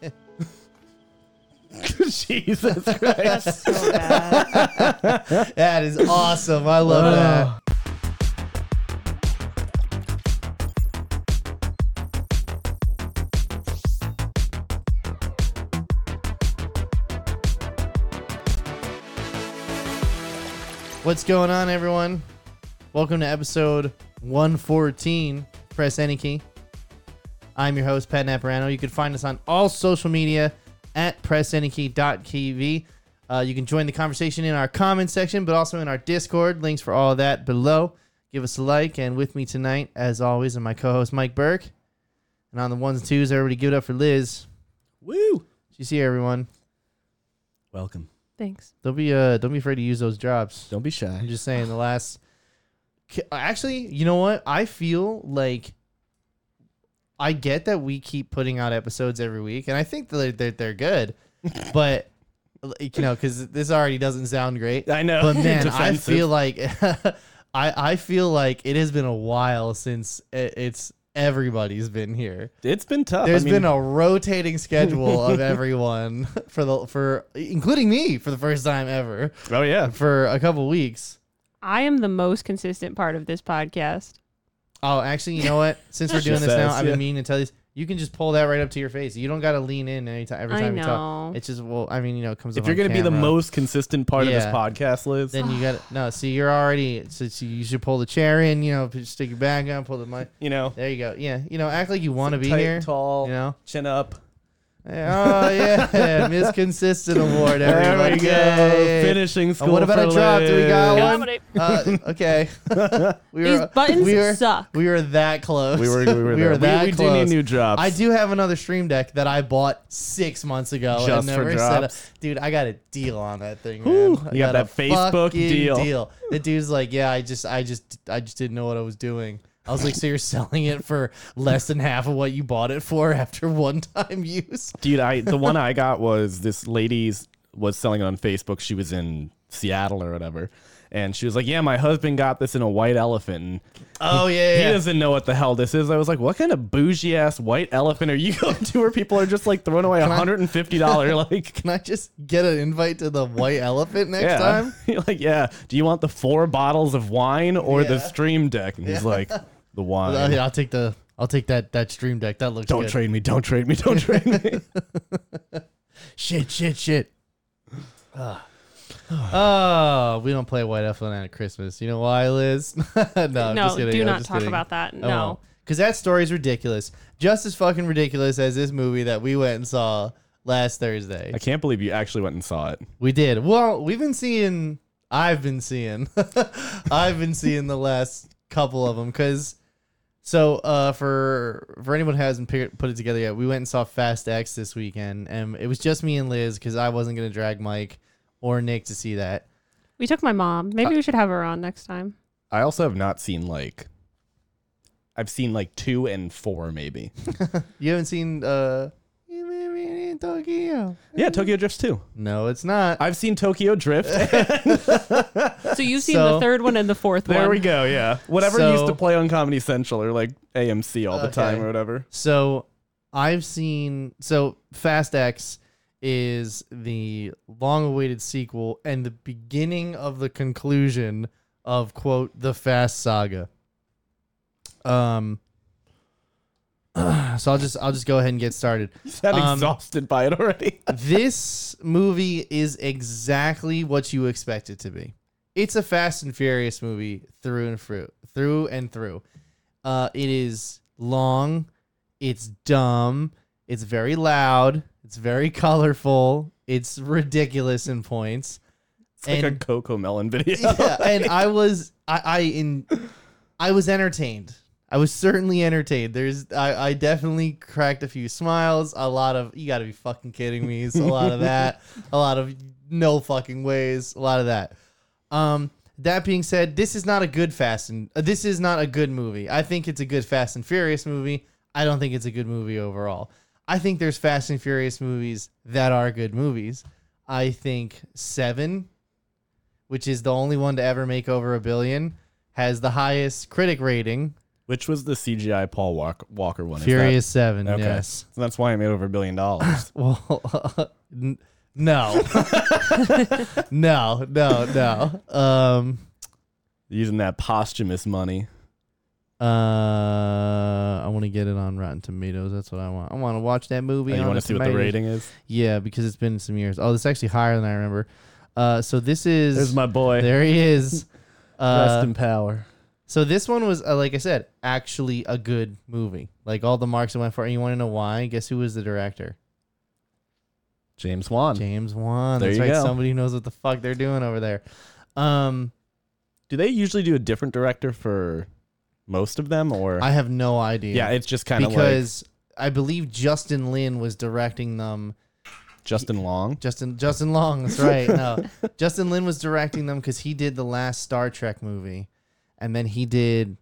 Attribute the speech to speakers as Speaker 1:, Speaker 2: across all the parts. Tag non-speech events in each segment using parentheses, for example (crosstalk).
Speaker 1: (laughs) Jesus Christ.
Speaker 2: That's so bad.
Speaker 3: (laughs) That is awesome. I love that. What's going on, everyone? Welcome to episode 114. Press any key. I'm your host, Pat Naparano. You can find us on all social media at pressanykey.tv. Uh, you can join the conversation in our comment section, but also in our Discord. Links for all of that below. Give us a like. And with me tonight, as always, are my co host, Mike Burke. And on the ones and twos, everybody give it up for Liz.
Speaker 1: Woo.
Speaker 3: She's here, everyone.
Speaker 1: Welcome.
Speaker 2: Thanks.
Speaker 3: Don't be, uh, don't be afraid to use those drops.
Speaker 1: Don't be
Speaker 3: I'm
Speaker 1: shy.
Speaker 3: just saying the last K- actually, you know what? I feel like I get that we keep putting out episodes every week and I think that they're, they're, they're
Speaker 1: (laughs)
Speaker 3: good. but like, you know, cuz this already doesn't sound great.
Speaker 1: I (laughs) know.
Speaker 3: But man,
Speaker 1: It's
Speaker 3: I
Speaker 1: offensive.
Speaker 3: feel like (laughs) I I feel like it has been a while since it, it's everybody's been here.
Speaker 1: it's been tough.
Speaker 3: There's
Speaker 1: I mean,
Speaker 3: been a rotating schedule
Speaker 1: (laughs)
Speaker 3: of everyone (laughs) for the for including me for the first time ever
Speaker 1: oh yeah.
Speaker 3: for a couple weeks.
Speaker 2: I am the most consistent part of this podcast.
Speaker 3: Oh, actually, you know
Speaker 1: (laughs)
Speaker 3: what? Since we're
Speaker 1: She
Speaker 3: doing this now,
Speaker 1: says,
Speaker 3: I've
Speaker 1: yeah.
Speaker 3: been meaning to tell you. this. You can just pull that right up to your face. You don't got to lean in any time. Every
Speaker 2: I
Speaker 3: time you
Speaker 2: know.
Speaker 3: talk, it's just well. I mean, you know, it comes.
Speaker 1: If
Speaker 3: up
Speaker 1: you're
Speaker 3: on
Speaker 1: gonna be the
Speaker 3: camera,
Speaker 1: most consistent part
Speaker 3: Yeah.
Speaker 1: of this podcast, Liz,
Speaker 3: then you got to no. See, you're already. So, so you should pull the chair in. You know, p- stick your back up. Pull the mic.
Speaker 1: you know,
Speaker 3: There you go. Yeah, you know, act like you want to be
Speaker 1: tight,
Speaker 3: here.
Speaker 1: tall,
Speaker 3: You know.
Speaker 1: chin up.
Speaker 3: Hey, Oh
Speaker 1: (laughs)
Speaker 3: yeah, Miss Consistent Award. Everybody. Yay.
Speaker 1: Finishing school.
Speaker 3: what about
Speaker 1: for
Speaker 3: a drop? Do we got
Speaker 1: Liz.
Speaker 3: one? Uh, okay. (laughs) we
Speaker 2: These buttons
Speaker 3: we were,
Speaker 2: suck.
Speaker 3: We were that close.
Speaker 1: We
Speaker 3: (laughs)
Speaker 1: were, we were, there.
Speaker 3: that
Speaker 1: we, we
Speaker 3: close.
Speaker 1: do need new drops.
Speaker 3: I do have another stream deck that I bought six months ago. and
Speaker 1: Just for
Speaker 3: never set up-
Speaker 1: drops.
Speaker 3: Dude, I got a deal on that thing, man.
Speaker 1: Whew,
Speaker 3: I
Speaker 1: you got
Speaker 3: a
Speaker 1: that Facebook
Speaker 3: fucking
Speaker 1: deal.
Speaker 3: The dude's like, yeah, I just, I just, I just didn't know what I was doing. I was like, so you're (laughs) selling it for less than half of what you bought it for after one time (laughs) use?
Speaker 1: Dude, I
Speaker 3: (laughs)
Speaker 1: the one I got was this lady's was selling it on Facebook. She was in Seattle or whatever. And she was like, Yeah, my husband got this in a white elephant. And
Speaker 3: Oh (laughs) yeah,
Speaker 1: he
Speaker 3: yeah.
Speaker 1: doesn't know what the hell this is. I was like, What kind of bougie ass white elephant are you (laughs) going to where people are just like throwing away
Speaker 3: I- (laughs)
Speaker 1: $150? like,
Speaker 3: Can I just get an invite to the white elephant next
Speaker 1: yeah. (laughs)
Speaker 3: time?
Speaker 1: like, yeah. Do you want the four bottles of wine or the
Speaker 3: Yeah.
Speaker 1: stream deck? And he's like,
Speaker 3: (laughs)
Speaker 1: The wine.
Speaker 3: Uh, yeah, I'll take the, I'll take that, that stream deck. That looks
Speaker 1: Don't
Speaker 3: good.
Speaker 1: trade me. Don't trade me. Don't
Speaker 3: (laughs)
Speaker 1: trade me.
Speaker 3: Shit, shit, shit. Oh, we don't play White Elephant at Christmas. You know why, Liz? (laughs) no, I'm
Speaker 2: no,
Speaker 3: just kidding.
Speaker 2: do
Speaker 3: I'm
Speaker 2: not
Speaker 3: just
Speaker 2: talk
Speaker 3: kidding.
Speaker 2: about that. No.
Speaker 3: Because that story is ridiculous. Just as fucking ridiculous as this movie that we went and saw last Thursday.
Speaker 1: I can't believe you actually went and saw it.
Speaker 3: We did. Well, we've been seeing, I've been seeing, (laughs) I've been seeing the last couple of them. Because, so uh, for for anyone who hasn't pi- put it together yet, we went and saw Fast X this weekend. And it was just me and Liz because I wasn't going to drag Mike or Nick to see that.
Speaker 2: We took my mom. Maybe
Speaker 3: Uh,
Speaker 2: we should have her on next
Speaker 3: (laughs)
Speaker 2: time.
Speaker 1: I also have not seen like I've seen like two and four maybe.
Speaker 3: You haven't seen uh You Made Me in Tokyo.
Speaker 1: yeah, Tokyo Drifts too.
Speaker 3: No, it's not.
Speaker 1: I've seen Tokyo Drift. (laughs)
Speaker 2: So you've seen
Speaker 3: So-
Speaker 2: the third one and the fourth
Speaker 1: there
Speaker 2: one.
Speaker 1: we go. Yeah, whatever
Speaker 3: So-
Speaker 1: used to play on Comedy Central or like AMC all the
Speaker 3: Okay.
Speaker 1: time or whatever.
Speaker 3: So I've seen so Fast X is the long awaited sequel and the beginning of the conclusion of quote the Fast Saga. Um (clears throat) so I'll just I'll just go ahead and get started.
Speaker 1: (laughs) You sound
Speaker 3: Um,
Speaker 1: exhausted by it already. (laughs)
Speaker 3: this movie is exactly what you expect it to be. It's a Fast and Furious movie through and through, through and through. Uh, it is long, it's dumb, it's very loud, it's very (laughs) colorful, it's ridiculous in points.
Speaker 1: It's like a
Speaker 3: and-
Speaker 1: Coco Melon video.
Speaker 3: (laughs) Yeah, and I was I, I in I was entertained. I was certainly entertained. There's I, I definitely cracked a few smiles, a lot of you gotta be fucking kidding me. It's a lot of that, a lot of no fucking ways, a lot of that. Um that being said, this is not a good Fast and uh, this is not a good movie. I think it's a good Fast and Furious movie. I don't think it's a good movie overall. I think there's Fast and Furious movies that are good movies. I think 7 which is the only one to ever make over a billion, has the highest critic rating.
Speaker 1: (laughs) Which was the CGI Paul Walk- Walker one? Is that-
Speaker 3: Furious Seven,
Speaker 1: Okay.
Speaker 3: yes. (laughs)
Speaker 1: So that's why I made over a billion dollars.
Speaker 3: Well, n- No. (laughs) no, no, no. Um
Speaker 1: Using that posthumous money.
Speaker 3: uh I want to get it on Rotten Tomatoes. That's what I want. I want to watch that movie.
Speaker 1: And Oh, you
Speaker 3: on
Speaker 1: want to see what the
Speaker 3: tomatoes.
Speaker 1: rating is?
Speaker 3: Yeah, because it's been some years. Oh, it's actually higher than I remember. Uh so this is
Speaker 1: There's my boy.
Speaker 3: There he
Speaker 1: (laughs)
Speaker 3: is.
Speaker 1: Rest
Speaker 3: Uh,
Speaker 1: in power.
Speaker 3: so this one was uh, like I said, actually a good movie. Like all the marks it went for. And you want to know why? Guess who was the director?
Speaker 1: James Wan.
Speaker 3: James Wan.
Speaker 1: There
Speaker 3: That's
Speaker 1: you
Speaker 3: right.
Speaker 1: go.
Speaker 3: Somebody who knows what the fuck they're doing over there. Um,
Speaker 1: Do they usually do a different director for most of them, or
Speaker 3: I have no idea.
Speaker 1: yeah, it's just kind of like
Speaker 3: because I believe Justin Lin was directing them.
Speaker 1: Justin Long.
Speaker 3: Justin Justin Long, that's right.
Speaker 1: (laughs)
Speaker 3: No, Justin Lin was directing them because he did the last Star Trek movie, and then he did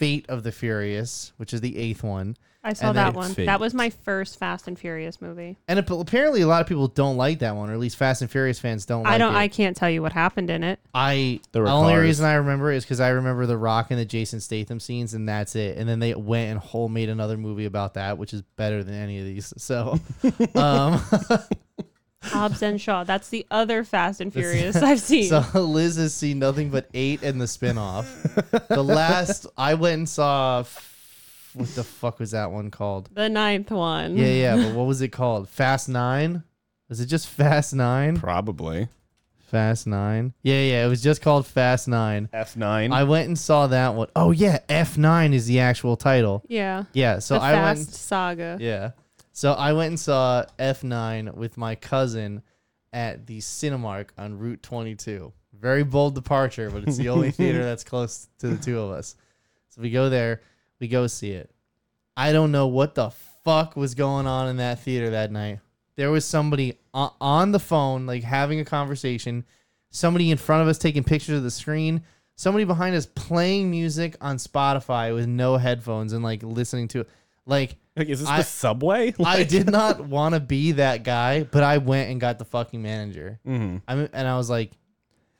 Speaker 3: Fate of the Furious, which is the eighth one.
Speaker 2: I saw
Speaker 3: And
Speaker 2: that
Speaker 3: it's
Speaker 2: one.
Speaker 1: fake.
Speaker 2: That was my first Fast and Furious movie.
Speaker 3: And ap- apparently, a lot of people don't like that one, or at least Fast and Furious fans don't.
Speaker 2: I
Speaker 3: like
Speaker 2: don't.
Speaker 3: It.
Speaker 2: I can't tell you what happened in
Speaker 3: (laughs)
Speaker 2: it.
Speaker 3: I the
Speaker 1: There were
Speaker 3: only
Speaker 1: cars.
Speaker 3: reason I remember is because I remember the Rock and the Jason Statham scenes, and that's it. And then they went and whole made another movie about that, which is better than any of these. So,
Speaker 2: (laughs)
Speaker 3: um,
Speaker 2: Hobbs and Shaw. That's the other Fast and Furious I've seen.
Speaker 3: (laughs) so Liz has seen nothing but eight and the spinoff. the last I went and saw, f- what the fuck was that one called?
Speaker 2: the ninth one.
Speaker 3: Yeah, yeah, but what was it called? Fast Nine? Was it just Fast Nine?
Speaker 1: Probably
Speaker 3: Fast Nine? Yeah, yeah, it was just called Fast Nine.
Speaker 1: F nine.
Speaker 3: I went and saw that one. Oh yeah, F nine is the actual title.
Speaker 2: Yeah.
Speaker 3: Yeah, so
Speaker 2: the
Speaker 3: I
Speaker 2: Fast
Speaker 3: went.
Speaker 2: Saga.
Speaker 3: Yeah, so I went and saw F nine with my cousin at the Cinemark on Route twenty two. Very bold departure, but it's the only theater that's close to the two of us. So we go there, we go see it. I don't know what the fuck was going on in that theater that night. There was somebody o- on the phone, like having a conversation, somebody in front of us taking pictures of the screen, somebody behind us playing music on Spotify with no headphones and like listening to it. Like,
Speaker 1: Like, is this
Speaker 3: I-
Speaker 1: the subway? (laughs)
Speaker 3: I did not want to be that guy, but I went and got the fucking manager.
Speaker 1: Mhm.
Speaker 3: I mean, and I was like,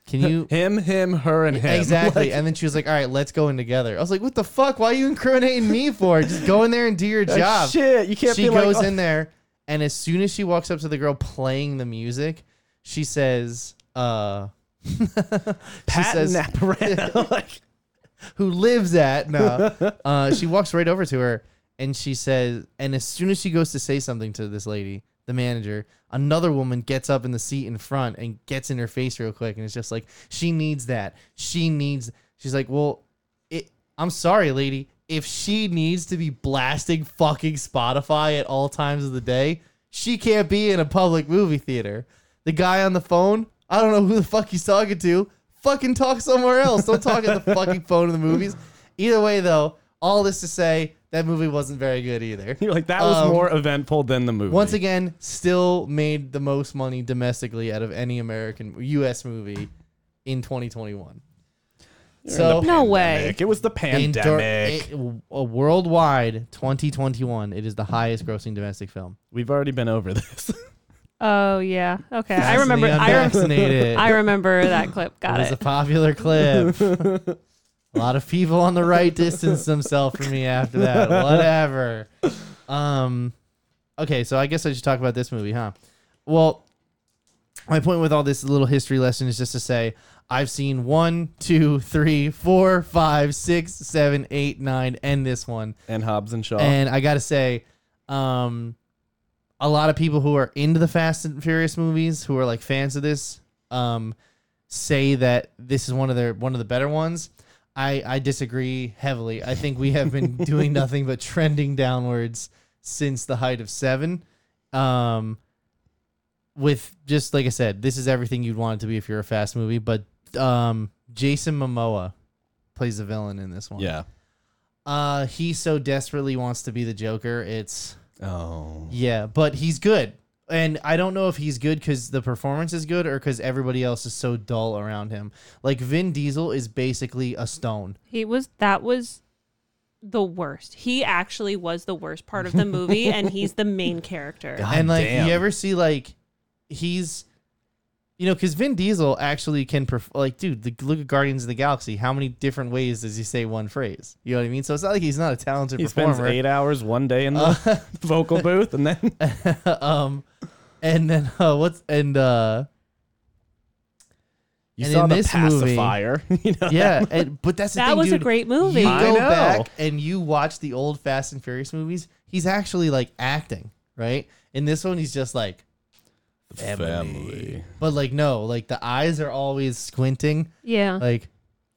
Speaker 3: can
Speaker 1: (laughs)
Speaker 3: you
Speaker 1: Him, him, her, and him. (laughs)
Speaker 3: Exactly.
Speaker 1: Like,
Speaker 3: and then she was like, all right, let's go in together. I was like, what the fuck? Why are you incriminating me for? Just go in there and do your
Speaker 1: like,
Speaker 3: job.
Speaker 1: Shit, you can't
Speaker 3: she
Speaker 1: be
Speaker 3: goes
Speaker 1: like. oh.
Speaker 3: in there, and as soon as she walks up to the girl playing the music, she says, uh, (laughs) she (laughs)
Speaker 1: Patent apparatus. like,
Speaker 3: who lives at no uh, she walks right over to her and she says and as soon as she goes to say something to this lady the manager another woman gets up in the seat in front and gets in her face real quick and it's just like she needs that she needs she's like well it, i'm sorry lady if she needs to be blasting fucking spotify at all times of the day she can't be in a public movie theater the guy on the phone i don't know who the fuck he's talking to fucking talk somewhere else. Don't talk at the fucking phone in the movies. Either way, though, all this to say that movie wasn't very good either.
Speaker 1: (laughs) you're like that was
Speaker 3: Um,
Speaker 1: more eventful than the movie.
Speaker 3: Once again, still made the most money domestically out of any American U.S. movie in 2021.
Speaker 1: You're in
Speaker 3: so-
Speaker 1: the
Speaker 2: No way.
Speaker 1: pandemic. It was the
Speaker 3: In dur-
Speaker 1: pandemic.
Speaker 3: it- uh, worldwide, 2021, it is the highest grossing domestic film.
Speaker 1: We've already been over this. (laughs)
Speaker 2: Oh yeah. Okay. I remember.
Speaker 3: Vaccinated,
Speaker 2: I, rem-
Speaker 3: unvaccinated.
Speaker 2: (laughs) I remember that clip. Got
Speaker 3: it was
Speaker 2: it.
Speaker 3: a popular clip.
Speaker 2: (laughs)
Speaker 3: a lot of people on the right distanced themselves from me after that. Whatever. Um, okay, so I guess I should talk about this movie, huh? Well, my point with all this little history lesson is just to say I've seen one, two, three, four, five, six, seven, eight, nine, and this one.
Speaker 1: and Hobbs and Shaw.
Speaker 3: And I gotta say, um, a lot of people who are into the Fast and Furious movies, who are like fans of this, um, say that this is one of their one of the better ones. I I disagree heavily. I think we have
Speaker 1: (laughs)
Speaker 3: been doing nothing but trending downwards since the height of seven. Um, with just like I said, this is everything you'd want it to be if you're a fast movie. But um, Jason Momoa plays the villain in this one.
Speaker 1: yeah.
Speaker 3: Uh, he so desperately wants to be the Joker. It's
Speaker 1: Oh.
Speaker 3: yeah, but he's good, and I don't know if he's good because the performance is good or because everybody else is so dull around him. Like Vin Diesel is basically a stone.
Speaker 2: He was that was the worst. He actually was the worst part of the movie and he's the main character.
Speaker 1: God
Speaker 3: and like
Speaker 1: damn.
Speaker 3: you ever see like he's you know because vin diesel actually can perf- like dude the, look at guardians of the galaxy how many different ways does he say one phrase you know what i mean so it's not like he's not a talented
Speaker 1: He spends
Speaker 3: performer (laughs)
Speaker 1: (laughs) eight hours one day in the vocal booth, and then
Speaker 3: um, and then (laughs) uh, what's and uh
Speaker 1: You
Speaker 3: And
Speaker 1: saw
Speaker 3: in
Speaker 1: the
Speaker 3: this movie-
Speaker 1: pacifier. (laughs) you know?
Speaker 3: yeah, and, but that's the
Speaker 2: That
Speaker 3: thing,
Speaker 2: was a
Speaker 3: dude.
Speaker 2: great movie.
Speaker 3: You
Speaker 1: I
Speaker 3: go
Speaker 1: know.
Speaker 3: back and you watch the old Fast and Furious movies. He's actually like acting, right? In this one, he's just like,
Speaker 1: Family.
Speaker 3: Family. but like no, like the eyes are always squinting,
Speaker 2: yeah.
Speaker 3: like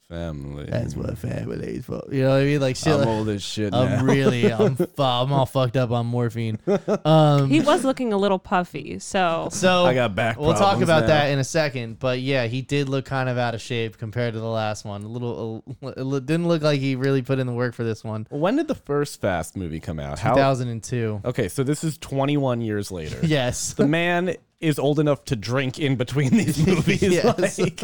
Speaker 1: Family.
Speaker 3: that's what Um, family's for. You know what I mean? Like shit.
Speaker 1: I'm
Speaker 3: like-
Speaker 1: old as shit
Speaker 3: I'm
Speaker 1: now.
Speaker 3: really,
Speaker 1: (laughs)
Speaker 3: I'm, fu- I'm all fucked up on morphine. Um,
Speaker 2: he was looking a little puffy, so
Speaker 3: so
Speaker 1: I got back.
Speaker 3: We'll talk
Speaker 1: problems
Speaker 3: about
Speaker 1: now.
Speaker 3: that in a second, but yeah, he did look kind of out of shape compared to the last one. A little, a, (laughs) it lo- didn't look like he really put in the work for this one.
Speaker 1: When did the first Fast movie come out? How? (laughs)
Speaker 3: 2002.
Speaker 1: Okay, so this is 21
Speaker 3: (laughs)
Speaker 1: years later.
Speaker 3: Yes.
Speaker 1: The man is old enough to drink in between these
Speaker 3: (laughs)
Speaker 1: movies. (laughs)
Speaker 3: Yes.
Speaker 1: like-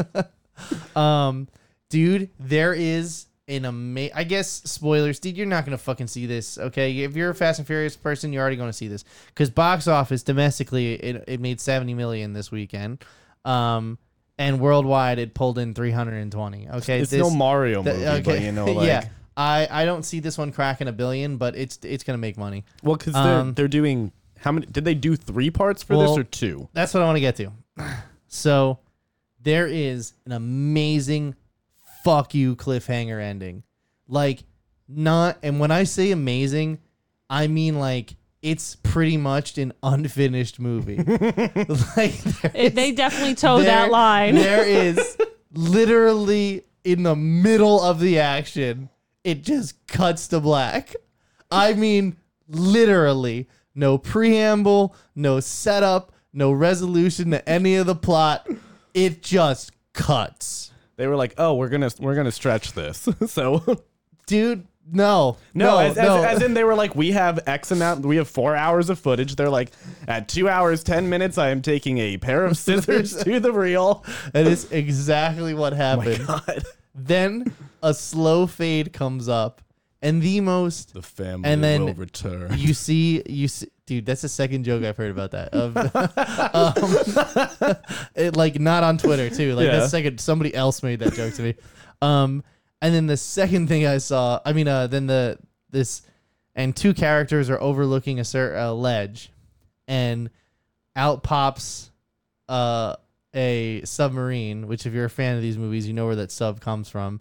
Speaker 3: Um, dude, there is an amazing. I guess spoilers, dude. You're not gonna fucking see this, okay? If you're a Fast and Furious person, you're already gonna see this because box office domestically, it, it made 70 million this weekend, um, and worldwide it pulled in 320. Okay,
Speaker 1: it's
Speaker 3: this,
Speaker 1: no Mario
Speaker 3: the-
Speaker 1: movie, but
Speaker 3: (laughs)
Speaker 1: you know, like,
Speaker 3: yeah. I, I don't see this one cracking a billion, but it's it's gonna make money.
Speaker 1: well, because
Speaker 3: Um,
Speaker 1: they're they're doing how many? Did they do three parts for
Speaker 3: Well,
Speaker 1: this or two?
Speaker 3: That's what I want to get to. So there is an amazing fuck you cliffhanger ending. Like not and when I say amazing, I mean like it's pretty much an unfinished movie. like there
Speaker 2: it, they definitely towed Oh, that
Speaker 3: there- (laughs)
Speaker 2: line.
Speaker 3: There
Speaker 2: (laughs)
Speaker 3: is literally in the middle of the action, it just cuts to black. I mean, literally, no preamble, no setup, no resolution to any of the plot. It just cuts.
Speaker 1: They were like, oh, we're gonna we're gonna stretch this. (laughs) so
Speaker 3: Dude, no.
Speaker 1: no,
Speaker 3: No,
Speaker 1: as,
Speaker 3: no.
Speaker 1: As, as in they were like, we have X amount, we have four hours of footage. They're like, at two hours ten minutes, I am taking a pair
Speaker 3: (laughs)
Speaker 1: of scissors to the reel.
Speaker 3: that
Speaker 1: (laughs)
Speaker 3: is exactly what happened.
Speaker 1: Oh God,
Speaker 3: then a slow fade comes up, and the most
Speaker 1: the family
Speaker 3: And then- will
Speaker 1: return.
Speaker 3: (laughs) you see you see, dude that's the second joke i've heard about that of, (laughs) um, (laughs) it, like not on twitter too like
Speaker 1: Yeah.
Speaker 3: that's second somebody else made that joke to me um and then the second thing i saw i mean uh then the this and two characters are overlooking a certain uh, ledge and out pops uh a submarine which if you're a fan of these movies you know where that sub comes from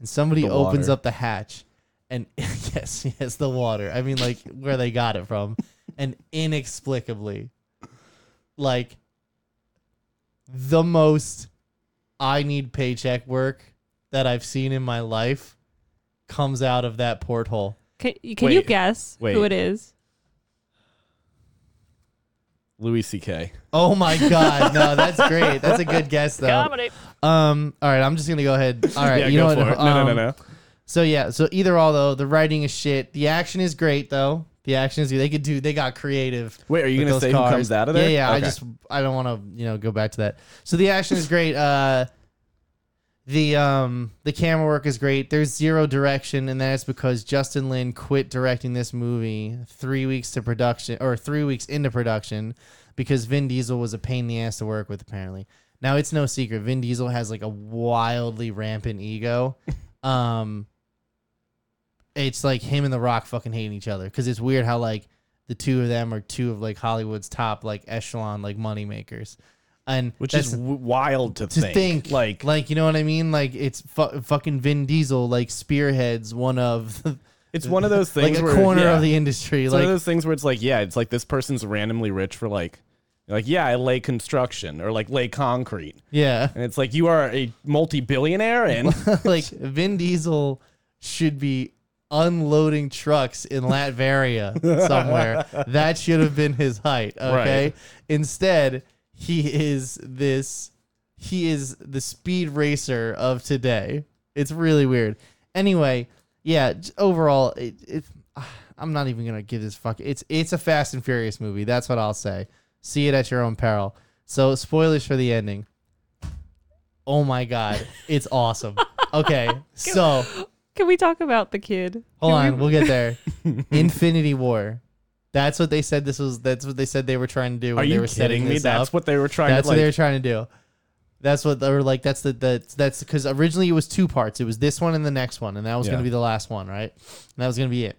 Speaker 3: and somebody
Speaker 1: The
Speaker 3: opens
Speaker 1: water.
Speaker 3: up the hatch and (laughs) yes yes the water i mean like where they got it from and inexplicably like the most i need paycheck work that i've seen in my life comes out of that porthole
Speaker 2: Can, can you
Speaker 1: Wait.
Speaker 2: guess
Speaker 1: Wait.
Speaker 2: who it is?
Speaker 1: Louis C.K.
Speaker 3: oh my god no that's great that's a good guess though um all right i'm just gonna go
Speaker 1: (laughs)
Speaker 3: ahead all right
Speaker 1: yeah,
Speaker 3: you
Speaker 1: go
Speaker 3: know
Speaker 1: for
Speaker 3: what
Speaker 1: it. No, no,
Speaker 3: um,
Speaker 1: no, no.
Speaker 3: So yeah, so either all though, the writing is shit. The action is great though. The action is they could do they got creative.
Speaker 1: Wait, are you
Speaker 3: with
Speaker 1: gonna
Speaker 3: those
Speaker 1: say who comes out of there?
Speaker 3: Yeah, yeah. I
Speaker 1: Okay.
Speaker 3: just I don't want to you know go back to that. So the action is great. Uh, the um the camera work is great. There's zero direction, and that's because Justin Lin quit directing this movie three weeks to production or three weeks into production because Vin Diesel was a pain in the ass to work with apparently. Now it's no secret Vin Diesel has like a wildly rampant ego. Um it's like him and The Rock fucking hating each other because it's weird how like the two of them are two of like Hollywood's top like echelon like money makers, and
Speaker 1: which
Speaker 3: that's
Speaker 1: is w- wild to,
Speaker 3: to
Speaker 1: think.
Speaker 3: think
Speaker 1: Like,
Speaker 3: like you know what I mean like it's fu- fucking Vin Diesel like spearheads one of (laughs) the,
Speaker 1: it's one of those
Speaker 3: like
Speaker 1: things
Speaker 3: a
Speaker 1: where,
Speaker 3: corner
Speaker 1: yeah.
Speaker 3: of the industry
Speaker 1: It's
Speaker 3: like
Speaker 1: one of those things where it's like, yeah, it's like this person's randomly rich for like, like yeah, I lay construction or like lay concrete,
Speaker 3: yeah
Speaker 1: and it's like you are a
Speaker 3: (laughs)
Speaker 1: multi-billionaire and
Speaker 3: like Vin Diesel should be unloading trucks in Latveria somewhere. that should have been his height. Okay.
Speaker 1: Right.
Speaker 3: Instead, he is this. He is the speed racer of today. It's really weird. Anyway, yeah. j- Overall, it, it, (sighs) I'm not even gonna give this fuck. It's it's a Fast and Furious movie. That's what I'll say. See it at your own peril. So spoilers for the ending. Oh my god, it's awesome. Okay, so
Speaker 2: Can we talk about the kid?
Speaker 3: hold
Speaker 2: Can
Speaker 3: on, we'll get there. Infinity War. That's what they said. This was that's what they said they were trying to do. When
Speaker 1: are
Speaker 3: they
Speaker 1: you
Speaker 3: were
Speaker 1: kidding
Speaker 3: setting
Speaker 1: me?
Speaker 3: this
Speaker 1: That's
Speaker 3: up.
Speaker 1: what they were trying
Speaker 3: that's
Speaker 1: to
Speaker 3: what
Speaker 1: like.
Speaker 3: they were trying to do. That's what they were like. That's the that's that's because originally it was two parts. It was this one and the next one, and that was
Speaker 1: Yeah.
Speaker 3: going to be the last one, right? And that was going to be it.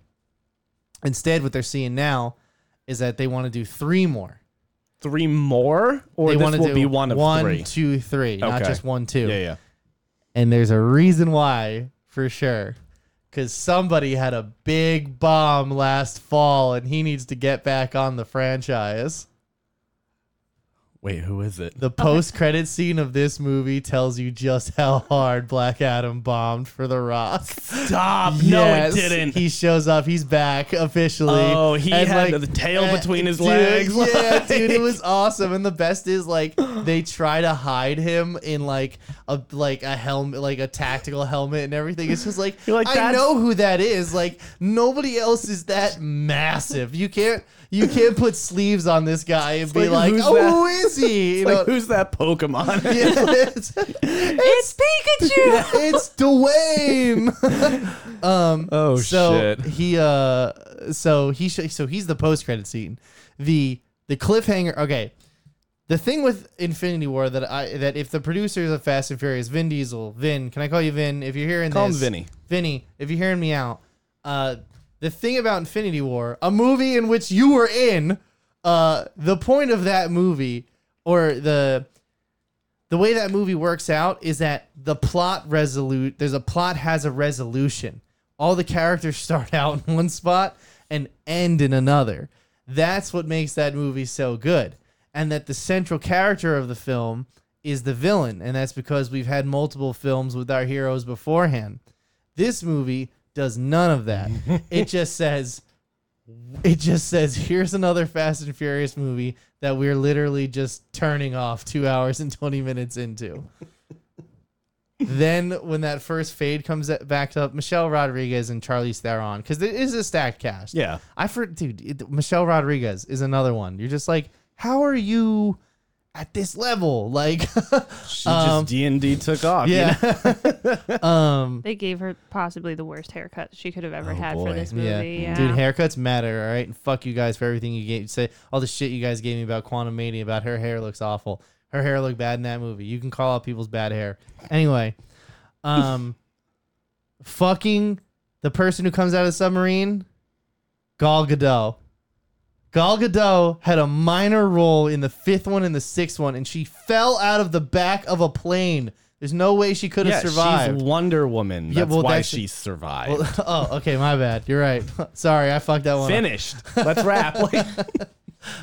Speaker 3: Instead, what they're seeing now is that they want to do three more.
Speaker 1: three more, or
Speaker 3: they want
Speaker 1: this
Speaker 3: to
Speaker 1: will
Speaker 3: do
Speaker 1: be one of
Speaker 3: one,
Speaker 1: three.
Speaker 3: two, three, not
Speaker 1: Okay.
Speaker 3: just one, two.
Speaker 1: Yeah, yeah.
Speaker 3: And there's a reason why, for sure. Because somebody had a big bomb last fall and he needs to get back on the franchise.
Speaker 1: Wait, who is it?
Speaker 3: The post credit scene of this movie tells you just how hard Black Adam bombed for The Rock.
Speaker 1: Stop!
Speaker 3: Yes, He shows up. He's back officially.
Speaker 1: Oh, he had the tail
Speaker 3: eh,
Speaker 1: between his
Speaker 3: dude,
Speaker 1: legs,
Speaker 3: Yeah,
Speaker 1: like- (laughs)
Speaker 3: dude, it was awesome. And the best is like they try to hide him in like a like a helmet, like a tactical helmet and everything. It's just like,
Speaker 1: You're like,
Speaker 3: I
Speaker 1: "That's-
Speaker 3: know who that is. Like nobody else is that massive. You can't you can't put sleeves on this guy and be
Speaker 1: like,
Speaker 3: like,
Speaker 1: who's
Speaker 3: oh,
Speaker 1: that?"
Speaker 3: who is he? You
Speaker 1: like,
Speaker 3: know?
Speaker 1: who's that Pokemon?
Speaker 3: Yeah, (laughs) it's, (laughs)
Speaker 2: It's Pikachu.
Speaker 3: it's Dwayne. um,
Speaker 1: (laughs) Oh,
Speaker 3: so
Speaker 1: shit.
Speaker 3: He uh, so he sh- so he's the post credit scene. The the cliffhanger. Okay, the thing with Infinity War that I that if the producers of Fast and Furious, Vin Diesel, Vin, can I call you Vin? If you're hearing
Speaker 1: Call him
Speaker 3: this,
Speaker 1: Vinny.
Speaker 3: Vinny, if you're hearing me out, uh, the thing about Infinity War, a movie in which you were in, uh, the point of that movie or the the way that movie works out is that the plot resolute there's a plot has a resolution. All the characters (laughs) start out in one spot and end in another. That's what makes that movie so good. And that the central character of the film is the villain, and that's because we've had multiple films with our heroes beforehand. This movie does none of that. it just says it just says here's another Fast and Furious movie that we're literally just turning off 2 hours and 20 minutes into. then when that first fade comes back up, Michelle Rodriguez and Charlize Theron cuz it is a stacked cast.
Speaker 1: Yeah.
Speaker 3: I for dude, it, Michelle Rodriguez is another one. You're just like, how are you at this level? Like, (laughs)
Speaker 1: She
Speaker 3: Um,
Speaker 1: just D and D took off.
Speaker 3: (laughs)
Speaker 1: you know?
Speaker 3: yeah. um,
Speaker 2: (laughs) They gave her possibly the worst haircut she could have ever
Speaker 1: Oh,
Speaker 2: had
Speaker 1: boy.
Speaker 2: for this movie.
Speaker 3: yeah.
Speaker 2: Yeah.
Speaker 3: dude, haircuts matter. All right, and fuck you guys for everything you gave. Say all the shit you guys gave me about Quantum Mania about her hair looks awful. Her hair looked bad in that movie. You can call out people's bad hair. Anyway, um, (laughs) fucking the person who comes out of the submarine, Gal Gadot. Gal Gadot had a minor role in the fifth one and the sixth one, and she fell out of the back of a plane. There's no way she could have
Speaker 1: Yeah,
Speaker 3: survived.
Speaker 1: she's Wonder Woman. That's
Speaker 3: Yeah, well,
Speaker 1: why
Speaker 3: that's-
Speaker 1: she survived.
Speaker 3: Well, (laughs) oh, okay, my bad. You're right. (laughs) Sorry, I fucked that one. up.
Speaker 1: Finished.
Speaker 3: (laughs)
Speaker 1: Let's wrap. (laughs) Like,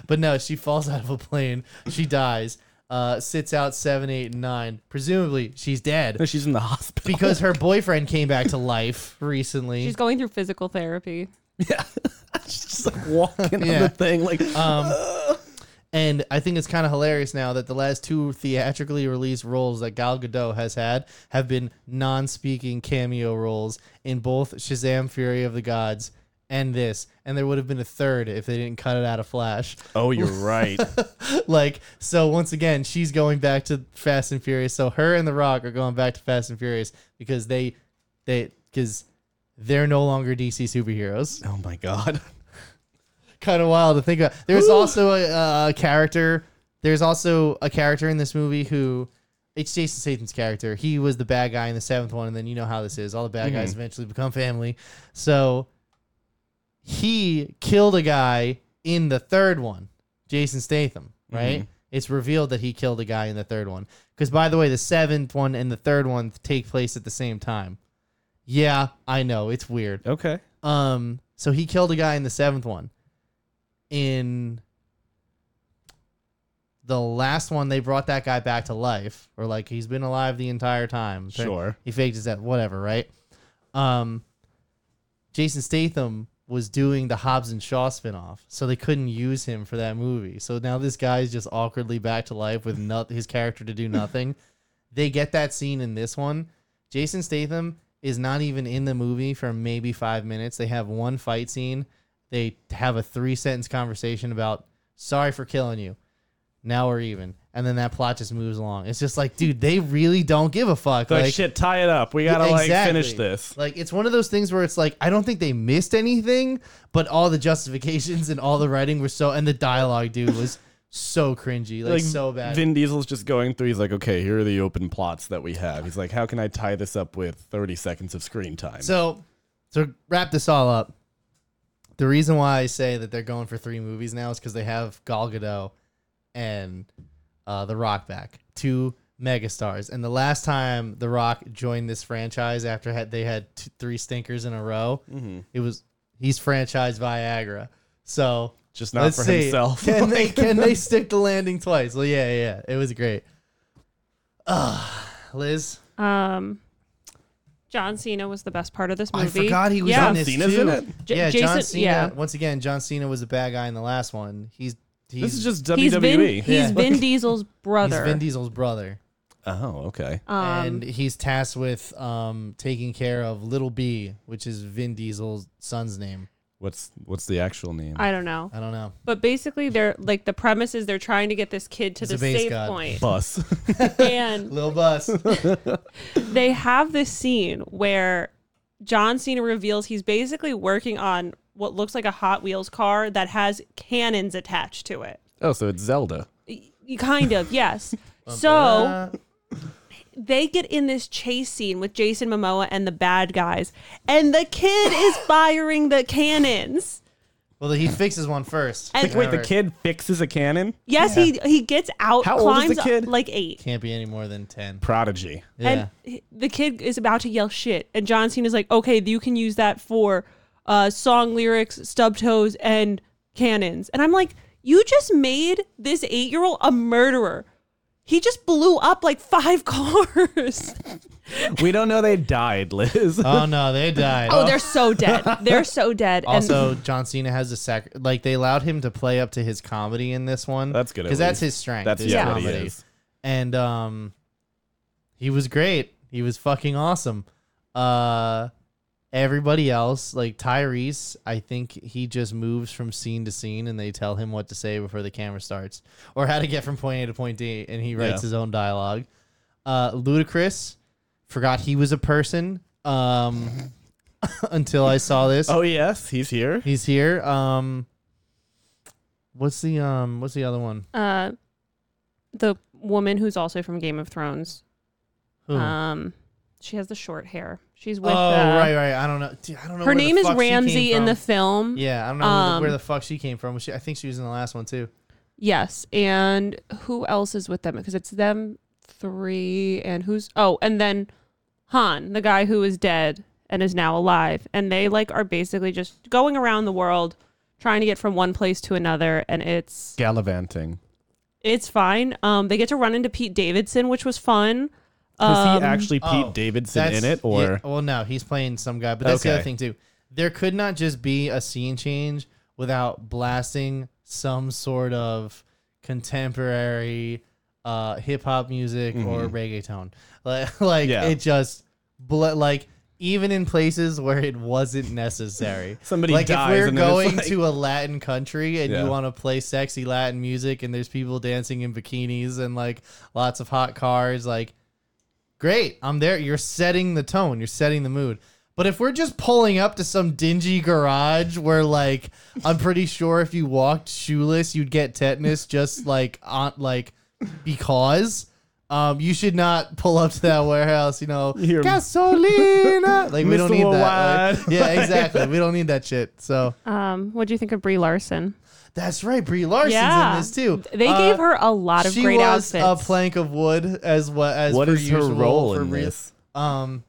Speaker 3: But no, she falls (laughs) out of a plane. She dies. Uh, sits out seven, eight, and nine. Presumably, she's
Speaker 1: (laughs)
Speaker 3: dead
Speaker 1: she's in the hospital.
Speaker 3: because her boyfriend came back to life recently.
Speaker 2: She's going through physical therapy.
Speaker 1: she's just like walking
Speaker 3: Yeah.
Speaker 1: on the thing. Like,
Speaker 3: Um, and I think it's kind of hilarious now that the last two theatrically released roles that Gal Gadot has had have been non-speaking cameo roles in both Shazam: Fury of the Gods and this. And there would have been a third if they didn't cut it out of Flash.
Speaker 1: oh, (laughs) you're right.
Speaker 3: (laughs) like so once again she's going back to fast and furious so her and the rock are going back to fast and furious because they they because they're no longer dc superheroes
Speaker 1: oh my god.
Speaker 3: kind of wild to think about there's also a, a character there's also a character in this movie who it's jason statham's character he was the bad guy in the seventh one and then you know how this is all the bad guys eventually become family so he killed a guy in the third one, Jason Statham, right? It's revealed that he killed a guy in the third one. Because, by the way, the seventh one and the third one take place at the same time. Yeah, I know. It's weird.
Speaker 1: Okay.
Speaker 3: Um, so he killed a guy in the seventh one. In the last one, they brought that guy back to life, or like he's been alive the entire time. Turn-
Speaker 1: Sure.
Speaker 3: he faked his death, whatever, right? Um, Jason Statham was doing the Hobbs and Shaw spinoff, so they couldn't use him for that movie. So now this guy is just awkwardly back to life with not- his character to do nothing. they get that scene in this one. Jason Statham is not even in the movie for maybe five minutes. They have one fight scene. They have a three sentence conversation about sorry for killing you. Now we're even. And then that plot just moves along. It's just like, dude, they really don't give a fuck.
Speaker 1: Like, shit, tie it up. We gotta like finish
Speaker 3: Exactly.
Speaker 1: this.
Speaker 3: Like it's one of those things where it's like I don't think they missed anything, but all the justifications and all the writing were so and the dialogue dude was so cringy, like, so bad.
Speaker 1: Vin Diesel's just going through. He's like, okay, here are the open plots that we have. He's like, how can I tie this up with 30 seconds of screen time?
Speaker 3: so to wrap this all up, the reason why I say that they're going for three movies now is because they have Gal Gadot and uh, The Rock back. Two megastars. And the last time The Rock joined this franchise after had, they had t- three stinkers in a row,
Speaker 1: Mm-hmm.
Speaker 3: it was he's franchised Viagra. So
Speaker 1: Just not
Speaker 3: let's
Speaker 1: for
Speaker 3: see.
Speaker 1: himself.
Speaker 3: Can
Speaker 1: (laughs)
Speaker 3: they can they stick the landing twice? Well, yeah, yeah, it was great. Ugh, Liz,
Speaker 2: Um, John Cena was the best part of this
Speaker 3: I
Speaker 2: movie.
Speaker 3: forgot he was
Speaker 2: yeah.
Speaker 3: on this
Speaker 1: Cena's
Speaker 3: too.
Speaker 1: in it?
Speaker 2: J-
Speaker 3: yeah, John
Speaker 2: Jason-
Speaker 3: Cena.
Speaker 2: yeah.
Speaker 3: Once again, John Cena was the bad guy in the last one. He's he's
Speaker 1: This is just E.
Speaker 2: He's
Speaker 3: E.
Speaker 2: Vin,
Speaker 1: WWE.
Speaker 2: he's
Speaker 3: Yeah.
Speaker 2: Vin (laughs) Diesel's
Speaker 3: he's
Speaker 2: brother.
Speaker 3: Vin Diesel's brother,
Speaker 1: oh, okay.
Speaker 2: um,
Speaker 3: and he's tasked with um taking care of Little B, which is Vin Diesel's son's name.
Speaker 1: What's what's the actual name?
Speaker 2: I don't know.
Speaker 3: I don't know.
Speaker 2: But basically, they're like the premise is they're trying to get this kid to
Speaker 3: He's a
Speaker 2: the
Speaker 3: base
Speaker 2: safe
Speaker 3: god. (laughs)
Speaker 2: point,
Speaker 1: Bus. (laughs)
Speaker 2: and
Speaker 3: Lil
Speaker 2: (laughs)
Speaker 3: Bus.
Speaker 2: they have this scene where John Cena reveals he's basically working on what looks like a Hot Wheels car that has cannons attached to it.
Speaker 1: oh, so it's Zelda.
Speaker 2: Y- Kind of,
Speaker 3: (laughs)
Speaker 2: yes. so they get in this chase scene with Jason Momoa and the bad guys, and the kid
Speaker 1: (laughs)
Speaker 2: is firing the cannons.
Speaker 3: well, he fixes one first.
Speaker 2: And-
Speaker 1: Wait, the
Speaker 3: Whatever.
Speaker 1: kid fixes a cannon?
Speaker 2: Yes, he he gets out,
Speaker 1: How old is
Speaker 2: climbs
Speaker 1: the kid?
Speaker 2: up, like eight,
Speaker 3: can't be any more than ten.
Speaker 1: Prodigy.
Speaker 3: Yeah.
Speaker 2: and h- the kid is about to yell shit, and John Cena is like, "Okay, you can use that for uh, song lyrics, stub toes, and cannons." And I'm like, "You just made this eight year old a murderer." He just blew up like five (laughs) cars.
Speaker 1: We don't know they
Speaker 3: (laughs)
Speaker 1: died, Liz.
Speaker 3: oh no,
Speaker 2: (laughs)
Speaker 3: they died.
Speaker 2: Oh, they're so dead. They're so dead. And-
Speaker 3: Also, John Cena has a sac like they allowed him to play up to his comedy in this one.
Speaker 1: That's good, at
Speaker 3: because that's his
Speaker 1: least.
Speaker 3: strength.
Speaker 1: That's
Speaker 3: his
Speaker 1: yeah,
Speaker 2: what
Speaker 1: he
Speaker 3: comedy.
Speaker 1: is.
Speaker 3: And um, he was great. He was fucking awesome. Uh, everybody else like Tyrese, I think he just moves from scene to scene, and they tell him what to say before the camera starts, or how to get from point A to point D, and he writes
Speaker 1: Yeah.
Speaker 3: his own dialogue. Uh, Ludacris forgot he was a person. Um. (laughs) until I saw this.
Speaker 1: Oh yes, he's here.
Speaker 3: He's here. Um, what's the um, what's the other one?
Speaker 2: uh the woman who's also from Game of Thrones.
Speaker 3: Who?
Speaker 2: Um she has the short hair. She's
Speaker 3: Uh-huh. oh,
Speaker 2: with uh,
Speaker 3: right, right. I don't know. Dude, I don't know.
Speaker 2: her
Speaker 3: where the
Speaker 2: name is
Speaker 3: fuck she came
Speaker 2: Ramsey in
Speaker 3: from.
Speaker 2: the film.
Speaker 3: Yeah, I don't know who the-
Speaker 2: um,
Speaker 3: where the fuck she came from. She, I think she was in the last one too.
Speaker 2: Yes. And who else is with them? Because it's them three and who's oh, and then Han, the guy who is dead and is now alive. And they like are basically just going around the world trying to get from one place to another and it's
Speaker 1: Gallivanting.
Speaker 2: it's fine. Um they get to run into Pete Davidson, which was fun.
Speaker 1: Was
Speaker 2: Um,
Speaker 1: he actually Pete
Speaker 3: oh,
Speaker 1: Davidson in
Speaker 3: That's-
Speaker 1: it, or
Speaker 3: yeah, well, no, he's playing some guy. But that's the other
Speaker 1: Okay.
Speaker 3: thing too. There could not just be a scene change without blasting some sort of contemporary uh, hip hop music or reggaeton. (laughs) Like, like
Speaker 1: Mm-hmm. Yeah.
Speaker 3: it just ble- like even in places where it wasn't necessary.
Speaker 1: (laughs) Somebody
Speaker 3: like
Speaker 1: dies
Speaker 3: if we're
Speaker 1: and then it's
Speaker 3: going
Speaker 1: like-
Speaker 3: to a Latin country and
Speaker 1: Yeah.
Speaker 3: you want to play sexy Latin music and there's people dancing in bikinis and like lots of hot cars, like great, I'm there. You're setting the tone. You're setting the mood. But if we're just pulling up to some dingy garage where, like, I'm pretty sure if you walked shoeless, you'd get tetanus, just like on, like, because, um, you should not pull up to that warehouse. You
Speaker 1: (laughs)
Speaker 3: know,
Speaker 1: Here. (laughs)
Speaker 3: gasolina. Like we don't
Speaker 1: Mr.
Speaker 3: need that. Like,
Speaker 1: Worldwide. (laughs)
Speaker 3: yeah, exactly. We don't need that shit. So
Speaker 2: Um, what do you think of Brie Larson?
Speaker 3: that's right. Brie Larson's
Speaker 2: Yeah.
Speaker 3: in this too.
Speaker 2: They
Speaker 3: Uh,
Speaker 2: gave her a lot of
Speaker 3: she
Speaker 2: great
Speaker 3: was
Speaker 2: outfits.
Speaker 3: a plank of wood as well as
Speaker 1: what
Speaker 3: per
Speaker 1: is her
Speaker 3: usual
Speaker 1: role
Speaker 3: for
Speaker 1: in
Speaker 3: Brie-
Speaker 1: this?
Speaker 3: um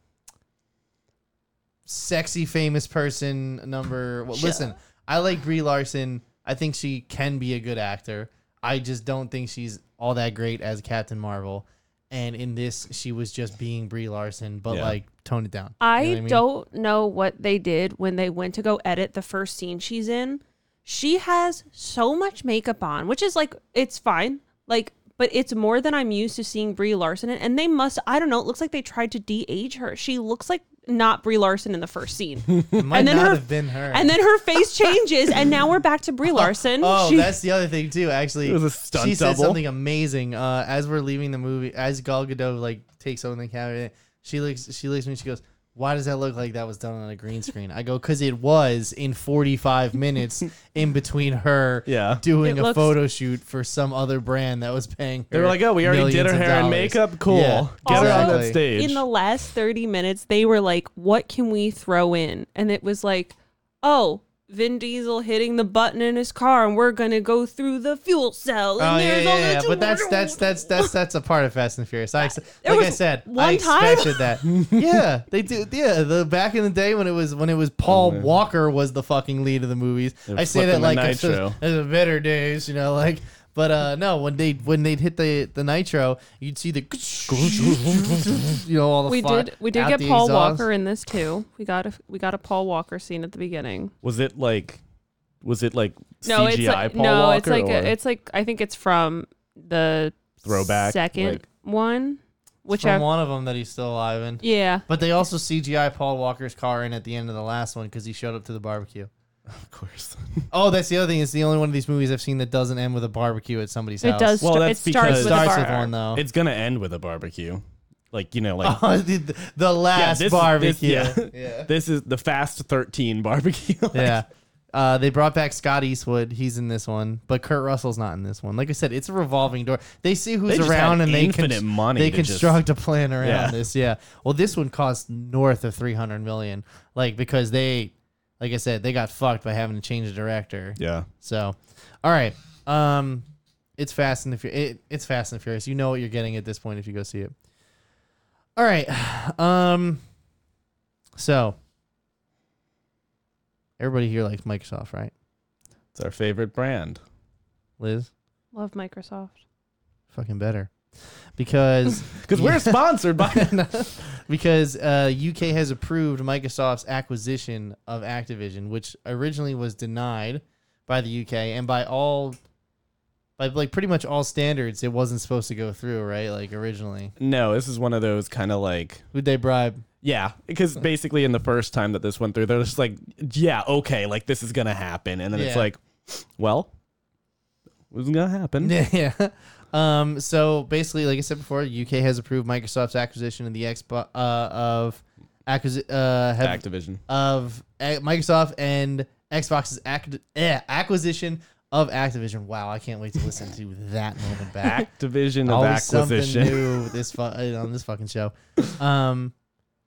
Speaker 3: sexy famous person number well, listen i like brie larson i think she can be a good actor i just don't think she's all that great as captain marvel and in this she was just being brie larson but
Speaker 1: Yeah.
Speaker 3: like tone it down
Speaker 2: I,
Speaker 3: You know what I mean?
Speaker 2: don't know what they did when they went to go edit the first scene she's in. She has so much makeup on, which is like it's fine, like, but it's more than I'm used to seeing Brie Larson in. And they must, I don't know, it looks like they tried to de-age her. She looks like not Brie Larson in the
Speaker 3: (laughs)
Speaker 2: first scene,
Speaker 3: it might
Speaker 2: and then
Speaker 3: not
Speaker 2: her-
Speaker 3: have been her
Speaker 2: and then her face changes, and now we're back to Brie Larson.
Speaker 3: (laughs) Oh,
Speaker 2: She-
Speaker 3: that's the other thing too. Actually,
Speaker 1: It was a stunt
Speaker 3: she said
Speaker 1: double.
Speaker 3: something amazing. Uh, as we're leaving the movie, as Gal Gadot like takes over the camera, she looks. She looks at me. She goes, "Why does that look like that was done on a green screen?" I go, "Cause it was in 45 (laughs) minutes in between her
Speaker 1: Yeah.
Speaker 3: doing
Speaker 2: It
Speaker 3: a
Speaker 2: looks-
Speaker 3: photo shoot for some other brand that was paying." Her
Speaker 1: They were like, "Oh, we already did
Speaker 3: millions
Speaker 1: her
Speaker 3: of
Speaker 1: hair and
Speaker 3: dollars."
Speaker 1: makeup. Cool.
Speaker 3: Yeah,
Speaker 1: Get her on
Speaker 3: exactly.
Speaker 1: that stage."
Speaker 2: in the last 30 minutes they were like what can we throw in and it was like oh Vin Diesel hitting the button in his car, and we're gonna go through the fuel cell. And
Speaker 3: Oh yeah,
Speaker 2: there's all
Speaker 3: yeah, yeah.
Speaker 2: the-
Speaker 3: But that's that's that's that's that's a part of Fast and Furious. I ex-
Speaker 2: There
Speaker 3: like I
Speaker 2: was
Speaker 3: said, I
Speaker 2: one time-
Speaker 3: expected
Speaker 2: (laughs)
Speaker 3: that. yeah, they do. Yeah, the back in the day when it was when it was
Speaker 1: Oh,
Speaker 3: Paul Walker was the fucking lead of the movies.
Speaker 1: They're
Speaker 3: I say that
Speaker 1: flipping the
Speaker 3: like it's
Speaker 1: nitro.
Speaker 3: just- it's the better days, you know, like. But uh, no, when they when they'd hit the the nitro, you'd see the (laughs) you know all the
Speaker 2: we
Speaker 3: fun
Speaker 2: did we did
Speaker 3: out
Speaker 2: get
Speaker 3: the
Speaker 2: Paul
Speaker 3: exhaust.
Speaker 2: Walker in this too. We got a we got a Paul Walker scene at the beginning.
Speaker 1: Was it like, was it like
Speaker 2: No,
Speaker 1: CGI
Speaker 2: it's like,
Speaker 1: Paul
Speaker 2: no,
Speaker 1: Walker?
Speaker 2: it's like
Speaker 1: or
Speaker 2: a, it's like I think it's from the
Speaker 1: Throwback,
Speaker 2: second
Speaker 1: like-
Speaker 2: one, which
Speaker 3: from
Speaker 2: I
Speaker 3: one of them that he's still alive in.
Speaker 2: yeah.
Speaker 3: But they also CGI Paul Walker's car in at the end of the last one because he showed up to the barbecue.
Speaker 1: of course.
Speaker 3: Oh, that's the other thing. It's the only one of these movies I've seen that doesn't end with a barbecue at somebody's house.
Speaker 2: It does.
Speaker 1: Well,
Speaker 2: sta-
Speaker 1: that's
Speaker 2: it starts
Speaker 1: because-
Speaker 2: with,
Speaker 3: It
Speaker 2: a
Speaker 3: starts with
Speaker 2: bar.
Speaker 3: one though.
Speaker 1: Oh. It's gonna end with a barbecue, like you know, like
Speaker 3: (laughs) oh, the, the last
Speaker 1: this- this-
Speaker 3: barbecue.
Speaker 2: (laughs)
Speaker 1: yeah.
Speaker 3: yeah.
Speaker 1: this is the Fast Thirteen (laughs) barbecue. Like,
Speaker 3: Yeah. Uh, they brought back Scott Eastwood. He's in this one, but Kurt Russell's not in this one. Like I said, it's a revolving door. They see who's
Speaker 1: They just
Speaker 3: around
Speaker 1: had
Speaker 3: and they
Speaker 1: infinite money
Speaker 3: They
Speaker 1: to just-
Speaker 3: construct a plan around
Speaker 1: Yeah.
Speaker 3: this. Yeah. Well, this one cost north of three hundred million. Like because they, like I said, they got fucked by having to change the director.
Speaker 1: yeah.
Speaker 3: So, all right. Um, it's Fast and the Furious. It, it's Fast and the Furious. You know what you're getting at this point if you go see it. All right. (sighs) Um. So, everybody here likes Microsoft, right?
Speaker 1: It's our favorite brand.
Speaker 3: Liz,
Speaker 2: Love Microsoft.
Speaker 3: fucking better, because
Speaker 1: Because we're
Speaker 3: (laughs)
Speaker 1: sponsored by.
Speaker 3: because uh, UK has approved Microsoft's acquisition of Activision, which originally was denied by the UK and by all, by like pretty much all standards, it wasn't supposed to go through, right? Like originally,
Speaker 1: no, this is one of those kind of like.
Speaker 3: who'd they bribe?
Speaker 1: Yeah, because basically in the first time that this went through, they're just like, yeah, okay, like this is gonna happen, and then it's
Speaker 3: Yeah.
Speaker 1: like, well, it wasn't gonna happen.
Speaker 3: (laughs) Yeah. Um, so basically, like I said before, UK has approved Microsoft's acquisition of the Xbox uh, of acquisi- uh, have,
Speaker 1: Activision.
Speaker 3: of uh, Microsoft and Xbox's ac- eh, acquisition of Activision. Wow, I can't wait to listen to that moment back.
Speaker 1: Activision (laughs) of
Speaker 3: Always
Speaker 1: acquisition.
Speaker 3: something new this fu- uh, on this fucking show. Um,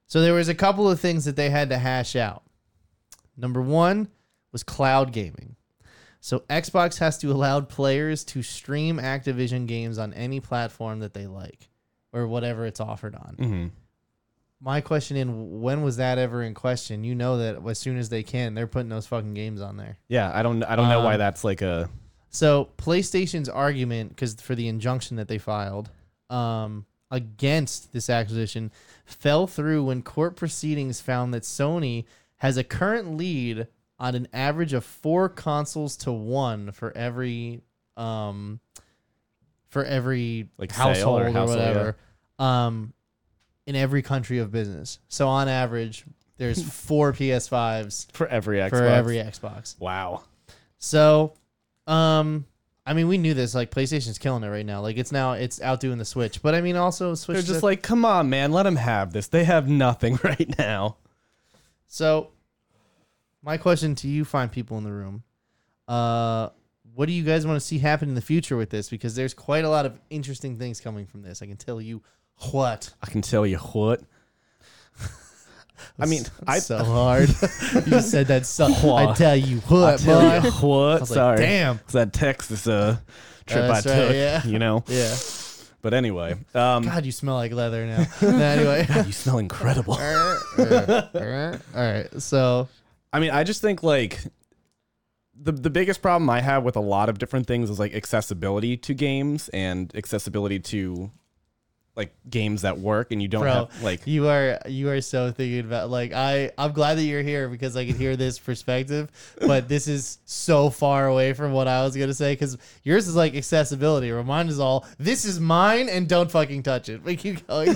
Speaker 3: so there was a couple of things that they had to hash out. Number one was cloud gaming. So Xbox has to allow players to stream Activision games on any platform that they like, or whatever it's offered
Speaker 1: (laughs)
Speaker 3: on
Speaker 1: hmm
Speaker 3: my question in when was that ever in question? You know that as soon as they can, they're putting those fucking games on there.
Speaker 1: Yeah, I don't, I don't know why
Speaker 3: Um,
Speaker 1: that's like a.
Speaker 3: So PlayStation's argument, because for the injunction that they filed um, against this acquisition, fell through when court proceedings found that Sony has a current lead on an average of four consoles to one for every um, for every
Speaker 1: Like sale or
Speaker 3: household or,
Speaker 1: household, yeah.
Speaker 3: whatever um, in every country of business. So on average,
Speaker 1: (laughs)
Speaker 3: there's four PS5s
Speaker 1: for every Xbox.
Speaker 3: for every Xbox.
Speaker 1: wow.
Speaker 3: So, um, I mean, we knew this. Like, PlayStation's killing it right now. Like, it's now it's outdoing the Switch. But I mean, also Switch.
Speaker 1: They're just
Speaker 3: is-
Speaker 1: like, come on, man, let them have this. They have nothing (laughs) right now.
Speaker 3: so. My question to you, fine people in the room, uh, what do you guys want to see happen in the future with this? Because there's quite a lot of interesting things coming from this. I can tell you what.
Speaker 1: I can tell you what. I mean, I (laughs)
Speaker 3: so hard. you just said that so. I tell you
Speaker 1: I
Speaker 3: what, (laughs)
Speaker 1: tell
Speaker 3: boy.
Speaker 1: you (laughs) what.
Speaker 3: was like,
Speaker 1: Sorry,
Speaker 3: damn.
Speaker 1: it's that Texas uh trip
Speaker 3: Uh,
Speaker 1: I
Speaker 3: that's
Speaker 1: took.
Speaker 3: right, yeah.
Speaker 1: You know,
Speaker 3: Yeah.
Speaker 1: but anyway, um,
Speaker 3: God, you smell like leather now. No, anyway. (laughs)
Speaker 1: (laughs) God, you smell incredible.
Speaker 3: All right. So
Speaker 1: I mean, I just think like the the biggest problem I have with a lot of different things is like accessibility to games and accessibility to like games that work, and you don't
Speaker 3: Bro, (laughs)
Speaker 1: have like
Speaker 3: you are you are so thinking about like I I'm glad that you're here because I can hear
Speaker 1: (laughs)
Speaker 3: this perspective, but this is so far away from what I was gonna say because yours is like accessibility. where mine is all this is mine and don't fucking touch it. (laughs) Like keep going.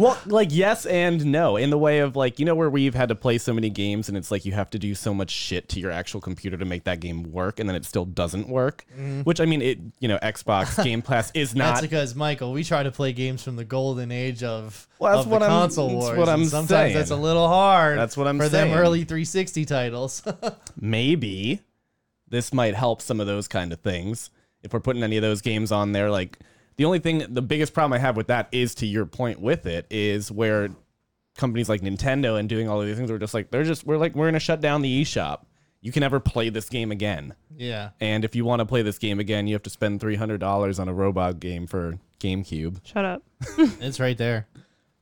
Speaker 1: well, like yes and no in the way of like you know where we've had to play so many games and it's like you have to do so much shit to your actual computer to make that game work and then it still doesn't work. Which I mean, it you know Xbox Game Pass is
Speaker 3: That's
Speaker 1: not.
Speaker 3: because Michael, we try to play games from the golden age of,
Speaker 1: Well, that's
Speaker 3: of
Speaker 1: what
Speaker 3: the
Speaker 1: I'm-
Speaker 3: console
Speaker 1: that's
Speaker 3: wars.
Speaker 1: what
Speaker 3: and
Speaker 1: I'm
Speaker 3: sometimes
Speaker 1: saying.
Speaker 3: that's a little hard.
Speaker 1: That's what I'm
Speaker 3: for
Speaker 1: saying.
Speaker 3: them early 360 titles. (laughs)
Speaker 1: maybe this might help some of those kind of things if we're putting any of those games on there like the only thing the biggest problem i have with that is to your point with it is where companies like nintendo and doing all of these things are just like they're just we're like we're gonna shut down the eshop you can never play this game again.
Speaker 3: Yeah.
Speaker 1: And if you want to play this game again, you have to spend three hundred dollars on a robot game for GameCube.
Speaker 2: Shut up.
Speaker 3: It's right there.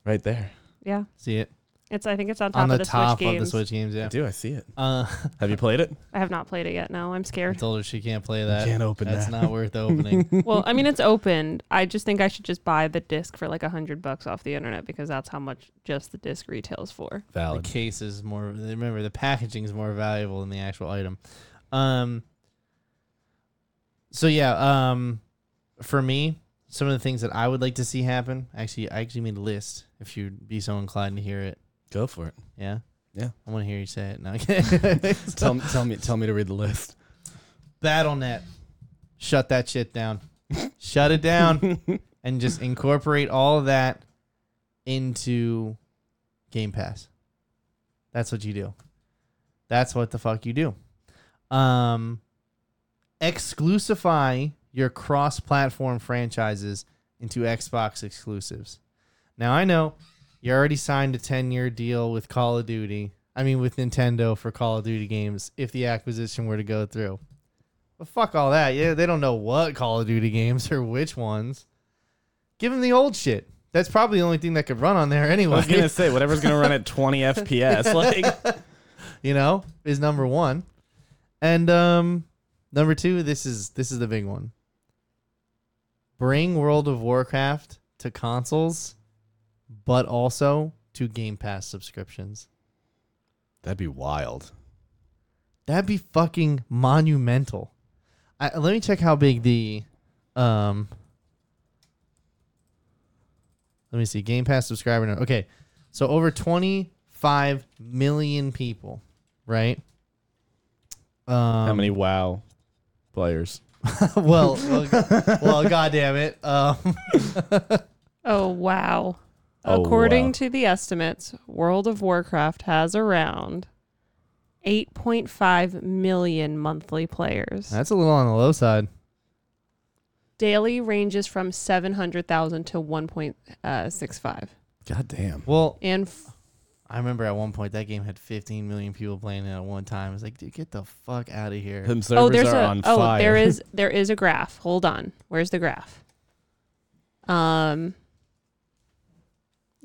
Speaker 1: Right there,
Speaker 2: Yeah.
Speaker 3: See it?
Speaker 2: It's I think it's on top
Speaker 3: On
Speaker 2: of
Speaker 3: the
Speaker 2: the
Speaker 3: top
Speaker 2: Switch
Speaker 3: of
Speaker 2: games.
Speaker 3: the Switch games, yeah.
Speaker 1: I do. I see it.
Speaker 3: Uh,
Speaker 1: Have you played (laughs) it?
Speaker 2: I have not played it yet. No, I'm
Speaker 3: I
Speaker 2: scared.
Speaker 3: told her she can't play that.
Speaker 1: can't open
Speaker 3: That's
Speaker 1: that.
Speaker 3: not worth
Speaker 1: (laughs)
Speaker 3: opening.
Speaker 2: well, I mean
Speaker 3: (laughs)
Speaker 2: it's opened. I just think I should just buy the disc for like a hundred bucks off the internet because that's how much just the disc retails for.
Speaker 3: the
Speaker 1: Valid.
Speaker 3: case is more. Remember, the packaging is more valuable than the actual item. Um. So yeah, um, for me, some of the things that I would like to see happen. Actually, I actually made a list. If you'd be so inclined to hear it,
Speaker 1: Go for it.
Speaker 3: yeah.
Speaker 1: Yeah.
Speaker 3: I want to hear you say it. No. so,
Speaker 1: (laughs)
Speaker 3: (laughs)
Speaker 1: Tell, me- tell me. Tell me to read the list.
Speaker 3: BattleNet, shut that shit down. shut it down.
Speaker 1: (laughs)
Speaker 3: and just incorporate all of that into Game Pass. That's what you do. That's what the fuck you do. Um exclusify your cross-platform franchises into Xbox exclusives. Now I know you already signed a 10-year deal with Call of Duty. I mean with Nintendo for Call of Duty games if the acquisition were to go through. But fuck all that. Yeah, they don't know what Call of Duty games or which ones give him the old shit. That's probably the only thing that could run on there
Speaker 1: I
Speaker 3: anyway.
Speaker 1: was gonna say whatever's gonna run at
Speaker 2: (laughs)
Speaker 1: twenty FPS. Like,
Speaker 3: you know, is number one. And um number two, this is this is the big one. Bring World of Warcraft to consoles, but also to Game Pass subscriptions.
Speaker 1: that'd be wild.
Speaker 3: That'd be fucking monumental. I, let me check how big the um let me see Game Pass subscriber number. Okay. So over 25 million people, right? Um
Speaker 1: How many WoW players?
Speaker 3: well, well, well goddamn it. Um
Speaker 2: Oh wow.
Speaker 1: Oh,
Speaker 2: According
Speaker 1: wow.
Speaker 2: to the estimates, World of Warcraft has around 8.5 million monthly
Speaker 3: (laughs)
Speaker 2: players.
Speaker 3: that's a little on the low side.
Speaker 2: Daily ranges from 700,000 to 1.65.
Speaker 1: God damn.
Speaker 3: Well,
Speaker 2: And f-
Speaker 3: I remember at one point that game had 15 million people playing it at one time. It's like, dude, get the fuck out of here.
Speaker 1: Them servers
Speaker 2: oh, there's
Speaker 1: are
Speaker 2: a
Speaker 1: on
Speaker 2: oh
Speaker 1: fire.
Speaker 2: there is there is a graph. Hold on, where's the graph? Um,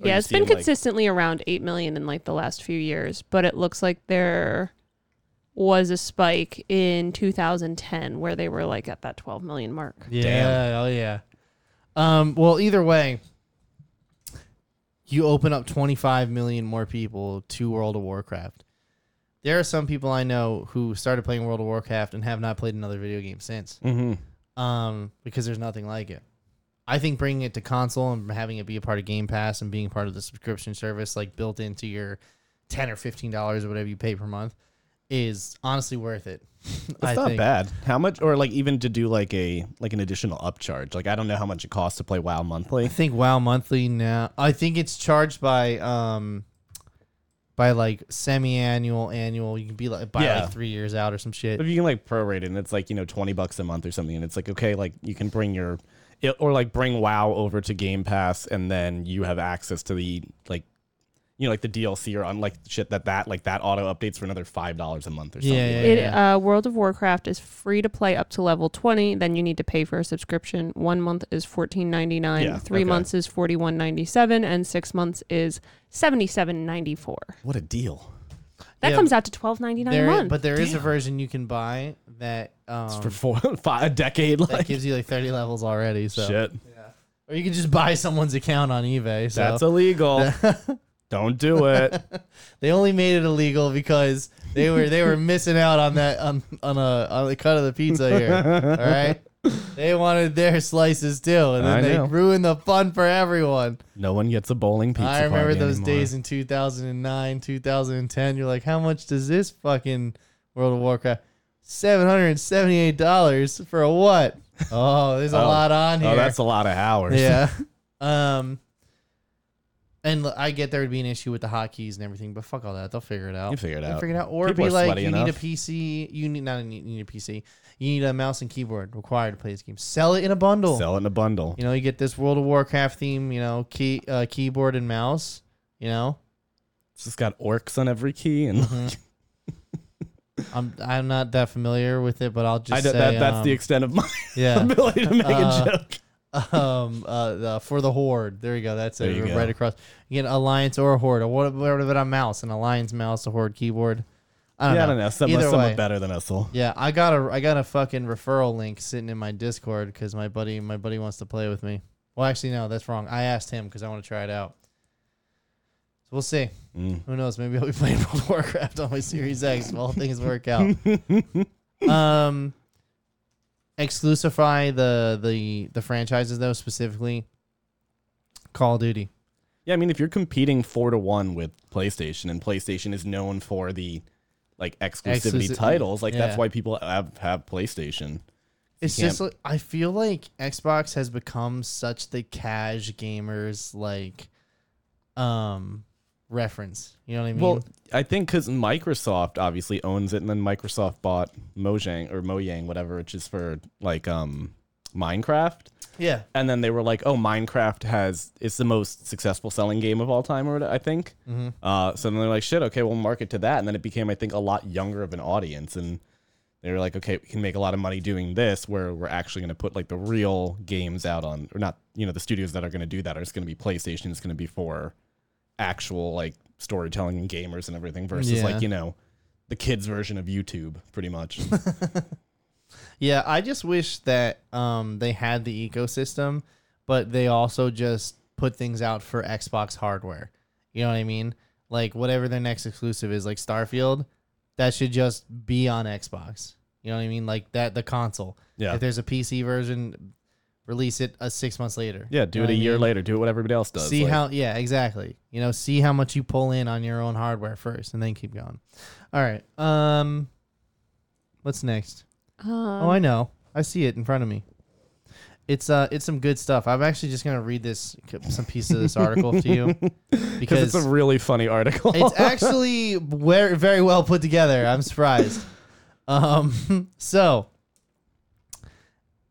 Speaker 1: Are
Speaker 2: yeah,
Speaker 1: you
Speaker 2: it's been
Speaker 1: seeing, like-
Speaker 2: consistently around eight million in like the last few years, but it looks like there was a spike in 2010 where they were like at that 12 million mark.
Speaker 3: Yeah.
Speaker 1: Damn.
Speaker 3: Oh yeah. Um, well, either way, you open up 25 million more people to World of Warcraft. There are some people I know who started playing World of Warcraft and have not played another video game since,
Speaker 1: Mm-hmm.
Speaker 3: um, because there's nothing like it. I think bringing it to console and having it be a part of Game Pass and being part of the subscription service, like built into your ten or fifteen dollars or whatever you pay per month, is honestly worth it.
Speaker 1: It's not bad. How much, or like even to do like a like an additional upcharge? Like I don't know how much it costs to play WoW monthly.
Speaker 3: I think WoW monthly now. I think it's charged by um by like semi-annual, annual. You can be like buy
Speaker 1: Yeah.
Speaker 3: like three years out or some
Speaker 1: If
Speaker 3: shit.
Speaker 1: you can like prorate it, and it's like you know twenty bucks a month or something, and it's like okay, like you can bring your it, or like bring WoW over to Game Pass, and then you have access to the like you know like the DLC or on like shit that that like that auto updates for another five dollars a month or something.
Speaker 3: Yeah, yeah,
Speaker 1: like
Speaker 2: It, uh, World of Warcraft is free to play up to level 20. Then you need to pay for a subscription. One month is fourteen ninety nine.
Speaker 1: Yeah,
Speaker 2: Three
Speaker 1: okay.
Speaker 2: months is forty one ninety seven, and six months is seventy seven ninety four.
Speaker 1: What a deal!
Speaker 2: That
Speaker 3: Yeah.
Speaker 2: comes out to twelve ninety nine a
Speaker 3: There,
Speaker 2: month.
Speaker 3: but there is a version you can buy that um
Speaker 1: For four, (laughs) five, a decade,
Speaker 3: that
Speaker 1: like
Speaker 3: gives you like
Speaker 1: (laughs)
Speaker 3: thirty levels already. So
Speaker 1: shit.
Speaker 3: or you can just (laughs) buy someone's account on eBay. So (laughs)
Speaker 1: That's illegal. don't do it.
Speaker 3: they only made it illegal because they were they
Speaker 1: (laughs)
Speaker 3: were missing out on that on on a on the cut of the pizza here. All
Speaker 1: (laughs)
Speaker 3: right, they wanted their slices too, and then
Speaker 1: I
Speaker 3: they
Speaker 1: know.
Speaker 3: ruined the fun for everyone.
Speaker 1: No one gets a bowling pizza.
Speaker 3: I remember
Speaker 1: party
Speaker 3: those
Speaker 1: anymore.
Speaker 3: days in 2009, 2010. You're like, how much does this fucking World of Warcraft? Seven hundred and seventy-eight dollars for a what? Oh, there's a
Speaker 1: Oh.
Speaker 3: lot on here.
Speaker 1: Oh, that's a lot of hours.
Speaker 3: Yeah. (laughs) um. And l- I get there would be an issue with the hotkeys and everything, but fuck all that. They'll figure it out.
Speaker 1: (laughs) You figure it
Speaker 3: They'll
Speaker 1: out.
Speaker 3: figure it out. Or
Speaker 1: People
Speaker 3: be
Speaker 1: are
Speaker 3: like,
Speaker 1: sweaty
Speaker 3: you need a
Speaker 1: enough.
Speaker 3: PC. You need not a, you need a PC. You need a mouse and keyboard required to play this game. Sell it in a bundle.
Speaker 1: Sell it in a bundle.
Speaker 3: You know, you get this World of Warcraft theme. You know, key uh, keyboard and mouse. You know,
Speaker 1: It's just got orcs on every key and
Speaker 3: I'm I'm not that familiar with it, but I'll just
Speaker 1: I, d-
Speaker 3: say
Speaker 1: that, that's the
Speaker 3: um, (laughs)
Speaker 1: extent of my (laughs)
Speaker 3: yeah.
Speaker 1: ability to make
Speaker 3: Uh,
Speaker 1: a joke.
Speaker 3: (laughs) um, uh, the, for the horde. There you go. That's
Speaker 1: There
Speaker 3: it.
Speaker 1: you go.
Speaker 3: Right across. Again, alliance or a horde. Or what, what about a mouse? An alliance mouse, a horde keyboard. I don't
Speaker 1: yeah,
Speaker 3: know.
Speaker 1: I don't know. Some,
Speaker 3: Either
Speaker 1: some
Speaker 3: way.
Speaker 1: are better than us all.
Speaker 3: Yeah, I got a I got a fucking referral link sitting in my Discord because my buddy my buddy wants to play with me. Well, actually, no, that's wrong. I asked him because I want to try it out. So we'll see.
Speaker 1: Mm.
Speaker 3: Who knows? Maybe I'll be (laughs) playing World of Warcraft on my Series X if all things work out. um, exclusify the the the franchises though specifically. Call of Duty.
Speaker 1: Yeah, I mean, if you're competing four to one with PlayStation, and PlayStation is known for the like exclusivity
Speaker 3: Exclusi-
Speaker 1: titles, like
Speaker 3: yeah.
Speaker 1: that's why people have, have PlayStation.
Speaker 3: It's
Speaker 1: You
Speaker 3: just like, I feel like Xbox has become such the cash gamers like um reference. You know what I mean?
Speaker 1: Well, I think because Microsoft obviously owns it, and then Microsoft bought Mojang or Mojang, whatever, which is for like um Minecraft.
Speaker 3: yeah.
Speaker 1: And then they were like, "Oh, Minecraft has it's the most successful selling game of all time," or what- I think.
Speaker 3: Mm-hmm.
Speaker 1: Uh, so then they're like, "Shit, okay, we'll market to that." And then it became, I think, a lot younger of an audience, and they were like, "Okay, we can make a lot of money doing this, where we're actually going to put like the real games out on, or not, you know, the studios that are going to do that are just going to be PlayStation. It's going to be for actual like storytelling and gamers and everything, versus
Speaker 3: Yeah.
Speaker 1: like you know, the kids version of YouTube, pretty
Speaker 3: (laughs)
Speaker 1: much."
Speaker 3: Yeah, I just wish that um they had the ecosystem, but they also just put things out for Xbox hardware. You know what I mean? Like whatever their next exclusive is, like Starfield, that should just be on Xbox. You know what I mean? Like that the console.
Speaker 1: Yeah.
Speaker 3: If there's a PC version, release it uh, six months later.
Speaker 1: yeah, do
Speaker 3: You know
Speaker 1: it a
Speaker 3: what I
Speaker 1: year
Speaker 3: mean?
Speaker 1: later. Do what everybody else does.
Speaker 3: See
Speaker 1: like-
Speaker 3: how yeah, exactly. You know, see how much you pull in on your own hardware first and then keep going. All right. Um what's next?
Speaker 2: Uh,
Speaker 3: Oh, I know. I see it in front of me. It's uh it's some good stuff. I'm actually just going to read this some piece of this article to
Speaker 1: (laughs)
Speaker 3: you
Speaker 1: because
Speaker 3: because
Speaker 1: it's a really funny article. (laughs)
Speaker 3: it's actually wer- very well put together. I'm surprised. Um, (laughs) so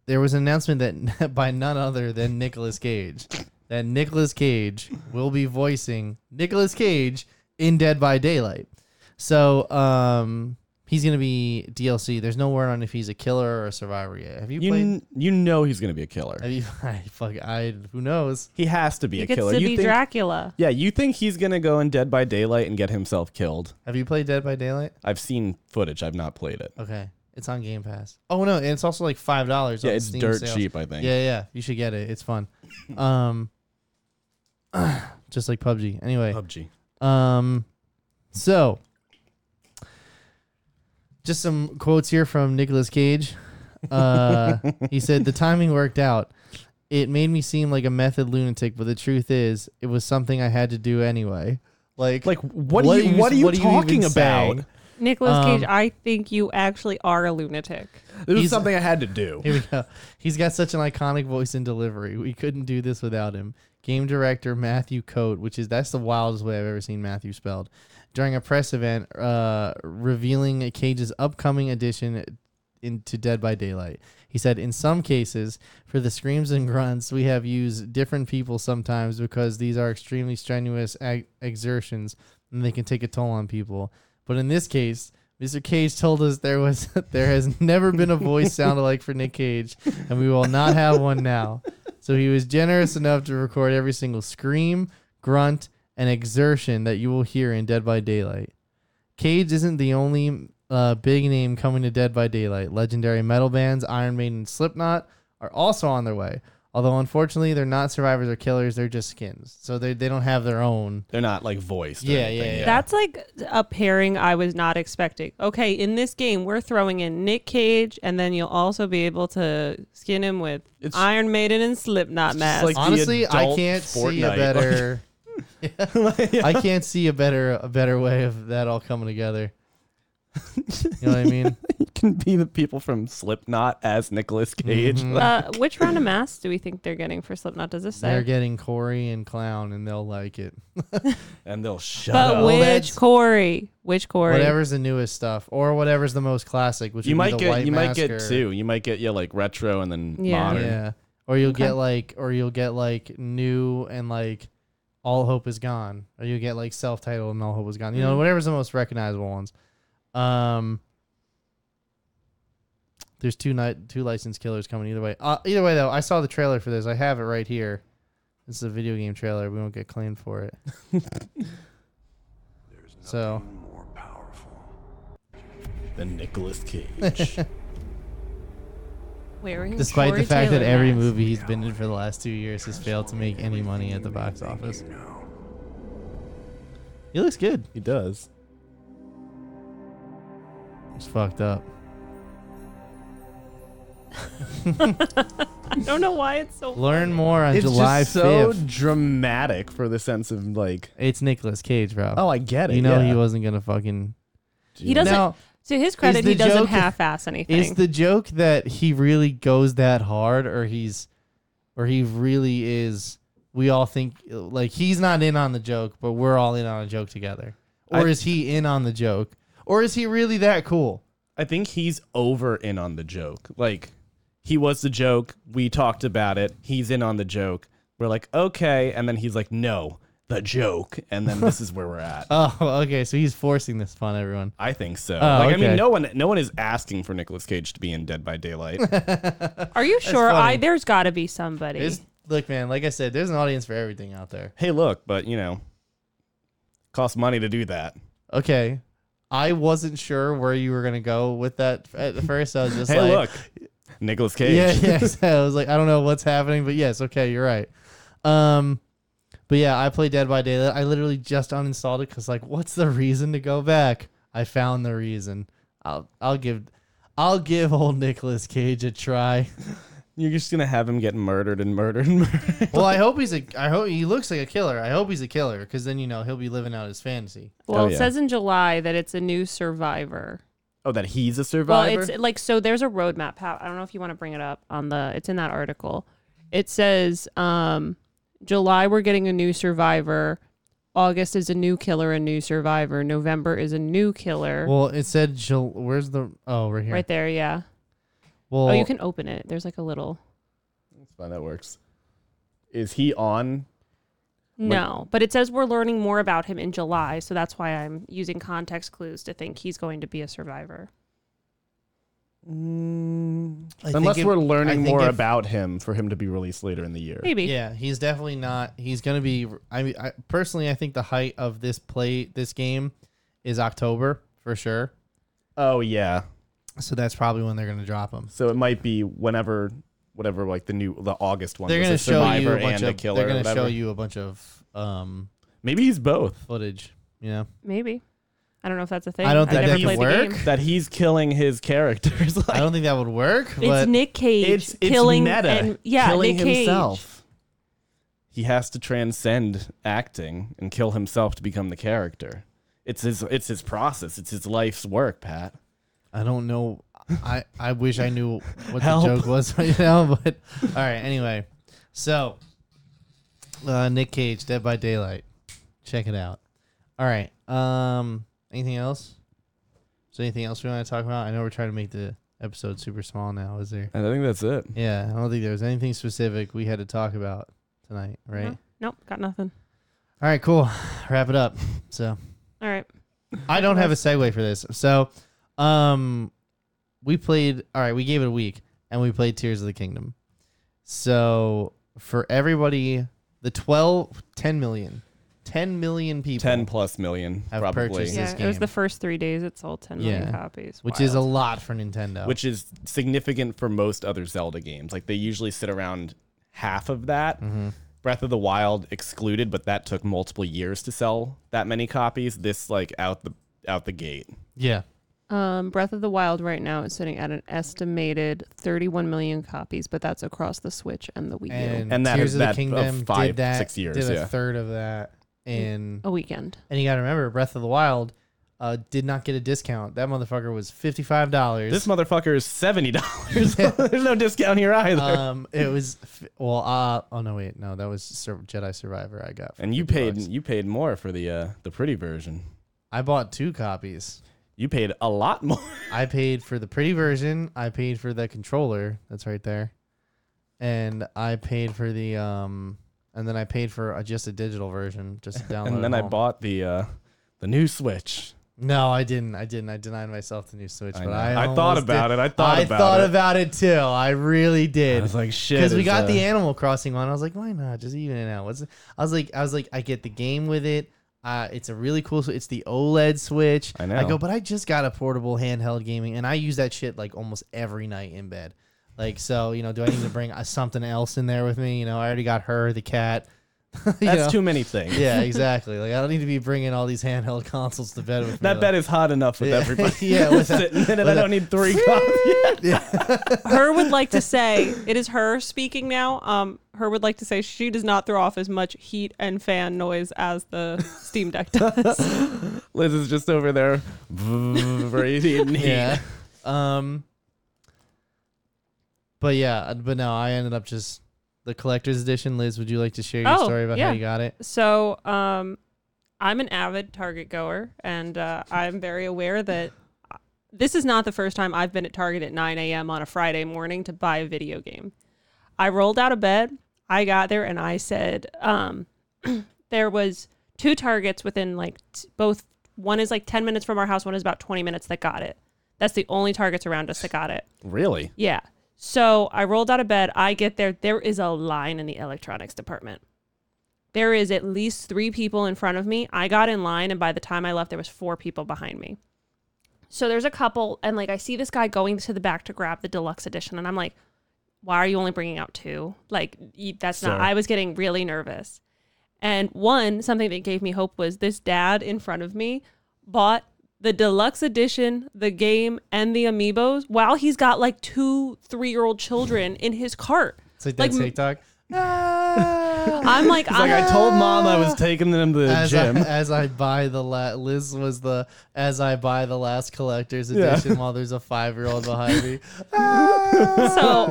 Speaker 3: there was an announcement that (laughs) by none other than Nicolas Cage, that Nicolas Cage will be voicing Nicolas Cage in Dead by Daylight. So um, he's gonna be DLC. There's no word on if he's a killer or a survivor yet. Have you,
Speaker 1: You
Speaker 3: played?
Speaker 1: kn- you know he's gonna be a killer.
Speaker 3: (laughs) have you? (laughs) I fuck. I who knows.
Speaker 1: he has to be
Speaker 2: He
Speaker 1: a
Speaker 2: gets
Speaker 1: killer.
Speaker 2: to
Speaker 1: You
Speaker 2: be
Speaker 1: think,
Speaker 2: Dracula.
Speaker 1: yeah, you think he's gonna go in Dead by Daylight and get himself killed?
Speaker 3: Have you played Dead by Daylight?
Speaker 1: I've seen footage. I've not played it.
Speaker 3: Okay, it's on Game Pass. Oh no, and it's also like five dollars.
Speaker 1: Yeah,
Speaker 3: on
Speaker 1: it's
Speaker 3: Steam
Speaker 1: dirt
Speaker 3: sales.
Speaker 1: cheap. I think.
Speaker 3: Yeah, yeah. You should get it. It's fun. Um (clears throat) just like PUBG. Anyway.
Speaker 1: PUBG.
Speaker 3: Um so just some quotes here from Nicolas Cage. Uh he said the timing worked out. It made me seem like a method lunatic, but the truth is it was something I had to do anyway. Like
Speaker 1: Like, what,
Speaker 3: What
Speaker 1: are you?
Speaker 3: you-
Speaker 1: What are you
Speaker 3: what are you even
Speaker 1: talking about?
Speaker 3: saying?
Speaker 2: Nicholas Cage,
Speaker 3: Um,
Speaker 2: I think you actually are a lunatic.
Speaker 1: It was
Speaker 3: He's-
Speaker 1: something I had
Speaker 3: (laughs)
Speaker 1: to do.
Speaker 3: Here we go. He's got such an iconic voice and delivery. We couldn't do this without him. Game director Matthew Coate, which is that's the wildest way I've ever seen Matthew spelled, during a press event uh, revealing Cage's upcoming addition into Dead by Daylight. He said, "In some cases, for the screams and grunts, we have used different people sometimes because these are extremely strenuous ag- exertions and they can take a toll on people. But in this case." Mr. Cage told us there was (laughs) there has never been a voice sound alike for Nick Cage, and we will not have one now. So he was generous enough to record every single scream, grunt, and exertion that you will hear in Dead by Daylight. Cage isn't the only uh, big name coming to Dead by Daylight. Legendary metal bands Iron Maiden and Slipknot are also on their way. Although unfortunately they're not survivors or killers, they're just skins. So they, they don't have their own.
Speaker 1: They're not like voiced. or
Speaker 3: Yeah,
Speaker 1: anything,
Speaker 3: yeah, yeah.
Speaker 2: That's like a pairing I was not expecting. Okay, in this game, we're throwing in Nick Cage, and then you'll also be able to skin him with
Speaker 1: It's-
Speaker 2: Iron Maiden and Slipknot
Speaker 1: just
Speaker 2: mask.
Speaker 1: like- The
Speaker 3: Honestly, I
Speaker 1: adult
Speaker 3: can't see a
Speaker 1: Fortnite,
Speaker 3: better
Speaker 1: (laughs)
Speaker 3: (laughs) I can't see a better a better way of that all coming together. You know what I mean?
Speaker 1: you can be the people from Slipknot as Nicolas
Speaker 3: Mm-hmm.
Speaker 1: Cage.
Speaker 2: uh, which round of masks do we think they're getting for Slipknot? Does this
Speaker 3: They're
Speaker 2: say?
Speaker 3: getting Corey and Clown, and they'll like it.
Speaker 1: (laughs) and they'll shut
Speaker 2: But
Speaker 1: up.
Speaker 3: with-
Speaker 2: which
Speaker 3: that's-
Speaker 2: Corey? Which Corey?
Speaker 3: Whatever's the newest stuff, or whatever's the most classic, which
Speaker 1: you
Speaker 3: would be
Speaker 1: might
Speaker 3: the
Speaker 1: get
Speaker 3: White
Speaker 1: you might
Speaker 3: Mask
Speaker 1: get
Speaker 3: or-
Speaker 1: two. You might get yeah like retro and then
Speaker 2: Yeah.
Speaker 1: modern.
Speaker 3: Yeah, or you'll
Speaker 2: Okay.
Speaker 3: get like, or you'll get like new and like All Hope Is Gone, or you'll get like self-titled and All Hope Is Gone. You know,
Speaker 2: Mhm.
Speaker 3: whatever's the most recognizable ones. Um, There's two night two licensed killers coming either way. Uh, either way though, I saw the trailer for this. I have it right here. This is a video game trailer. We won't get claimed for it.
Speaker 4: There's nothing
Speaker 3: So-
Speaker 4: more powerful.
Speaker 3: (laughs)
Speaker 1: The Nicolas Cage.
Speaker 2: Wearing
Speaker 3: Despite
Speaker 2: Corey
Speaker 3: the fact
Speaker 2: Taylor
Speaker 3: that every
Speaker 2: mask.
Speaker 3: movie he's been in for the last two years has failed to make any money at the box office.
Speaker 4: You know,
Speaker 3: He looks good.
Speaker 1: he does.
Speaker 3: It's fucked up.
Speaker 2: (laughs) I don't know why it's so.
Speaker 3: Learn more on
Speaker 1: it's
Speaker 3: July
Speaker 1: just so
Speaker 3: 5th.
Speaker 1: dramatic for the sense of like,
Speaker 3: It's Nicolas Cage, bro.
Speaker 1: oh, I get it.
Speaker 3: you know
Speaker 1: yeah.
Speaker 3: he wasn't gonna fucking.
Speaker 2: He doesn't.
Speaker 3: Now,
Speaker 2: to his credit,
Speaker 3: the
Speaker 2: he doesn't
Speaker 3: joke-
Speaker 2: half-ass anything.
Speaker 3: is the joke that he really goes that hard, or he's, or he really is? We all think like he's not in on the joke, but we're all in on a joke together. Or
Speaker 1: I-
Speaker 3: is he in on the joke? Or is he really that cool?
Speaker 1: I think he's over in on the joke. Like he was the joke. We talked about it. He's in on the joke. We're like, okay, and then he's like, no, the joke, and then this is where
Speaker 3: (laughs)
Speaker 1: we're at.
Speaker 3: Oh, okay. So he's forcing this upon everyone.
Speaker 1: I think so.
Speaker 3: Oh,
Speaker 1: like, I
Speaker 3: okay.
Speaker 1: mean, no one, no one is asking for Nicolas Cage to be in Dead by Daylight.
Speaker 3: (laughs)
Speaker 2: Are you sure?
Speaker 3: funny.
Speaker 2: I there's got to be somebody.
Speaker 3: There's, look, man. Like I said, there's an audience for everything out there.
Speaker 1: hey, look, but you know, costs money to do that.
Speaker 3: Okay. I wasn't sure where you were gonna go with that at first. I was just
Speaker 1: Hey,
Speaker 3: like,
Speaker 1: look, Nicolas Cage.
Speaker 3: Yeah, (laughs) yes. I was like, I don't know what's happening, but yes, okay, you're right. Um, but yeah, I played Dead by Daylight. I literally just uninstalled it because, like, what's the reason to go back? I found the reason. I'll I'll give I'll give old Nicolas Cage a try.
Speaker 1: (laughs) You're just gonna have him get murdered and murdered and murdered.
Speaker 3: well, I hope he's a I hope he looks like a killer. I hope he's a killer because then you know he'll be living out his fantasy.
Speaker 2: well,
Speaker 1: Oh,
Speaker 2: it
Speaker 1: yeah.
Speaker 2: says in July that it's a new survivor.
Speaker 1: Oh, that he's a
Speaker 2: Well,
Speaker 1: survivor.
Speaker 2: it's like so. There's a roadmap. Pat, I don't know if you want to bring it up on the. It's in that article. It says um, July we're getting a new survivor. August is a new killer, a new survivor. November is a new killer.
Speaker 3: Well, it said Jul- where's the oh right here.
Speaker 2: right there, yeah.
Speaker 3: Well,
Speaker 2: oh, you can open it. There's like a little.
Speaker 1: That's fine. That works. Is he on?
Speaker 2: No, but it says we're learning more about him in July, so that's why I'm using context clues to think he's going to be a survivor.
Speaker 3: Mm, I think
Speaker 1: Unless
Speaker 3: if-
Speaker 1: we're
Speaker 3: I
Speaker 1: learning
Speaker 3: think
Speaker 1: more
Speaker 3: if-
Speaker 1: about him for him to be released later in the year.
Speaker 2: Maybe.
Speaker 3: Yeah, he's definitely not. He's gonna be. I mean, I, personally, I think the height of this play, this game, is October for sure.
Speaker 1: Oh yeah.
Speaker 3: So that's probably when they're gonna drop him.
Speaker 1: So it might be whenever, whatever, like the new, the August one.
Speaker 3: They're
Speaker 1: was
Speaker 3: gonna
Speaker 1: a
Speaker 3: show you
Speaker 1: survivor
Speaker 3: a bunch
Speaker 1: and a
Speaker 3: of.
Speaker 1: killer.
Speaker 3: They're
Speaker 1: or
Speaker 3: gonna
Speaker 1: whatever.
Speaker 3: show you a bunch of um
Speaker 1: Maybe
Speaker 3: (laughs)
Speaker 1: he's both.
Speaker 3: footage. You
Speaker 1: (laughs)
Speaker 3: know,
Speaker 2: Maybe. I don't know if that's a thing.
Speaker 3: I don't think
Speaker 2: I've
Speaker 1: that
Speaker 2: never played
Speaker 1: would
Speaker 2: the
Speaker 3: work.
Speaker 2: game.
Speaker 1: That he's killing his (laughs) characters.
Speaker 3: I
Speaker 1: Like,
Speaker 3: don't think that would work.
Speaker 2: It's
Speaker 3: But
Speaker 2: Nick Cage
Speaker 1: it's it's
Speaker 2: killing
Speaker 1: meta.
Speaker 2: and yeah,
Speaker 1: killing
Speaker 2: Nick Cage.
Speaker 1: himself. He has to transcend acting and kill himself to become the character. It's his. It's his process. It's his life's work, Pat.
Speaker 3: I don't know. I I wish I knew what the
Speaker 1: Help.
Speaker 3: joke was (laughs) right now. But all right. Anyway, so uh, Nick Cage, Dead by Daylight. Check it out. All right. Um. Anything else? Is there anything else we want to talk about? I know we're trying to make the episode super small now. Is there?
Speaker 1: And I think that's it.
Speaker 3: Yeah. I don't think there was anything specific we had to talk about tonight. Right.
Speaker 2: No, nope, got nothing.
Speaker 3: All right. Cool. Wrap it up. So.
Speaker 2: All right.
Speaker 3: I don't have a segue for this. So, um, we played. All right, we gave it a week, and we played Tears of the Kingdom. So for everybody, the 12, 10 million, 10 million people,
Speaker 1: Ten plus million,
Speaker 3: Have
Speaker 1: probably.
Speaker 3: purchased It's
Speaker 2: Yeah,
Speaker 3: this
Speaker 2: it was
Speaker 3: game.
Speaker 2: the first three days it sold 10 million
Speaker 3: Yeah.
Speaker 2: copies,
Speaker 3: which is a
Speaker 2: Wild.
Speaker 3: lot for Nintendo.
Speaker 1: which is significant for most other Zelda games. Like they usually sit around half of that.
Speaker 3: Mm-hmm.
Speaker 1: Breath of the Wild excluded, but that took multiple years to sell that many copies. This like out the out the gate.
Speaker 3: yeah,
Speaker 2: um, Breath of the Wild right now is sitting at an estimated 31 million copies, but that's across the Switch and the Wii U.
Speaker 3: and,
Speaker 1: And that
Speaker 3: Tears
Speaker 1: is
Speaker 3: of the
Speaker 1: that of
Speaker 3: Kingdom did
Speaker 1: five,
Speaker 3: that,
Speaker 1: six years,
Speaker 3: did a
Speaker 1: yeah.
Speaker 3: third of that in.
Speaker 2: a weekend.
Speaker 3: And you got to remember, Breath of the Wild. Uh, did not get a discount. That motherfucker was fifty five dollars.
Speaker 1: This motherfucker is
Speaker 3: (laughs)
Speaker 1: seventy dollars. There's no discount here (laughs) either.
Speaker 3: um, it was f- well. Uh, oh no, wait, no, that was Sur- Jedi Survivor. I got. for
Speaker 1: and you
Speaker 3: 50
Speaker 1: paid
Speaker 3: bucks.
Speaker 1: you paid more for the uh, the pretty version.
Speaker 3: I bought two copies.
Speaker 1: You paid a lot more.
Speaker 3: I paid for the pretty version. I paid for the controller. That's right there. And I paid for the um, and then I
Speaker 1: (laughs)
Speaker 3: paid for uh, just a digital version, just to download.
Speaker 1: and then
Speaker 3: it
Speaker 1: I
Speaker 3: home.
Speaker 1: bought the uh, the new Switch.
Speaker 3: No, I didn't. I didn't. I denied myself the new Switch,
Speaker 1: I
Speaker 3: but
Speaker 1: know.
Speaker 3: I,
Speaker 1: I thought
Speaker 3: almost
Speaker 1: about
Speaker 3: did.
Speaker 1: it. I thought
Speaker 3: I
Speaker 1: about
Speaker 3: thought
Speaker 1: it.
Speaker 3: about it too. I really
Speaker 1: I
Speaker 3: did.
Speaker 1: was like, shit.
Speaker 3: Because we
Speaker 1: is,
Speaker 3: got
Speaker 1: uh,
Speaker 3: the Animal Crossing one, I was like, why not? Just even it out. What's it? I was like, I was like, I get the game with it. Uh, it's a really cool. sw- It's the OLED Switch.
Speaker 1: I know.
Speaker 3: I go, but I just got a portable handheld gaming, and I use that shit like almost every night in bed. Like, so you know, do I need to bring uh, something else in there with me? You know, I already got her, the cat. (laughs) You
Speaker 1: That's
Speaker 3: know?
Speaker 1: too many things.
Speaker 3: E Yeah, exactly. Like I don't need to be bringing all these handheld consoles to bed with me.
Speaker 1: That
Speaker 3: though.
Speaker 1: bed is hot enough with
Speaker 3: Yeah.
Speaker 1: everybody.
Speaker 3: (laughs) Yeah,
Speaker 1: (laughs)
Speaker 3: with that-
Speaker 1: sitting in it. I
Speaker 3: with
Speaker 1: don't need three copies.
Speaker 2: her would like to say (laughs) it is her speaking now. Um, her would like to say she does not throw off as much heat and fan noise as the Steam Deck
Speaker 3: (laughs)
Speaker 2: does.
Speaker 1: Liz is just over there, (laughs) breathing heat.
Speaker 3: Yeah. (laughs) Um. But yeah, uh, but no, I ended up just the collector's edition. Liz, would you like to share your
Speaker 2: Oh,
Speaker 3: story about
Speaker 2: yeah.
Speaker 3: how you got it?
Speaker 2: so, um, I'm an avid Target goer, and uh, I'm very aware that this is not the first time I've been at Target at 9 a.m. on a Friday morning to buy a video game. I rolled out of bed. I got there and I said, um, (clears throat) there was two targets within like t- both. One is like 10 minutes from our house. One is about 20 minutes that got it. That's the only targets around us that got it.
Speaker 1: Really?
Speaker 2: Yeah. So I rolled out of bed. I get there. There is a line in the electronics department. There is at least three people in front of me. I got in line, and by the time I left, there was four people behind me. So there's a couple, and like I see this guy going to the back to grab the deluxe edition, and I'm like, "Why are you only bringing out two? Like y- that's not."
Speaker 1: Sure.
Speaker 2: I was getting really nervous. And one something that gave me hope was this dad in front of me bought the deluxe edition, the game, and the amiibos while he's got like two three year old children in his cart.
Speaker 3: It's like that
Speaker 2: Like, m-
Speaker 3: TikTok.
Speaker 2: I'm
Speaker 1: (laughs)
Speaker 2: like, "Ah,
Speaker 1: It's like I
Speaker 2: I'm,
Speaker 1: told mom I was taking them to the
Speaker 3: As I,
Speaker 1: gym.
Speaker 3: as I buy the la- Liz was the as I buy the last collector's
Speaker 1: Yeah.
Speaker 3: edition while there's a five year old behind me.
Speaker 2: so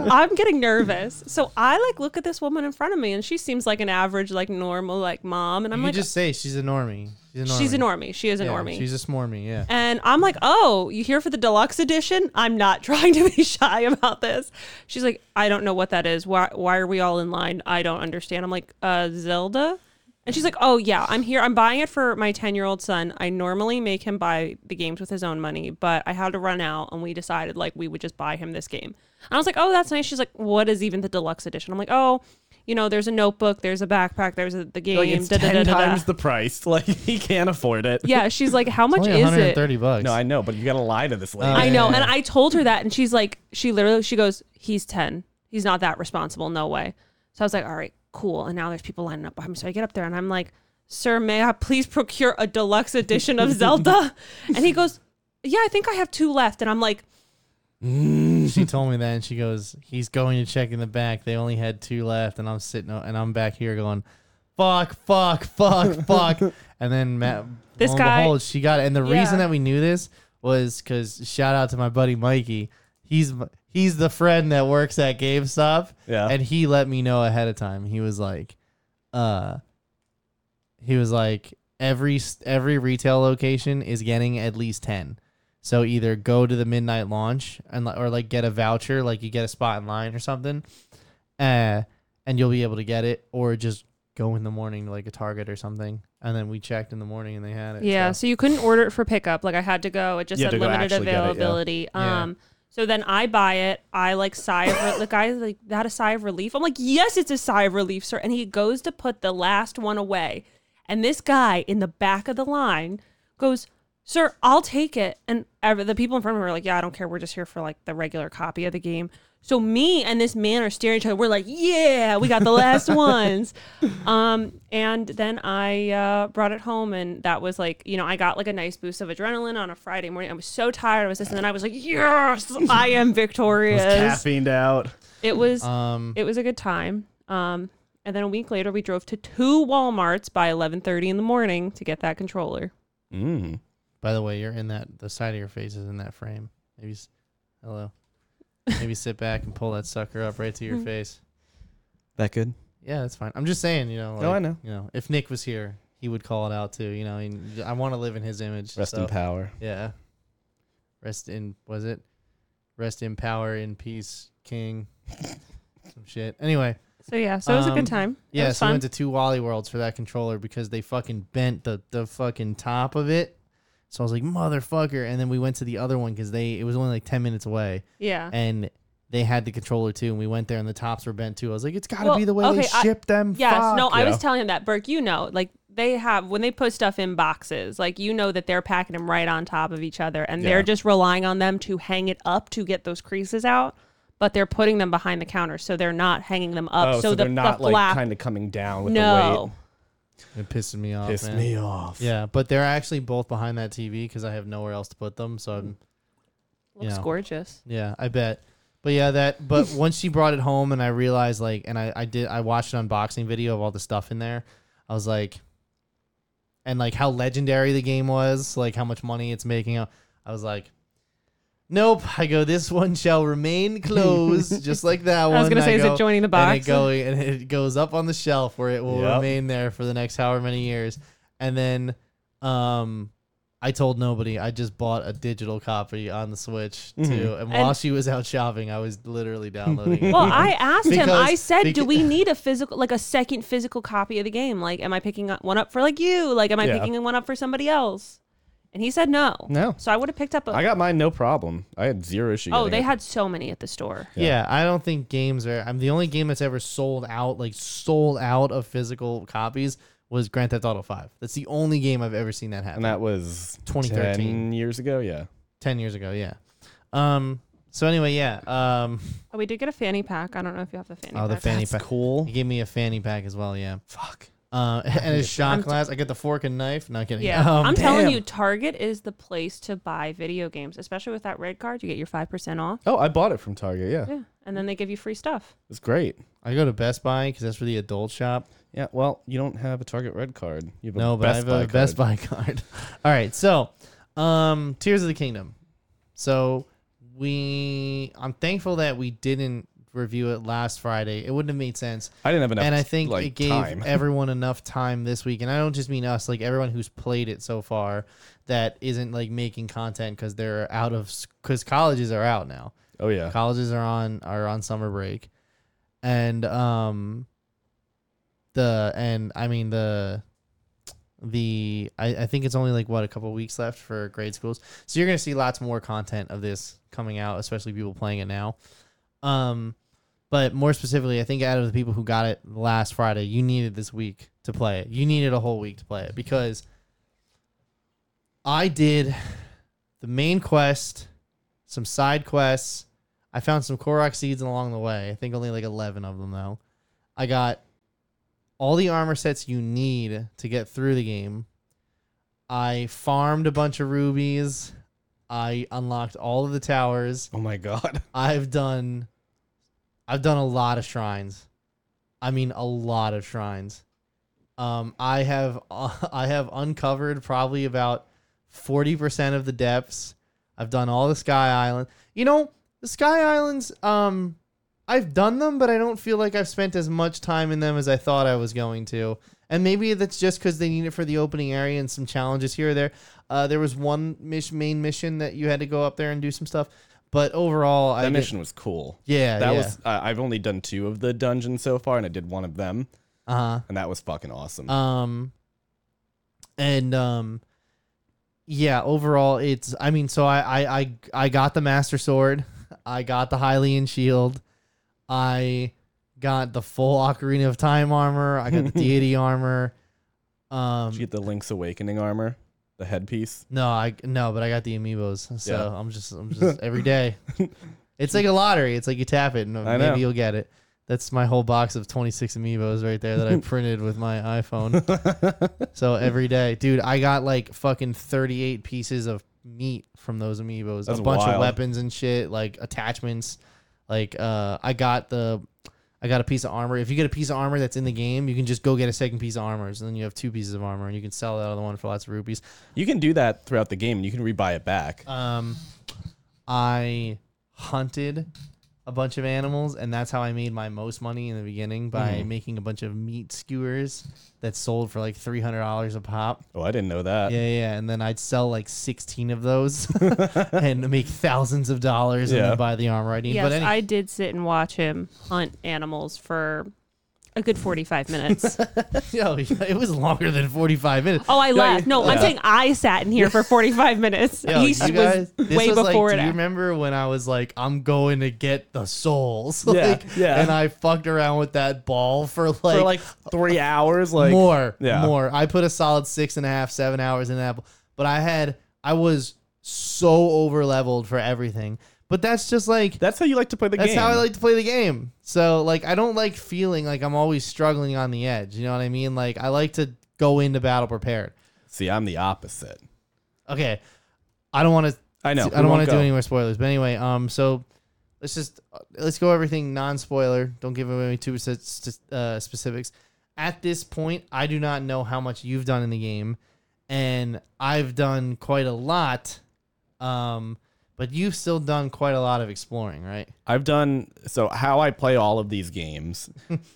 Speaker 2: I'm getting nervous. So I like look at this woman in front of me, and she seems like an average, like normal, like mom. And (laughs) I'm
Speaker 3: you
Speaker 2: like,
Speaker 3: just say she's a normie. She's a normie.
Speaker 2: she's a normie. She is a
Speaker 3: Yeah,
Speaker 2: normie.
Speaker 3: She's a smarmy. Yeah.
Speaker 2: And I'm like, oh, you here for the deluxe edition? I'm not (laughs) trying to be shy about this. She's like, I don't know what that is. Why, why are we all in line? I don't understand. I'm like, uh, Zelda? And she's like, oh, yeah, I'm here. I'm buying it for my 10 year old son. I normally make him buy the games with his own money, but I had to run out and we decided like we would just buy him this game. And I was like, oh, that's nice. She's like, what is even the deluxe edition? I'm like, oh, you know, there's a notebook, there's a backpack, there's a, the game.
Speaker 1: like (laughs) it's
Speaker 2: da, da,
Speaker 1: ten
Speaker 2: da, da, da."
Speaker 1: times the price. (laughs) Like he can't afford it.
Speaker 2: yeah, she's like,
Speaker 1: (laughs)
Speaker 2: how much
Speaker 3: Only
Speaker 2: is it?
Speaker 3: 130 bucks.
Speaker 1: No, I know, but you gotta lie to this lady.
Speaker 3: Uh,
Speaker 2: I
Speaker 3: Yeah.
Speaker 2: know. And I told her that, and she's like, she literally, she goes, he's 10. He's not that responsible. No way. So I was like, all right, cool. And now there's people lining up behind me. So I get up there and I'm like, sir, may I please procure a deluxe edition of Zelda? and he goes, yeah, I think I have two left. And I'm like,
Speaker 3: (laughs) she told me that and she goes he's going to check in the back they only had two left and i'm sitting o- and i'm back here going fuck fuck fuck fuck and then Matt,
Speaker 2: This
Speaker 3: lo and
Speaker 2: guy-
Speaker 3: behold, she got it and the
Speaker 2: Yeah.
Speaker 3: reason that we knew this was because shout out to my buddy mikey he's m- he's the friend that works at gamestop
Speaker 1: Yeah.
Speaker 3: and he let me know ahead of time he was like uh he was like every every retail location is getting at least 10 so either go to the midnight launch and li- or like get a voucher like you get a spot in line or something uh and you'll be able to get it or just go in the morning to like a target or something and then we checked in the morning and they had it
Speaker 2: Yeah,
Speaker 3: so.
Speaker 2: so you couldn't order it for pickup. Like I had to go. It just
Speaker 1: You had
Speaker 2: said
Speaker 1: to go
Speaker 2: limited
Speaker 1: actually get it, yeah.
Speaker 2: availability.
Speaker 3: Yeah.
Speaker 2: Um so then I buy it. I like sigh of re- the guy's like that a sigh of relief. I'm like, "Yes, it's a sigh of relief, sir." And he goes to put the last one away. And this guy in the back of the line goes, "Sir, I'll take it." And ever, the people in front of me were like, "Yeah, I don't care. We're just here for like the regular copy of the game." So me and this man are staring at each other. We're like, "Yeah, we got the
Speaker 1: (laughs)
Speaker 2: last ones." Um, and then I uh, brought it home, and that was like, you know, I got like a nice boost of adrenaline on a Friday morning. I was so tired. I was this, and then I was like, yes, I am
Speaker 1: was
Speaker 2: victorious.
Speaker 1: caffeined out.
Speaker 2: It was
Speaker 3: um
Speaker 2: it was a good time. Um, and then a week later, we drove to two WalMarts by eleven thirty in the morning to get that controller.
Speaker 1: Mm.
Speaker 3: by the way you're in that the side of your face is in that frame maybe s- hello maybe sit back and pull that sucker up right to your face
Speaker 1: That good?
Speaker 3: Yeah, that's fine. I'm just saying, you know. Like,
Speaker 1: No, Oh, I know.
Speaker 3: You know, if Nick was here, he would call it out too. You know, and I want to live in his image.
Speaker 1: Rest
Speaker 3: so,
Speaker 1: in power.
Speaker 3: Yeah. Rest in was it? Rest in power, in peace,
Speaker 2: (laughs)
Speaker 3: king. Some shit. Anyway,
Speaker 2: So yeah, so it was a
Speaker 3: Um,
Speaker 2: good time. it
Speaker 3: yeah.
Speaker 2: was
Speaker 3: So we
Speaker 2: fun.
Speaker 3: went to two Wally Worlds for that controller because they fucking bent the the fucking top of it. So I was like, motherfucker. And then we went to the other one because they it was only like ten minutes away,
Speaker 2: Yeah.
Speaker 3: and they had the controller too. And we went there, and the tops were bent too. I was like, it's got to
Speaker 2: Well,
Speaker 3: be the way they
Speaker 2: okay, I-
Speaker 3: ship them.
Speaker 2: Yes.
Speaker 3: Fuck.
Speaker 2: no, I
Speaker 1: yeah.
Speaker 2: was telling him that, Burke. You know, like they have when they put stuff in boxes, like you know that they're packing them right on top of each other, and
Speaker 1: Yeah.
Speaker 2: they're just relying on them to hang it up to get those creases out. But they're putting them behind the counter, so they're not hanging them up.
Speaker 1: Oh, so,
Speaker 2: the,
Speaker 1: they're not
Speaker 2: the
Speaker 1: like
Speaker 2: flap.
Speaker 1: kind of coming down with
Speaker 2: no.
Speaker 3: It pissed me off.
Speaker 1: the weight. Piss
Speaker 3: man.
Speaker 1: me off.
Speaker 3: Yeah, but they're actually both behind that TV because I have nowhere else to put them. So I'm you
Speaker 2: Looks
Speaker 3: know.
Speaker 2: gorgeous.
Speaker 3: Yeah, I bet. But yeah, that. But
Speaker 2: (laughs)
Speaker 3: once she brought it home, and I realized, like, and I, I did, I watched an unboxing video of all the stuff in there. I was like, and like how legendary the game was, like how much money it's making. I was like, nope. I go, this one shall
Speaker 2: (laughs)
Speaker 3: remain closed, just like that one.
Speaker 2: I was gonna say, is
Speaker 3: go-
Speaker 2: it joining the box?
Speaker 3: and it go and it goes up on the shelf where it will
Speaker 1: Yep.
Speaker 3: remain there for the next however many years. And then um I told nobody. I just bought a digital copy on the Switch
Speaker 1: Mm-hmm.
Speaker 3: too. And, while
Speaker 2: And-
Speaker 3: she was out shopping, I was literally downloading. (laughs) it.
Speaker 1: (laughs)
Speaker 2: Well, I asked him. I
Speaker 3: Because-
Speaker 2: said, "Do
Speaker 3: beca-
Speaker 2: we need a physical, like a second physical copy of the game? Like, am I picking up- one up for like you? Like, am I
Speaker 1: Yeah.
Speaker 2: picking one up for somebody else?" And he said, "No."
Speaker 1: No.
Speaker 2: So I would have picked up a.
Speaker 1: I got mine no problem. I had zero issue.
Speaker 2: oh,
Speaker 1: getting
Speaker 2: they
Speaker 1: it.
Speaker 2: had so many at the store.
Speaker 3: yeah, I don't think games are. I'm the only game that's ever sold out, like sold out of physical copies, was Grand Theft Auto Five. That's the only game I've ever seen that happen.
Speaker 1: and that was
Speaker 3: 2013.
Speaker 1: 10 years ago. Yeah.
Speaker 3: Ten years ago, yeah. Um. So anyway, yeah. Um.
Speaker 2: Oh, we did get a fanny pack. I don't know if you have the fanny.
Speaker 3: Oh, the
Speaker 2: pack.
Speaker 3: fanny
Speaker 1: That's
Speaker 3: pack.
Speaker 1: cool.
Speaker 3: He gave me a fanny pack as well. Yeah.
Speaker 1: Fuck.
Speaker 3: Uh, (laughs) and a shot
Speaker 2: I'm t-
Speaker 3: glass. I get the fork and knife. Not kidding.
Speaker 2: Yeah,
Speaker 3: Um,
Speaker 2: I'm telling
Speaker 3: damn.
Speaker 2: you, Target is the place to buy video games, especially with that red card. You get your five percent off.
Speaker 1: Oh, I bought it from Target. Yeah.
Speaker 2: Yeah, and then they give you free stuff.
Speaker 1: It's great.
Speaker 3: I go to Best Buy because that's for the adult shop.
Speaker 1: Yeah. Well, you don't have a Target red card. You have a
Speaker 3: No, but
Speaker 1: Best
Speaker 3: I have
Speaker 1: Buy
Speaker 3: a Best
Speaker 1: card.
Speaker 3: Buy (laughs) card. All right. So, um, Tears of the Kingdom. So we, I'm thankful that we didn't review it last Friday. It wouldn't have made sense.
Speaker 1: I didn't have enough.
Speaker 3: and I think
Speaker 1: like,
Speaker 3: it gave
Speaker 1: time. (laughs)
Speaker 3: everyone enough time this week, and I don't just mean us, like everyone who's played it so far that isn't like making content because they're out of because colleges are out now.
Speaker 1: Oh yeah.
Speaker 3: colleges are on are on summer break and um the and i mean the the I, I think it's only like what a couple weeks left for grade schools so you're gonna see lots more content of this coming out especially people playing it now um but more specifically i think out of the people who got it last friday you needed this week to play it you needed a whole week to play it because i did the main quest some side quests. I found some Korok seeds along the way. I think only like 11 of them, though. I got all the armor sets you need to get through the game. I farmed a bunch of rubies. I unlocked all of the towers.
Speaker 1: Oh my god.
Speaker 3: I've done I've done a lot of shrines. I mean a lot of shrines. Um I have (laughs) I have uncovered probably about 40% of the depths. I've done all the Sky Island. You know, the Sky Islands um I've done them but I don't feel like I've spent as much time in them as I thought I was going to. And maybe that's just cuz they need it for the opening area and some challenges here or there. Uh, there was one mish- main mission that you had to go up there and do some stuff. But overall, I
Speaker 1: That
Speaker 3: did-
Speaker 1: mission was cool.
Speaker 3: yeah,
Speaker 1: That
Speaker 3: yeah.
Speaker 1: was. I I've only done two of the dungeons so far, and I did one of them,
Speaker 3: uh
Speaker 1: and that was fucking awesome.
Speaker 3: huh. Um, and um, yeah. Overall, it's. I mean, so I I I, I got the master sword. (laughs) I got the Hylian shield. I got the full Ocarina of Time armor. I
Speaker 1: (laughs)
Speaker 3: got the deity armor. Um,
Speaker 1: Did you get the Link's Awakening armor, the headpiece?
Speaker 3: no, I no, but I got the amiibos. So
Speaker 1: Yeah.
Speaker 3: I'm just I'm
Speaker 1: (laughs)
Speaker 3: just every day. It's like a lottery. It's like you tap it and
Speaker 1: I know.
Speaker 3: maybe you'll get it. That's my whole box of 26 amiibos right there that
Speaker 1: (laughs)
Speaker 3: I printed with my iPhone. so every day, dude, I got like fucking 38 pieces of meat from those amiibos.
Speaker 1: That's
Speaker 3: a bunch
Speaker 1: wild.
Speaker 3: of weapons and shit, like attachments. Like uh I got the I got a piece of armor. If you get a piece of armor that's in the game, you can just go get a second piece of armor, and then you have two pieces of armor, and you can sell that other one for lots of rupees.
Speaker 1: You can do that throughout the game, and you can rebuy it back.
Speaker 3: Um, I hunted a bunch of animals, and that's how I made my most money in the beginning by
Speaker 1: Mm-hmm.
Speaker 3: making a bunch of meat skewers that sold for like three hundred dollars a pop.
Speaker 1: oh, I didn't know that.
Speaker 3: Yeah, yeah, and then I'd sell like sixteen of
Speaker 1: (laughs)
Speaker 3: those (laughs) and make thousands of dollars and
Speaker 1: Yeah.
Speaker 3: then buy the armor I need.
Speaker 2: Yes,
Speaker 3: but any-
Speaker 2: I did sit and watch him hunt animals for a good
Speaker 3: (laughs)
Speaker 2: 45 minutes.
Speaker 3: (laughs) Yo, it was longer than 45 minutes.
Speaker 2: Oh, I laughed. No, I'm
Speaker 3: yeah.
Speaker 2: saying I sat in here for 45 minutes.
Speaker 3: Yo,
Speaker 2: he
Speaker 3: you
Speaker 2: was
Speaker 3: guys, this
Speaker 2: way
Speaker 3: was like,
Speaker 2: before
Speaker 3: do
Speaker 2: it.
Speaker 3: you
Speaker 2: ac-
Speaker 3: remember when I was like, I'm going to get the souls? (laughs)
Speaker 1: Yeah,
Speaker 3: Like,
Speaker 1: yeah.
Speaker 3: And I fucked around with that ball for like,
Speaker 1: for like three hours. Like
Speaker 3: more,
Speaker 1: Yeah.
Speaker 3: more. I put a solid six and a half, seven hours in Apple, but I had, I was so over leveled for everything. But that's just like,
Speaker 1: That's how you like to play the
Speaker 3: that's
Speaker 1: game.
Speaker 3: how I like to play the game. So like, I don't like feeling like I'm always struggling on the edge. You know what I mean? Like, I like to go into battle prepared.
Speaker 1: See, I'm the opposite.
Speaker 3: Okay, I don't want to
Speaker 1: I know.
Speaker 3: See, I don't want to do any more spoilers. But anyway, um, so let's just uh, let's go everything non-spoiler. Don't give away too much uh, specifics. At this point, I do not know how much you've done in the game, and I've done quite a lot. Um, but you've still done quite a lot of exploring, right? (laughs)
Speaker 1: I've done so how I play all of these games,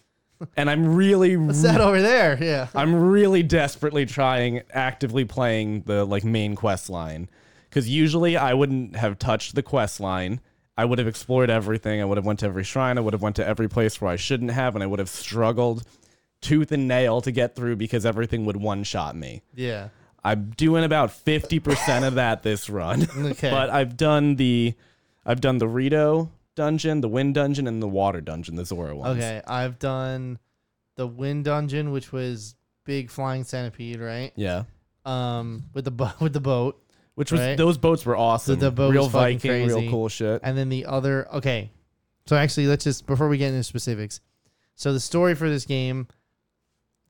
Speaker 1: (laughs) and I'm really,
Speaker 3: What's that over there? Yeah.
Speaker 1: (laughs) I'm really desperately trying, actively playing the like main quest line, because usually I wouldn't have touched the quest line. I would have explored everything. I would have went to every shrine. I would have went to every place where I shouldn't have, and I would have struggled tooth and nail to get through because everything would one shot me.
Speaker 3: Yeah.
Speaker 1: I'm doing about 50% of that this run. (laughs)
Speaker 3: Okay.
Speaker 1: But I've done the I've done the Rito dungeon, the wind dungeon, and the water dungeon, the Zora ones.
Speaker 3: Okay. I've done the wind dungeon, which was big flying centipede, right?
Speaker 1: Yeah.
Speaker 3: Um, with the bo- with the boat.
Speaker 1: Which was
Speaker 3: Right.
Speaker 1: those boats were awesome.
Speaker 3: The- the boat
Speaker 1: real
Speaker 3: was fucking
Speaker 1: Viking, real
Speaker 3: crazy.
Speaker 1: cool shit.
Speaker 3: And then the other, okay. So actually, let's just before we get into specifics. So the story for this game,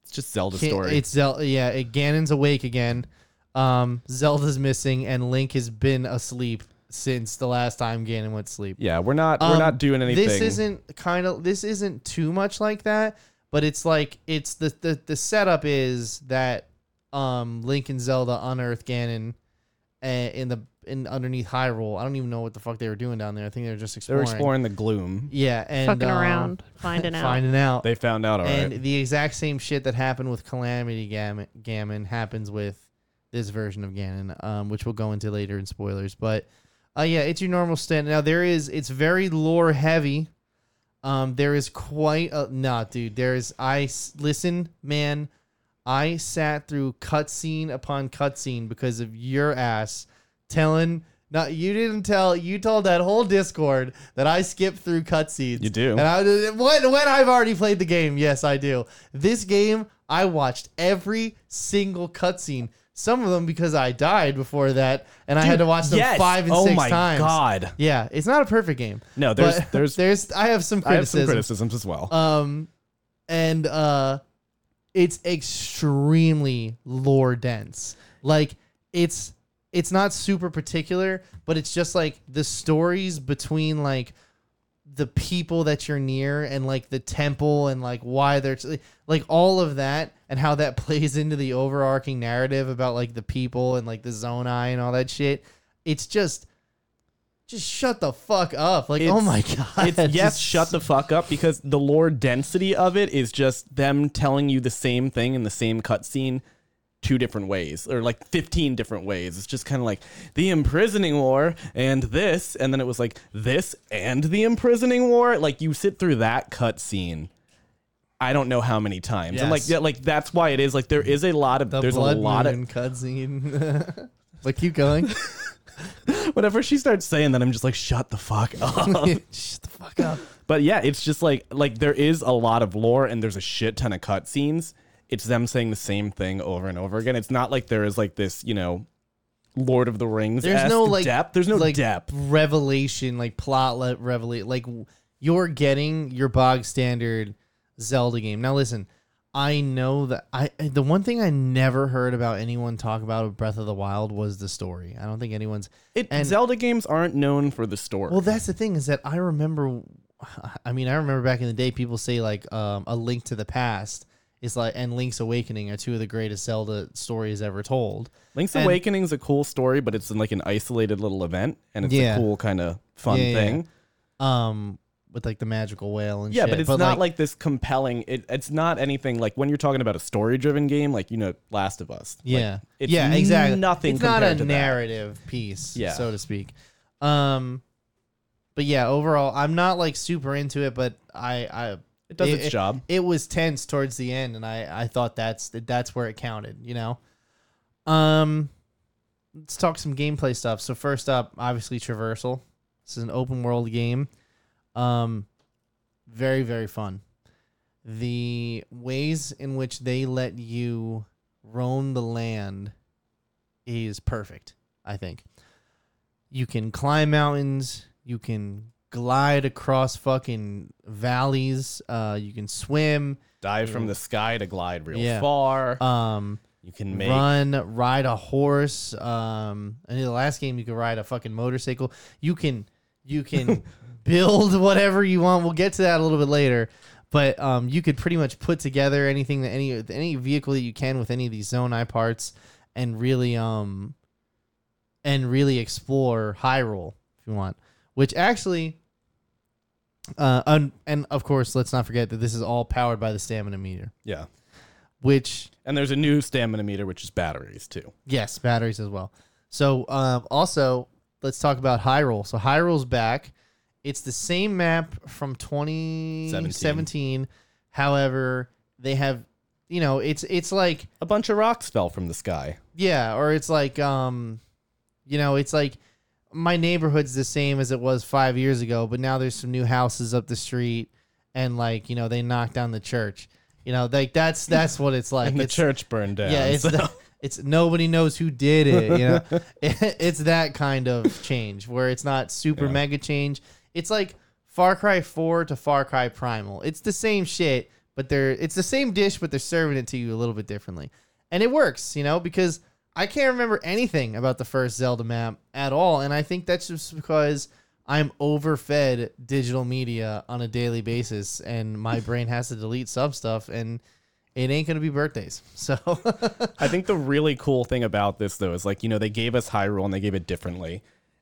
Speaker 1: It's just Zelda
Speaker 3: ca-
Speaker 1: story.
Speaker 3: it's Zelda. Yeah, it, Ganon's awake again. Um, Zelda's missing, and Link has been asleep since the last time Ganon went to sleep.
Speaker 1: yeah, we're not we're
Speaker 3: Um,
Speaker 1: not doing anything.
Speaker 3: This isn't kind of this isn't too much like that, but it's like it's the the, the setup is that um Link and Zelda unearth Ganon uh, in the in underneath Hyrule. I don't even know what the fuck they were doing down there. I think they were just
Speaker 1: They're exploring the gloom.
Speaker 3: Yeah, and
Speaker 2: fucking
Speaker 3: um,
Speaker 2: around,
Speaker 3: (laughs)
Speaker 2: finding out.
Speaker 3: finding out.
Speaker 1: They found out all right.
Speaker 3: and the exact same shit that happened with Calamity Gammon, Gammon happens with this version of Ganon, um, which we'll go into later in spoilers. But uh, yeah, it's your normal stand. Now there is, it's very lore heavy. Um, there is quite a nah, dude. There is. I s- listen, man. I sat through cutscene upon cutscene because of your ass telling. Not you didn't tell. You told that whole Discord that I skipped through cutscenes.
Speaker 1: You do.
Speaker 3: And I when when I've already played the game. Yes, I do. This game, I watched every single cutscene. Some of them because I died before that, and I had to watch them
Speaker 1: Yes.
Speaker 3: five and
Speaker 1: oh
Speaker 3: six
Speaker 1: my
Speaker 3: times.
Speaker 1: god.
Speaker 3: Yeah, it's not a perfect game.
Speaker 1: No, there's
Speaker 3: But (laughs)
Speaker 1: there's
Speaker 3: there's I have some
Speaker 1: I have
Speaker 3: criticism.
Speaker 1: some criticisms as well.
Speaker 3: Um and uh it's extremely lore dense. Like it's it's not super particular, but it's just like the stories between like the people that you're near and like the temple and like why they're like all of that and how that (laughs) plays into the overarching narrative about like the people and like the zonai and all that shit. It's just just shut the fuck up. Like oh
Speaker 1: It's-
Speaker 3: my (laughs) god.
Speaker 1: it's yes,
Speaker 3: Just
Speaker 1: shut the fuck up because the lore density of it is just them telling you the same thing in the same cutscene two different ways or like 15 different ways. It's just kind of like the imprisoning war and this and then it was like this and the imprisoning war. Like you sit through that cutscene I don't know how many times. And like
Speaker 3: Yes.
Speaker 1: yeah, like that's why it is like there is a lot of
Speaker 3: The
Speaker 1: there's a
Speaker 3: blood
Speaker 1: lot
Speaker 3: moon cutscene. (laughs) but keep
Speaker 1: (laughs)
Speaker 3: going.
Speaker 1: of whenever she starts saying that I'm just like shut the fuck
Speaker 3: (laughs)
Speaker 1: up.
Speaker 3: Shut the fuck up.
Speaker 1: But yeah, it's just like like there is a lot of lore and there's a shit ton of cutscenes. It's them saying the same thing over and over again. It's not like there is like this, you know, Lord of the Rings.
Speaker 3: There's no like
Speaker 1: depth. There's no
Speaker 3: like
Speaker 1: depth.
Speaker 3: revelation, like plot le- revelation. Like w- you're getting your bog standard Zelda game. Now listen, I know that I I- the one thing I never heard about anyone talk about with Breath of the Wild was the story. I don't think anyone's
Speaker 1: It,
Speaker 3: and-
Speaker 1: Zelda games aren't known for the story.
Speaker 3: Well, that's the thing is that I remember. (laughs) I mean, I remember back in the day, people say like um, a Link to the Past is like and Link's Awakening are two of the greatest Zelda stories ever told.
Speaker 1: Link's
Speaker 3: and-
Speaker 1: Awakening is a cool story, but it's in like an isolated little event, and it's
Speaker 3: Yeah.
Speaker 1: a cool kind of fun
Speaker 3: Yeah, yeah,
Speaker 1: thing.
Speaker 3: Um, with like the magical whale and
Speaker 1: Yeah,
Speaker 3: shit.
Speaker 1: but it's not like, this compelling. It, it's not anything like when you're talking about a story-driven game, like you know, Last of Us. Like,
Speaker 3: yeah,
Speaker 1: it's
Speaker 3: yeah, exactly.
Speaker 1: Nothing.
Speaker 3: It's not a
Speaker 1: compared to that.
Speaker 3: narrative piece,
Speaker 1: Yeah.
Speaker 3: so to speak. Um, but yeah, overall, I'm not like super into it, but I I
Speaker 1: It does its
Speaker 3: it-
Speaker 1: job.
Speaker 3: It was tense towards the end, and I I thought that's that's where it counted. You know, um, let's talk some gameplay stuff. So first up, obviously traversal. This is an open world game. Um, very very fun. The ways in which they let you roam the land is perfect. I think you can climb mountains. You can glide across fucking valleys. Uh, you can swim.
Speaker 1: Dive from the sky to glide real
Speaker 3: Mm. Yeah.
Speaker 1: far.
Speaker 3: Um,
Speaker 1: you can make
Speaker 3: run, ride a horse. Um, and in the last game, you could ride a fucking motorcycle. You can, you can build whatever you want. We'll get to that a little bit later, but um, you could pretty much put together anything that any any vehicle that you can with any of these zone I parts, and really um, and really explore Hyrule if you want. Which actually. Uh, and, and of course, let's not forget that this is all powered by the stamina meter,
Speaker 1: yeah.
Speaker 3: which
Speaker 1: And there's a new stamina meter, which is batteries too.
Speaker 3: Yes, batteries as well. So um, also, let's talk about Hyrule. So Hyrule's back. It's the same map from 2017. However, they have, you know, it's it's like
Speaker 1: A bunch of rocks fell from the sky.
Speaker 3: yeah, or it's like um, you know, it's like my neighborhood's the same as it was five years ago, but now there's some new houses up the street, and like you know, they knocked down the church. You know, like that's that's what it's like.
Speaker 1: (laughs) And the
Speaker 3: It's-
Speaker 1: church burned down.
Speaker 3: yeah, it's
Speaker 1: so-
Speaker 3: that- it's nobody knows who did it. You know, (laughs) It- it's that kind of change where it's not super
Speaker 1: Yeah.
Speaker 3: mega change. It's like Far Cry Four to Far Cry Primal. It's the same shit, but they're it's the same dish, but they're serving it to you a little bit differently, and it works. You know, because I can't remember anything about the first Zelda map at all, and I think that's just because. I'm overfed digital media on a daily basis, and
Speaker 1: (laughs)
Speaker 3: my brain has to delete sub stuff, and it ain't gonna be birthdays. (laughs) So
Speaker 1: I think the really cool thing about this though is like, you know, they gave us Hyrule and they gave it differently.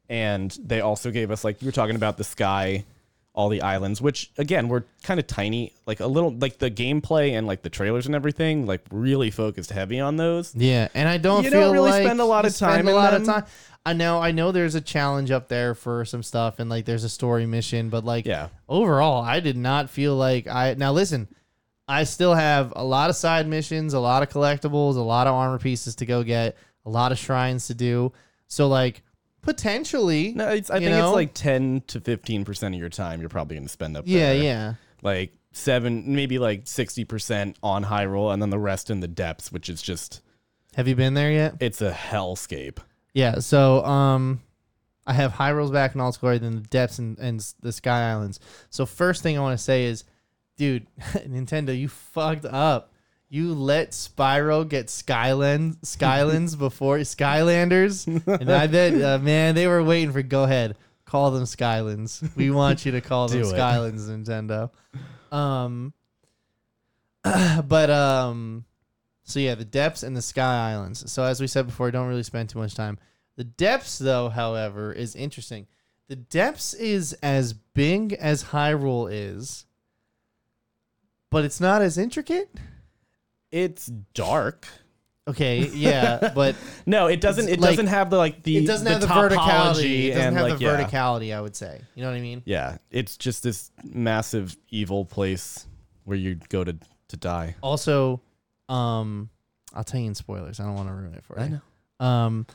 Speaker 1: And they also gave us like you were talking about the sky, all the islands, which again were kind of tiny, like a little like the gameplay and like the trailers and everything, like really focused heavy on those.
Speaker 3: Yeah, and I don't
Speaker 1: You
Speaker 3: feel
Speaker 1: don't really
Speaker 3: like
Speaker 1: spend a lot
Speaker 3: you
Speaker 1: of
Speaker 3: spend
Speaker 1: time
Speaker 3: A
Speaker 1: in
Speaker 3: lot of
Speaker 1: them.
Speaker 3: time. I know. I know. There's a challenge up there for some stuff, and like there's a story mission, but like
Speaker 1: Yeah.
Speaker 3: overall, I did not feel like I. Now listen, I still have a lot of side missions, a lot of collectibles, a lot of armor pieces to go get, a lot of shrines to do. So like potentially,
Speaker 1: No, it's, I
Speaker 3: You
Speaker 1: think
Speaker 3: know?
Speaker 1: it's like ten to fifteen percent of your time you're probably gonna spend up
Speaker 3: yeah,
Speaker 1: there.
Speaker 3: yeah,
Speaker 1: Like seven maybe like sixty percent on Hyrule and then the rest in the depths, which is just
Speaker 3: Have you been there yet?
Speaker 1: it's a hellscape.
Speaker 3: Yeah, so um, I have Hyrule's back in all its glory, then the depths and, and s- the Sky Islands. So first thing I want to say is, dude, (laughs) Nintendo, you fucked up. You let Spyro get Skyland
Speaker 1: (laughs)
Speaker 3: Skylands before Skylanders, and I bet uh, man they were waiting for. Go ahead, call them Skylands. We want you to
Speaker 1: (laughs)
Speaker 3: call them
Speaker 1: Do it.
Speaker 3: Skylands, Nintendo. Um, (clears throat) but um, so yeah, the depths and the sky islands. So as we said before, don't really spend too much time. The depths, though, however, is interesting. The depths is as big as Hyrule is, but it's not as intricate.
Speaker 1: It's dark.
Speaker 3: Okay, (laughs) yeah, but
Speaker 1: No, it doesn't.
Speaker 3: It's
Speaker 1: It
Speaker 3: like-
Speaker 1: doesn't have the like the
Speaker 3: it doesn't
Speaker 1: the
Speaker 3: have the verticality.
Speaker 1: topology
Speaker 3: It doesn't
Speaker 1: and
Speaker 3: have
Speaker 1: like
Speaker 3: the
Speaker 1: yeah,
Speaker 3: verticality. I would say, you know what I mean?
Speaker 1: yeah. It's just this massive evil place where you go to to die.
Speaker 3: Also, um, I'll tell you in spoilers. I don't want to ruin it for you. know. Um,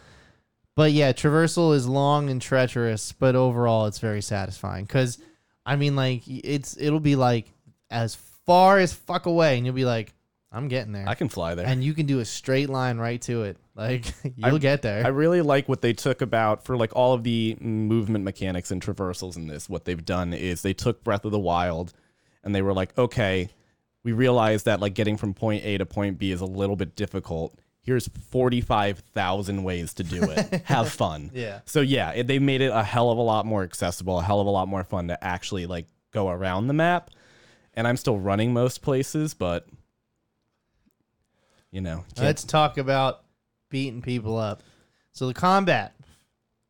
Speaker 3: but yeah, traversal is long and treacherous, but overall it's very satisfying. Cause I mean, like it's it'll be like as far as fuck away, and you'll be like, I'm getting there,
Speaker 1: I can fly there.
Speaker 3: and you can do a straight line right to it. Like (laughs) you'll get there.
Speaker 1: I really like what they took about for like all of the movement mechanics and traversals in this. What they've done is they took Breath of the Wild and they were like, okay, we realize that like getting from point A to point B is a little bit difficult. Here's 45,000 ways to do it. Have fun.
Speaker 3: Yeah.
Speaker 1: So yeah, it, they made it a hell of a lot more accessible, a hell of a lot more fun to actually like go around the map. And I'm still running most places, but you know, can't-
Speaker 3: Let's talk about beating people up. So the combat,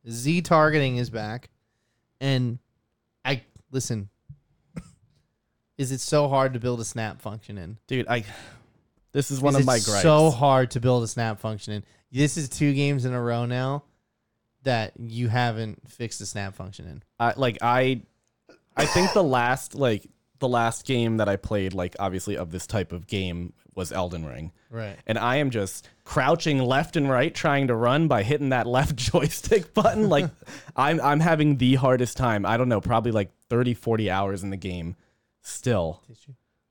Speaker 3: Z targeting is back, and I listen. (laughs) Is it so hard to build a snap function in?
Speaker 1: dude, I this is one
Speaker 3: Is
Speaker 1: of
Speaker 3: it
Speaker 1: my gripes.
Speaker 3: So hard to build a snap function in. This is two games in a row now that you haven't fixed the snap function in.
Speaker 1: I like I I think the last like the last game that I played, like obviously of this type of game, was Elden Ring.
Speaker 3: Right.
Speaker 1: And I am just crouching left and right, trying to run by hitting that left (laughs) joystick
Speaker 3: (laughs)
Speaker 1: button. Like I'm I'm having the hardest time. I don't know, probably like 30, 40 hours in the game still.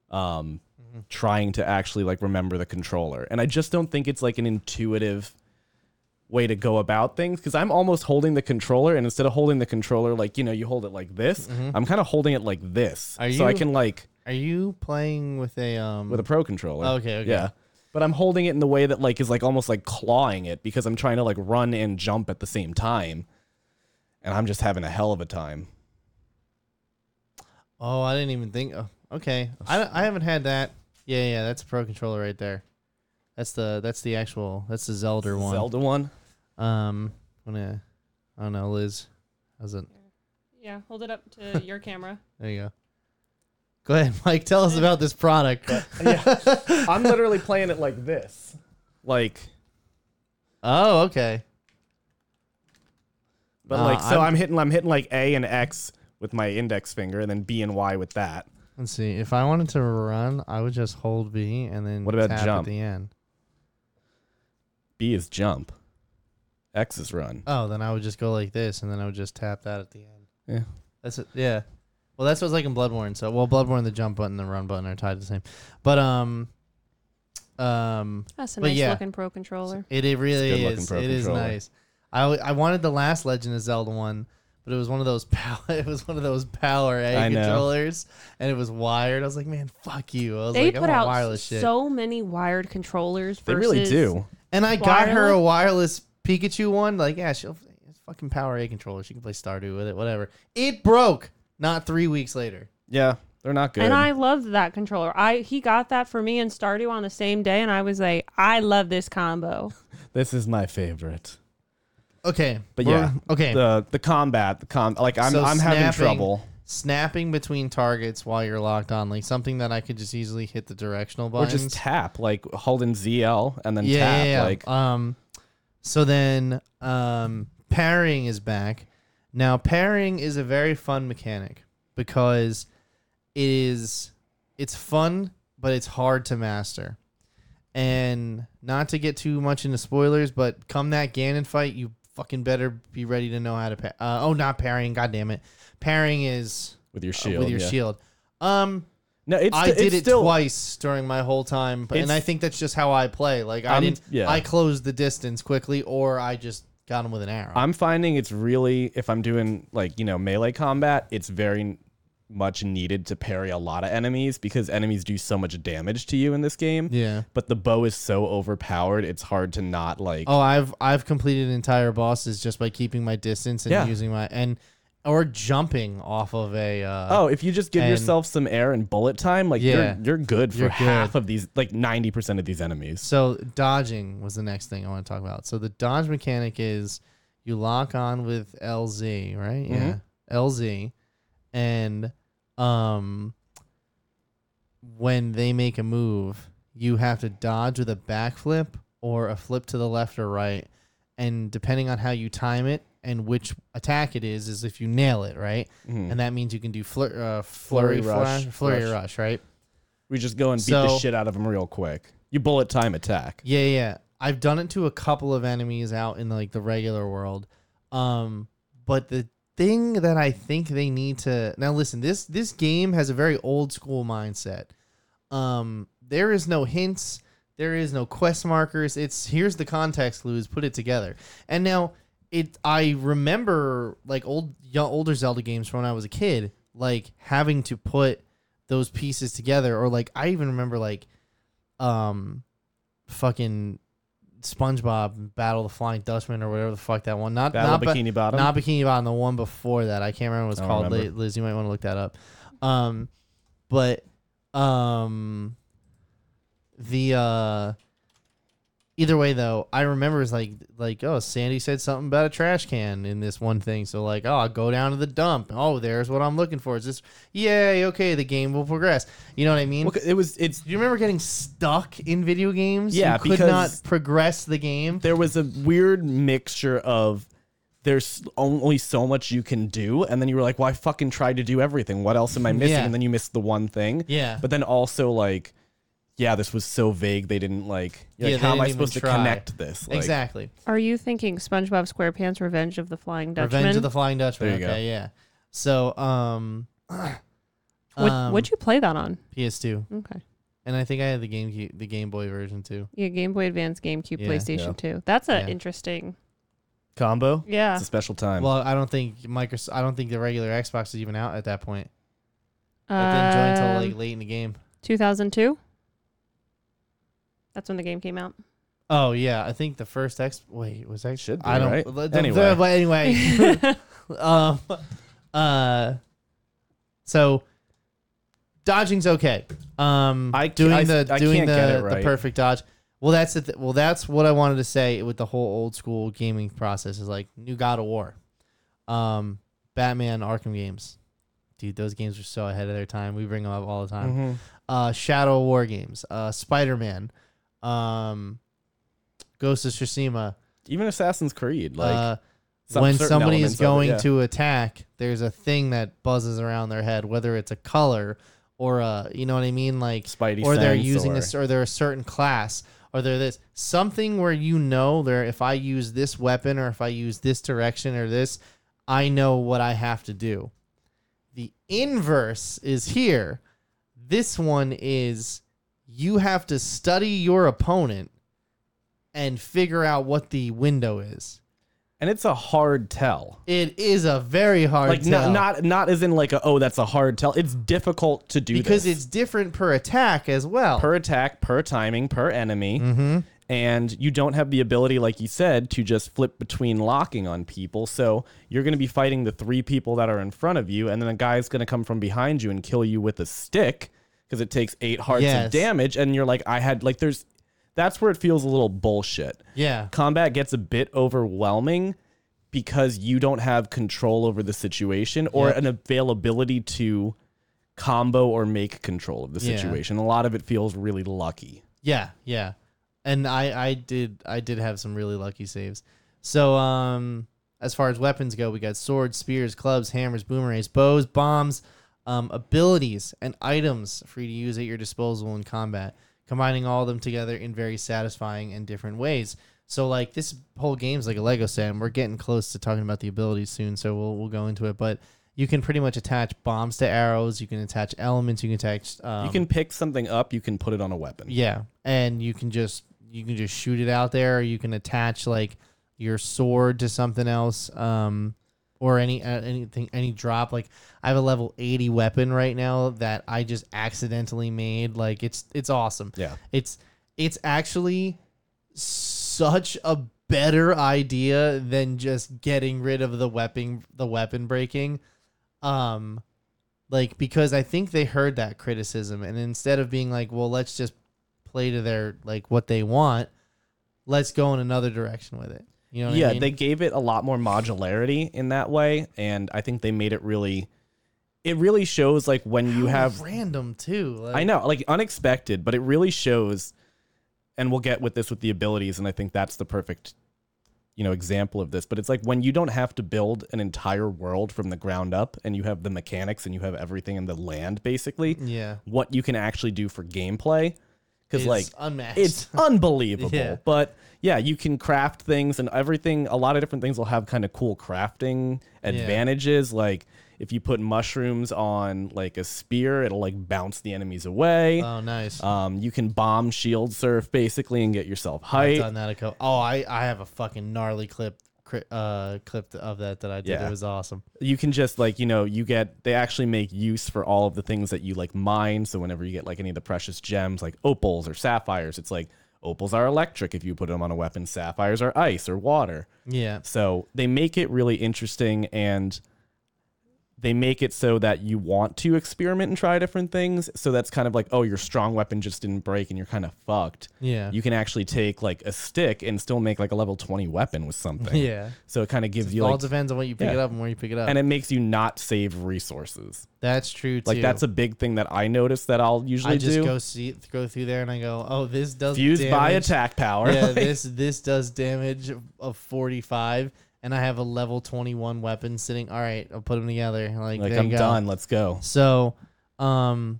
Speaker 1: Um
Speaker 3: Mm-hmm.
Speaker 1: trying to actually like remember the controller. And I just don't think it's like an intuitive way to go about things because I'm almost holding the controller and instead of holding the controller like you know you hold it like this I'm kind of holding it like this
Speaker 3: Mm-hmm. Are
Speaker 1: so I
Speaker 3: you-
Speaker 1: can like
Speaker 3: Are you playing with a um
Speaker 1: with a pro controller.
Speaker 3: Okay, okay.
Speaker 1: Yeah. But I'm holding it in the way that like is like almost like clawing it because I'm trying to like run and jump at the same time. And I'm just having a hell of a time.
Speaker 3: Oh, I didn't even think. Oh, okay, I, I haven't had that. Yeah, yeah, that's a pro controller right there. That's the that's the actual that's the Zelda one.
Speaker 1: Zelda one.
Speaker 3: Um, wanna, I don't know, Liz. How's it?
Speaker 2: Yeah, hold it up (laughs) to your camera.
Speaker 3: There you go. Go ahead, (laughs) Mike. Tell us about this product.
Speaker 1: I'm literally playing it like this. Like
Speaker 3: oh, okay.
Speaker 1: but
Speaker 3: Uh,
Speaker 1: like so I'm,
Speaker 3: I'm-
Speaker 1: hitting I'm hitting like A and X with my index finger and then B and Y with that.
Speaker 3: Let's see. If I wanted to run, I would just hold B and then
Speaker 1: What about
Speaker 3: tap
Speaker 1: jump?
Speaker 3: at the end.
Speaker 1: B is jump. X is run.
Speaker 3: Oh, then I would just go like this, and then I would just tap that at the end.
Speaker 1: Yeah.
Speaker 3: That's it. Yeah. Well, that's what's like in Bloodborne. So, well, Bloodborne, the jump button, the run button are tied the same. But um, um,
Speaker 2: That's a
Speaker 3: But
Speaker 2: nice
Speaker 3: yeah.
Speaker 2: looking pro controller.
Speaker 3: it, it really
Speaker 1: good looking
Speaker 3: is.
Speaker 1: pro
Speaker 3: It is
Speaker 1: controller.
Speaker 3: nice. I, w- I wanted the last Legend of Zelda one, but it was one of those (laughs) power. It was one of those power A
Speaker 1: I know.
Speaker 3: controllers, and it was wired. I was like, man, fuck you. I was
Speaker 2: They
Speaker 3: like, I
Speaker 2: put
Speaker 3: want
Speaker 2: out
Speaker 3: wireless shit.
Speaker 2: so many wired controllers.
Speaker 1: They really
Speaker 2: versus-
Speaker 1: do.
Speaker 3: and I got her a wireless Pikachu one. Like, yeah, she'll it's fucking power A controller. She can play Stardew with it. Whatever. It broke. Not three weeks later.
Speaker 1: Yeah. They're not good.
Speaker 2: And I love that controller. I he got that for me and Stardew on the same day, and I was like, I love this combo.
Speaker 1: this is my favorite.
Speaker 3: Okay,
Speaker 1: But
Speaker 3: we're-
Speaker 1: yeah,
Speaker 3: okay.
Speaker 1: the the combat, the com like I'm
Speaker 3: So
Speaker 1: I'm having
Speaker 3: snapping-
Speaker 1: trouble.
Speaker 3: snapping between targets while you're locked on, like something that I could just easily hit the directional
Speaker 1: Or
Speaker 3: buttons.
Speaker 1: just tap, like holding ZL and then
Speaker 3: yeah,
Speaker 1: tap.
Speaker 3: yeah, yeah.
Speaker 1: Like
Speaker 3: um, so then um, parrying is back. Now parrying is a very fun mechanic because it is it's fun, but it's hard to master. And not to get too much into spoilers, but come that Ganon fight, you fucking better be ready to know how to. Pa- uh, oh, not parrying! God damn it, parrying is
Speaker 1: with your
Speaker 3: uh,
Speaker 1: shield.
Speaker 3: with your
Speaker 1: yeah.
Speaker 3: shield. Um,
Speaker 1: No, it's
Speaker 3: I
Speaker 1: st-
Speaker 3: did
Speaker 1: it's
Speaker 3: it
Speaker 1: still,
Speaker 3: twice during my whole time, but, and
Speaker 1: It's-
Speaker 3: I think that's just how I play. Like I
Speaker 1: I'm-
Speaker 3: didn't,
Speaker 1: yeah.
Speaker 3: I closed the distance quickly, or I just got him with an arrow.
Speaker 1: I'm finding it's really if I'm doing like you know melee combat, it's very n- much needed to parry a lot of enemies because enemies do so much damage to you in this game.
Speaker 3: yeah.
Speaker 1: But the bow is so overpowered; it's hard to not like.
Speaker 3: Oh, I've I've completed entire bosses just by keeping my distance and
Speaker 1: Yeah.
Speaker 3: using my and or jumping off of a. Uh,
Speaker 1: Oh, if you just give
Speaker 3: And-
Speaker 1: yourself some air and bullet time, like
Speaker 3: Yeah.
Speaker 1: you're you're good for
Speaker 3: You're good.
Speaker 1: half of these, like ninety percent of these enemies.
Speaker 3: So dodging was the next thing I want to talk about. So the dodge mechanic is you lock on with LZ, right?
Speaker 1: Mm-hmm.
Speaker 3: Yeah. LZ and um when they make a move, you have to dodge with a backflip or a flip to the left or right. And depending on how you time it and which attack it is, is if you nail it, right? And that means you can do flur- uh, flurry,
Speaker 1: Mm-hmm. Flurry rush,
Speaker 3: flash- flurry
Speaker 1: rush.
Speaker 3: rush, right?
Speaker 1: We just go and beat the
Speaker 3: So-
Speaker 1: shit out of them real quick. You bullet time attack.
Speaker 3: Yeah, yeah. I've done it to a couple of enemies out in like the regular world. Um, but the thing that I think they need to now listen, this this game has a very old school mindset. Um, there is no hints, there is no quest markers. It's here's the context clues, put it together. And now it I remember like old yo- older Zelda games from when I was a kid, like having to put those pieces together or like I even remember like um fucking SpongeBob Battle of the Flying Dutchman or whatever the fuck that one. Not
Speaker 1: Battle
Speaker 3: not ba-
Speaker 1: Bikini Bottom.
Speaker 3: not Bikini Bottom, the one before that. I can't remember what it's
Speaker 1: I don't
Speaker 3: called. Liz,
Speaker 1: remember.
Speaker 3: Liz, you might want to look that up. Um, but um, the uh, either way though, I remember it's like like oh Sandy said something about a trash can in this one thing. So like oh I'll go down to the dump. Oh there's what I'm looking for. Is this yay? Okay, the game will progress. You know what I mean?
Speaker 1: Well, it was. It's
Speaker 3: Do you remember getting stuck in video games?
Speaker 1: Yeah,
Speaker 3: you could
Speaker 1: because-
Speaker 3: not progress the game.
Speaker 1: there was a weird mixture of there's only so much you can do, and then you were like, "Well, I fucking tried to do everything. What else am I missing?"
Speaker 3: Yeah.
Speaker 1: And then you missed the one thing.
Speaker 3: Yeah.
Speaker 1: But then also like, yeah, this was so vague. They didn't like. you're
Speaker 3: Yeah,
Speaker 1: like,
Speaker 3: they
Speaker 1: how am
Speaker 3: didn't
Speaker 1: I
Speaker 3: even
Speaker 1: supposed to
Speaker 3: try.
Speaker 1: connect this? Like,
Speaker 3: exactly.
Speaker 2: Are you thinking SpongeBob SquarePants Revenge of the Flying Dutchman?
Speaker 3: Revenge of the Flying Dutchman.
Speaker 1: There you go.
Speaker 3: okay, yeah. So,
Speaker 2: (clears throat)
Speaker 3: um,
Speaker 2: What,
Speaker 3: um,
Speaker 2: what'd you play that on?
Speaker 3: PS2,
Speaker 2: Okay.
Speaker 3: and I think I had the GameCube, the Game Boy version too.
Speaker 2: Yeah, Game Boy Advance, GameCube,
Speaker 3: Yeah,
Speaker 1: yeah.
Speaker 2: PlayStation 2. That's a
Speaker 3: Yeah.
Speaker 2: interesting.
Speaker 3: Combo.
Speaker 2: Yeah.
Speaker 1: It's a special time.
Speaker 3: Well, I don't think Microsoft. I don't think the regular Xbox was even out at that point. It didn't join until
Speaker 2: Um,
Speaker 3: like late in the game.
Speaker 2: 2002. That's when the game came out.
Speaker 3: Oh yeah, I think the first X. Wait, was that
Speaker 1: Should be,
Speaker 3: I don't.
Speaker 1: right?
Speaker 3: the- the-
Speaker 1: Anyway.
Speaker 3: but anyway, um, uh, so dodging's okay. Um,
Speaker 1: I ca-
Speaker 3: doing
Speaker 1: I-
Speaker 3: the
Speaker 1: I
Speaker 3: doing
Speaker 1: can't get
Speaker 3: the,
Speaker 1: it right.
Speaker 3: the perfect dodge. Well, that's the th- well, that's what I wanted to say with the whole old school gaming process is like new God of War, um, Batman Arkham games. Dude, those games are so ahead of their time. We bring them up all the time
Speaker 1: Mhm.
Speaker 3: uh, Shadow War games, uh, Spider Man, um, Ghost of Tsushima.
Speaker 1: Even Assassin's Creed, like
Speaker 3: uh,
Speaker 1: some
Speaker 3: when
Speaker 1: certain
Speaker 3: somebody
Speaker 1: elements
Speaker 3: is
Speaker 1: of it,
Speaker 3: going
Speaker 1: yeah.
Speaker 3: to attack, there's a thing that buzzes around their head, whether it's a color or a, you know what I mean, like,
Speaker 1: Spidey
Speaker 3: or they're
Speaker 1: sense
Speaker 3: using
Speaker 1: or-
Speaker 3: this, or they're a certain class, or they're this something where you know there. If I use this weapon, or if I use this direction, or this, I know what I have to do. The inverse is here. This one is you have to study your opponent and figure out what the window is.
Speaker 1: and it's a hard tell.
Speaker 3: It is a very hard
Speaker 1: Like
Speaker 3: tell
Speaker 1: not not not as in like a oh that's a hard tell. It's difficult to do
Speaker 3: because
Speaker 1: this.
Speaker 3: it's different per attack as well.
Speaker 1: per attack, per timing, per enemy,
Speaker 3: mm-hmm.
Speaker 1: and you don't have the ability, like you said, to just flip between locking on people. So you're going to be fighting the three people that are in front of you, and then a guy's going to come from behind you and kill you with a stick because it takes eight hearts
Speaker 3: Yes.
Speaker 1: of damage, and you're like, I had like there's. That's where it feels a little bullshit.
Speaker 3: Yeah.
Speaker 1: combat gets a bit overwhelming because you don't have control over the situation or
Speaker 3: Yep.
Speaker 1: an availability to combo or make control of the
Speaker 3: Yeah.
Speaker 1: situation. A lot of it feels really lucky.
Speaker 3: Yeah, yeah. And I I did I did have some really lucky saves. So um as far as weapons go, we got swords, spears, clubs, hammers, boomerangs, bows, bombs, um, abilities, and items for you to use at your disposal in combat, combining all of them together in very satisfying and different ways. So like this whole game's like a Lego set, and we're getting close to talking about the abilities soon, so we'll we'll go into it. But you can pretty much attach bombs to arrows. You can attach elements. You can attach. Um,
Speaker 1: you can pick something up, you can put it on a weapon.
Speaker 3: yeah, and you can just you can just shoot it out there. Or you can attach like your sword to something else, um, or any uh, anything any drop. Like I have a level eighty weapon right now that I just accidentally made. Like it's it's awesome.
Speaker 1: Yeah.
Speaker 3: It's it's actually such a better idea than just getting rid of the weapon the weapon breaking. Um like because I think they heard that criticism and instead of being like, well, let's just play to their like what they want, let's go in another direction with it. You know what
Speaker 1: yeah,
Speaker 3: I mean?
Speaker 1: they gave it a lot more modularity in that way and I think they made it really it really shows like
Speaker 3: (sighs)
Speaker 1: when you have
Speaker 3: random too. Like,
Speaker 1: I know, like unexpected, but it really shows. And we'll get with this with the abilities, and I think that's the perfect, you know, example of this. But it's like when you don't have to build an entire world from the ground up, and you have the mechanics and you have everything in the land, basically,
Speaker 3: Yeah.
Speaker 1: what you can actually do for gameplay, because
Speaker 3: It's
Speaker 1: like
Speaker 3: unmatched. (laughs)
Speaker 1: it's unbelievable.
Speaker 3: Yeah.
Speaker 1: But yeah, you can craft things and everything. A lot of different things will have kind of cool crafting advantages. Like if you put mushrooms on like a spear, it'll like bounce the enemies away.
Speaker 3: oh nice.
Speaker 1: um, you can bomb shield surf basically and get yourself
Speaker 3: I've
Speaker 1: height.
Speaker 3: done that a couple. Oh, I I have a fucking gnarly clip cri- uh clip of that that I did.
Speaker 1: Yeah.
Speaker 3: It was awesome.
Speaker 1: you can just like you know you get they actually make use for all of the things that you like mine so whenever you get like any of the precious gems like opals or sapphires it's like opals are electric if you put them on a weapon sapphires are ice or water
Speaker 3: Yeah.
Speaker 1: So they make it really interesting and they make it so that you want to experiment and try different things. So that's kind of like, oh, your strong weapon just didn't break and you're kind of fucked.
Speaker 3: Yeah. (laughs)
Speaker 1: You can actually take like a stick and still make like a level 20 weapon with something.
Speaker 3: yeah.
Speaker 1: So it kind of gives
Speaker 3: It
Speaker 1: you
Speaker 3: all
Speaker 1: like,
Speaker 3: depends on what you pick
Speaker 1: Yeah.
Speaker 3: it up and where you pick it up.
Speaker 1: and it makes you not save resources.
Speaker 3: that's true too.
Speaker 1: Like that's a big thing that I notice that I'll usually
Speaker 3: I just
Speaker 1: do.
Speaker 3: go see go through there and I go, oh, this does
Speaker 1: Fused by
Speaker 3: damage.
Speaker 1: (laughs) attack power.
Speaker 3: Yeah,
Speaker 1: Like,
Speaker 3: this this does damage of forty five, and I have a level 21 weapon sitting. All right, I'll put them together. Like,
Speaker 1: Like
Speaker 3: there
Speaker 1: I'm
Speaker 3: you go.
Speaker 1: done. Let's go.
Speaker 3: So, um,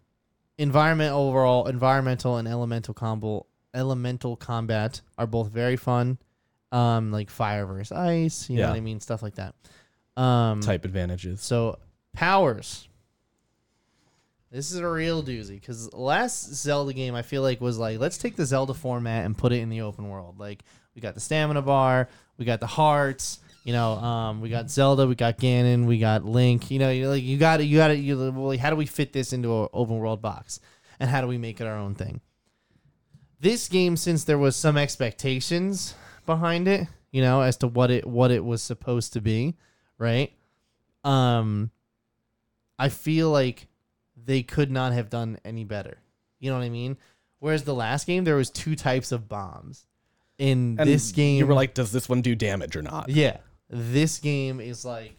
Speaker 3: environment overall, environmental and elemental combo, elemental combat are both very fun. Um, like fire versus ice, you know
Speaker 1: Yeah.
Speaker 3: what I mean, stuff like that. Um,
Speaker 1: Type advantages.
Speaker 3: so powers. This is a real doozy because last Zelda game I feel like was like let's take the Zelda format and put it in the open world. Like we got the stamina bar, we got the hearts, you know, um, we got Zelda, we got Ganon, we got Link. You know, you like you got to you got to you well, like, how do we fit this into an open world box, and how do we make it our own thing? This game, since there was some expectations behind it, you know, as to what it what it was supposed to be, right? um I feel like they could not have done any better. You know what I mean? Whereas the last game there was two types of bombs. In
Speaker 1: And
Speaker 3: this game
Speaker 1: you were like, does this one do damage or not?
Speaker 3: Yeah. This game is like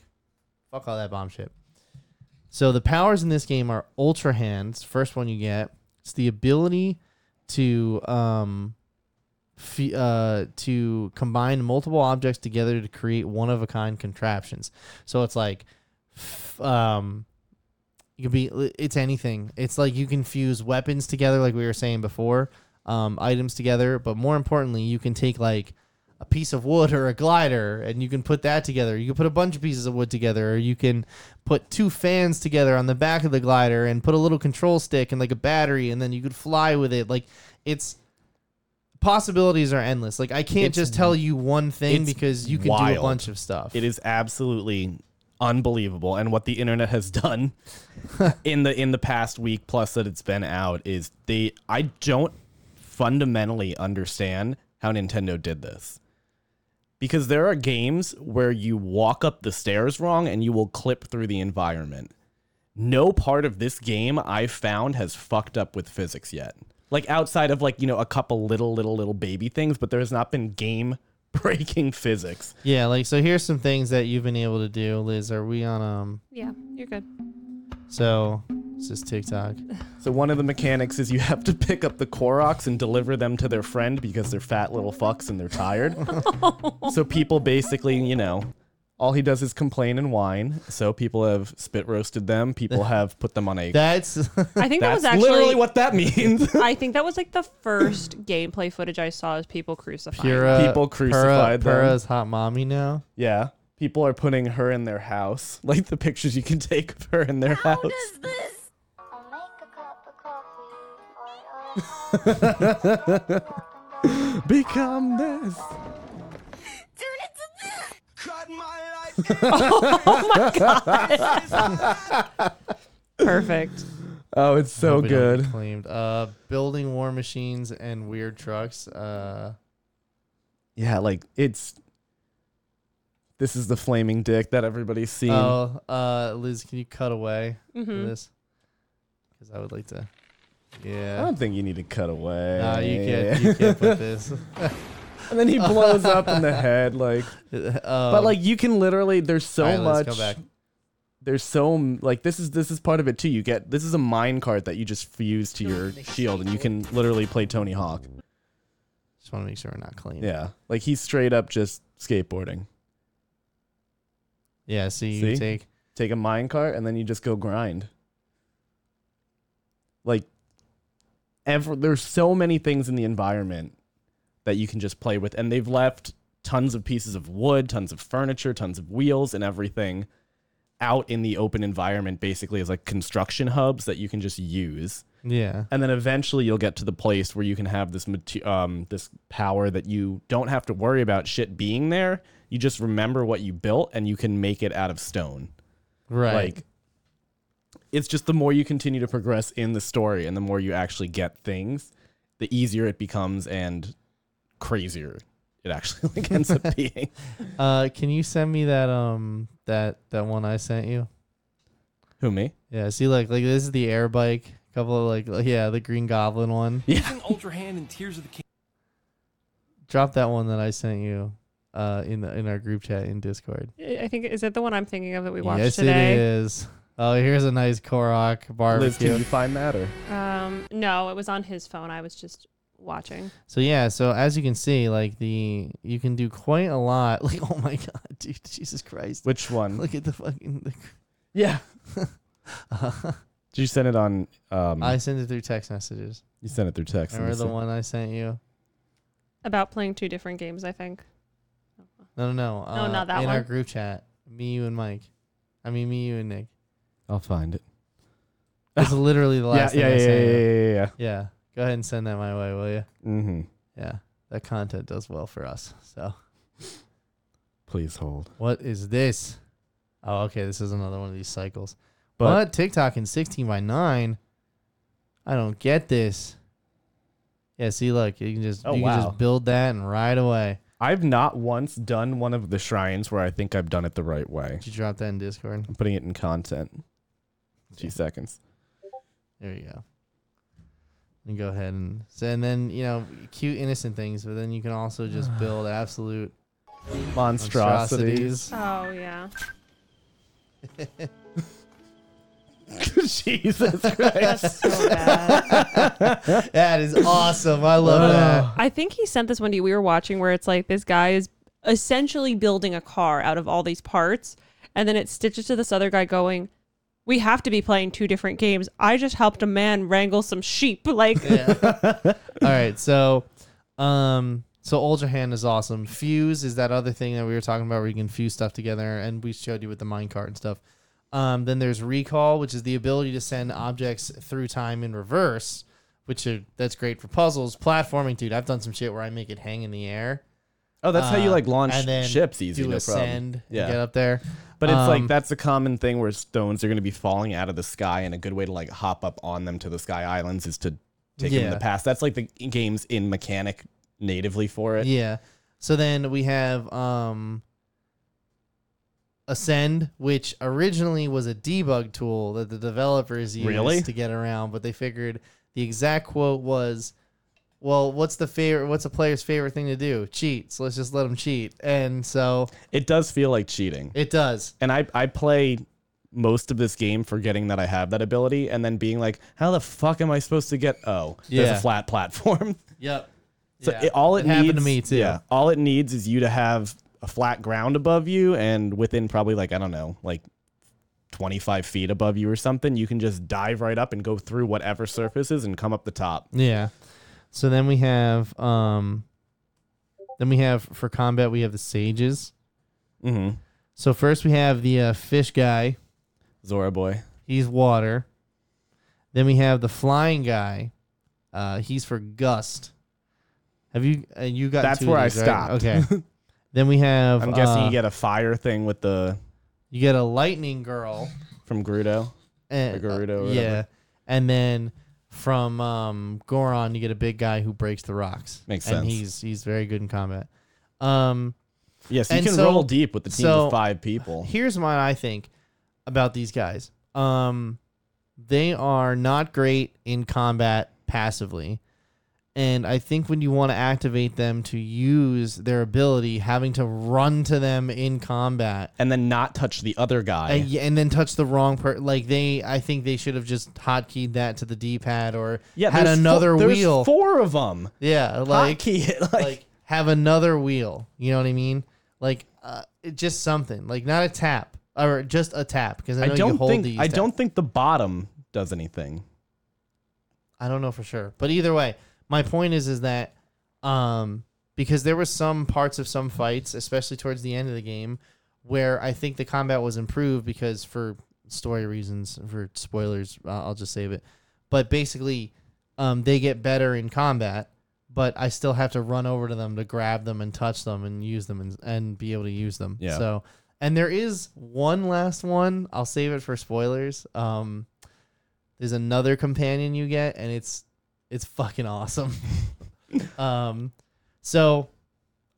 Speaker 3: fuck all that bomb shit. So the powers in this game are ultra hands. First one you get, it's the ability to um fe- uh, to combine multiple objects together to create one of a kind contraptions. So it's like, f- um, you could be it's anything. It's like you can fuse weapons together, like we were saying before, um, items together. But more importantly, you can take like a piece of wood or a glider, and you can put that together. You can put a bunch of pieces of wood together, or you can put two fans together on the back of the glider, and put a little control stick and like a battery, and then you could fly with it. Like it's possibilities are endless. Like I can't
Speaker 1: It's-
Speaker 3: just tell you one thing
Speaker 1: it's
Speaker 3: because you can do
Speaker 1: wild.
Speaker 3: a bunch of stuff.
Speaker 1: It is absolutely unbelievable and what the internet has done in the in the past week plus that it's been out is they I don't fundamentally understand how Nintendo did this. Because there are games where you walk up the stairs wrong and you will clip through the environment. No part of this game I've found has fucked up with physics yet. Like outside of like, you know, a couple little little little baby things, but there has not been game (laughs) breaking physics.
Speaker 3: Yeah, like so here's some things that you've been able to do, Liz. Are we on um
Speaker 2: Yeah, you're good.
Speaker 3: so it's just TikTok.
Speaker 1: So one of the mechanics is you have to pick up the Koroks and deliver them to their friend because they're fat little fucks and
Speaker 2: (laughs)
Speaker 1: they're tired. so people basically, you know, all he does is complain and whine. So people have spit roasted
Speaker 3: (laughs)
Speaker 1: them. People have put them on a.
Speaker 3: That's
Speaker 2: I think that
Speaker 1: that's
Speaker 2: was actually
Speaker 3: (laughs)
Speaker 1: literally what that means.
Speaker 2: (laughs)
Speaker 1: (laughs)
Speaker 2: I think that was like the first gameplay footage I saw is people crucifying.
Speaker 3: Pura
Speaker 1: People crucified them.
Speaker 3: Pura, Pura's hot mommy now.
Speaker 1: yeah, people are putting her in their house. Like the pictures you can take of her in their house.
Speaker 4: I'll make a cup of coffee for us.
Speaker 1: (laughs) Become this.
Speaker 5: (laughs) Cut my life.
Speaker 2: Perfect.
Speaker 1: Oh, it's so
Speaker 3: Hope we don't get
Speaker 1: good.
Speaker 3: Claimed. Uh building war machines and weird trucks. Uh
Speaker 1: Yeah, like it's. This is the flaming dick that everybody's seen.
Speaker 3: oh uh Liz, can you cut away for
Speaker 2: Mhm.
Speaker 3: this? Because I would like to
Speaker 1: I
Speaker 3: Yeah.
Speaker 1: don't think you need to cut away.
Speaker 3: No, you can't you can't
Speaker 1: (laughs)
Speaker 3: put this.
Speaker 1: and then he blows up in the
Speaker 3: (laughs)
Speaker 1: head, like. But like, you can literally. There's so much.
Speaker 3: Oh. Um, Let's go back.
Speaker 1: There's so m- like this is this is part of it too. You get this is a mine cart that you just fuse to your shield, and you can literally play Tony Hawk.
Speaker 3: Just want to make sure we're not claimed.
Speaker 1: Yeah, like he's straight up just skateboarding.
Speaker 3: Yeah, so you can
Speaker 1: See?
Speaker 3: take
Speaker 1: Take a mine cart, and then you just go grind. Like, ever there's so many things in the environment that you can just play with, and they've left tons of pieces of wood, tons of furniture, tons of wheels, and everything out in the open environment, basically as like construction hubs that you can just use.
Speaker 3: Yeah.
Speaker 1: And then eventually you'll get to the place where you can have this mate- um, this power that you don't have to worry about shit being there. You just remember what you built, and you can make it out of stone.
Speaker 3: Right.
Speaker 1: Like, it's just the more you continue to progress in the story and the more you actually get things, the easier it becomes and crazier it actually (laughs) like
Speaker 3: (laughs)
Speaker 1: ends up being.
Speaker 3: uh, can you send me that um that that one I sent you?
Speaker 1: Who me?
Speaker 3: Yeah. See, like like this is the air bike. Couple of like like, yeah, the Green Goblin one.
Speaker 5: Using Ultra Hand and Tears of the King.
Speaker 3: Drop that one that I sent you. Uh, in the in our group chat in Discord.
Speaker 2: I think is that the one I'm thinking of that we watched
Speaker 3: yes,
Speaker 2: today.
Speaker 3: it is. Oh, here's a nice Korok
Speaker 1: Liz, can
Speaker 3: barbecue.
Speaker 1: you find that or
Speaker 2: Um, no, it was on his phone. I was just watching.
Speaker 3: So yeah, so as you can see, like the you can do quite a lot. (laughs) Like oh my god, dude, Jesus Christ!
Speaker 1: Which
Speaker 3: (laughs)
Speaker 1: one?
Speaker 3: Look at the fucking. (laughs)
Speaker 1: Yeah.
Speaker 3: The,
Speaker 1: Did you send it on? Um,
Speaker 3: I send it through text messages.
Speaker 1: you sent it through text.
Speaker 3: Remember the
Speaker 1: Melissa.
Speaker 3: one I sent you?
Speaker 2: About playing two different games, I think.
Speaker 3: No, no, no. uh,
Speaker 2: not that
Speaker 3: in our
Speaker 2: one.
Speaker 3: group chat, me, you, and Mike. I mean, me, you, and Nick.
Speaker 1: I'll find it.
Speaker 3: That's literally the
Speaker 1: (laughs) Yeah,
Speaker 3: last thing
Speaker 1: yeah, yeah,
Speaker 3: I
Speaker 1: yeah,
Speaker 3: sent. you.
Speaker 1: yeah, yeah, yeah.
Speaker 3: Yeah. Go ahead and send that my way, will you?
Speaker 1: Mm-hmm.
Speaker 3: Yeah. That content does well for us. So,
Speaker 1: Please hold.
Speaker 3: what is this? Oh, okay. This is another one of these cycles.
Speaker 1: But-
Speaker 3: But, TikTok in 16 by 9. I don't get this. Yeah, see, look, you can just
Speaker 1: Oh,
Speaker 3: you can
Speaker 1: wow.
Speaker 3: just build that and right away.
Speaker 1: I've not once done one of the shrines where I think I've done it the right way.
Speaker 3: Did you drop that in Discord?
Speaker 1: I'm putting it in content. Two seconds.
Speaker 3: There you go. And go ahead and so, and then you know cute innocent things, but then you can also
Speaker 1: (sighs)
Speaker 3: just build absolute
Speaker 1: Monstrosities.
Speaker 3: monstrosities.
Speaker 2: Oh yeah.
Speaker 1: (laughs) Jesus
Speaker 3: (laughs)
Speaker 1: Christ.
Speaker 2: So (laughs) bad.
Speaker 3: That is awesome. I love that.
Speaker 2: I think he sent this one to you. We were watching where it's like this guy is essentially building a car out of all these parts, and then it stitches to this other guy going, "We have to be playing two different games. I just helped a man wrangle some sheep." (laughs) Like,
Speaker 3: All right, so um so Ultra Hand is awesome. Fuse is that other thing that we were talking about where you can fuse stuff together and we showed you with the minecart and stuff. Um then there's recall, which is the ability to send objects through time in reverse, which are, that's great for puzzles. Platforming, dude, I've done some shit where I make it hang in the air.
Speaker 1: Oh, that's how you
Speaker 3: uh,
Speaker 1: like launch
Speaker 3: and then
Speaker 1: ships easy,
Speaker 3: do
Speaker 1: no
Speaker 3: ascend
Speaker 1: problem.
Speaker 3: and
Speaker 1: Yeah.
Speaker 3: get up there.
Speaker 1: But it's
Speaker 3: Um,
Speaker 1: like that's a common thing where stones are going to be falling out of the sky, and a good way to like hop up on them to the sky islands is to take them in
Speaker 3: Yeah.
Speaker 1: the past. That's like the game's in mechanic natively for it.
Speaker 3: Yeah. So then we have um Ascend, which originally was a debug tool that the developers used
Speaker 1: Really?
Speaker 3: to get around, but they figured the exact quote was, "Well, what's the favorite? What's a player's favorite thing to do? Cheat. So let's just let them cheat." And so
Speaker 1: It does feel like cheating.
Speaker 3: it does.
Speaker 1: and I, I play most of this game forgetting that I have that ability and then being like, how the fuck am I supposed to get? Oh, there's
Speaker 3: Yeah.
Speaker 1: a flat platform. (laughs)
Speaker 3: Yep.
Speaker 1: So it, all it,
Speaker 3: It happened to
Speaker 1: needs-
Speaker 3: me, too.
Speaker 1: Yeah, all it needs is you to have a flat ground above you, and within probably like I don't know, like twenty five feet above you or something, you can just dive right up and go through whatever surfaces and come up the top.
Speaker 3: Yeah. So then we have um then we have for combat we have the sages.
Speaker 1: Mm-hmm.
Speaker 3: So first we have the uh, fish guy.
Speaker 1: Zora boy.
Speaker 3: He's water. Then we have the flying guy. Uh, he's for gust. Have you uh, you got?
Speaker 1: That's
Speaker 3: two of
Speaker 1: where I
Speaker 3: these, right?
Speaker 1: stopped. (laughs)
Speaker 3: Okay. then we have.
Speaker 1: I'm guessing
Speaker 3: uh,
Speaker 1: you get a fire thing with the
Speaker 3: you get a lightning girl.
Speaker 1: from Gerudo.
Speaker 3: And, uh,
Speaker 1: Or Gerudo or whatever.
Speaker 3: yeah, and then from um, Goron you get a big guy who breaks the rocks.
Speaker 1: Makes
Speaker 3: and
Speaker 1: sense.
Speaker 3: he's he's very good in combat. Um,
Speaker 1: Yes, you
Speaker 3: And
Speaker 1: can
Speaker 3: so-
Speaker 1: roll deep with the team
Speaker 3: so-
Speaker 1: of five people.
Speaker 3: here's what I think about these guys. Um, they are not great in combat passively. And I think when you want to activate them to use their ability, having to run to them in combat
Speaker 1: and then not touch the other guy.
Speaker 3: and, and then touch the wrong per like they, I think they should have just hotkeyed that to the D pad or had
Speaker 1: there's
Speaker 3: another
Speaker 1: four,
Speaker 3: wheel.
Speaker 1: There's four of them.
Speaker 3: yeah,
Speaker 1: Like,
Speaker 3: like
Speaker 1: it, (laughs) like,
Speaker 3: like have another wheel. You know what I mean? Like uh, it, just something like not a tap or just a tap because I,
Speaker 1: I
Speaker 3: know you
Speaker 1: don't
Speaker 3: hold
Speaker 1: think
Speaker 3: these.
Speaker 1: I
Speaker 3: tap-
Speaker 1: don't think the bottom does anything.
Speaker 3: I don't know for sure, but either way, my point is is that um, because there were some parts of some fights, especially towards the end of the game, where I think the combat was improved because for story reasons, for spoilers, uh, I'll just save it. But basically, um, they get better in combat, but I still have to run over to them to grab them and touch them and use them and, and be able to use them.
Speaker 1: Yeah.
Speaker 3: So, and there is one last one. I'll save it for spoilers. Um, there's another companion you get, and it's it's fucking awesome. um, so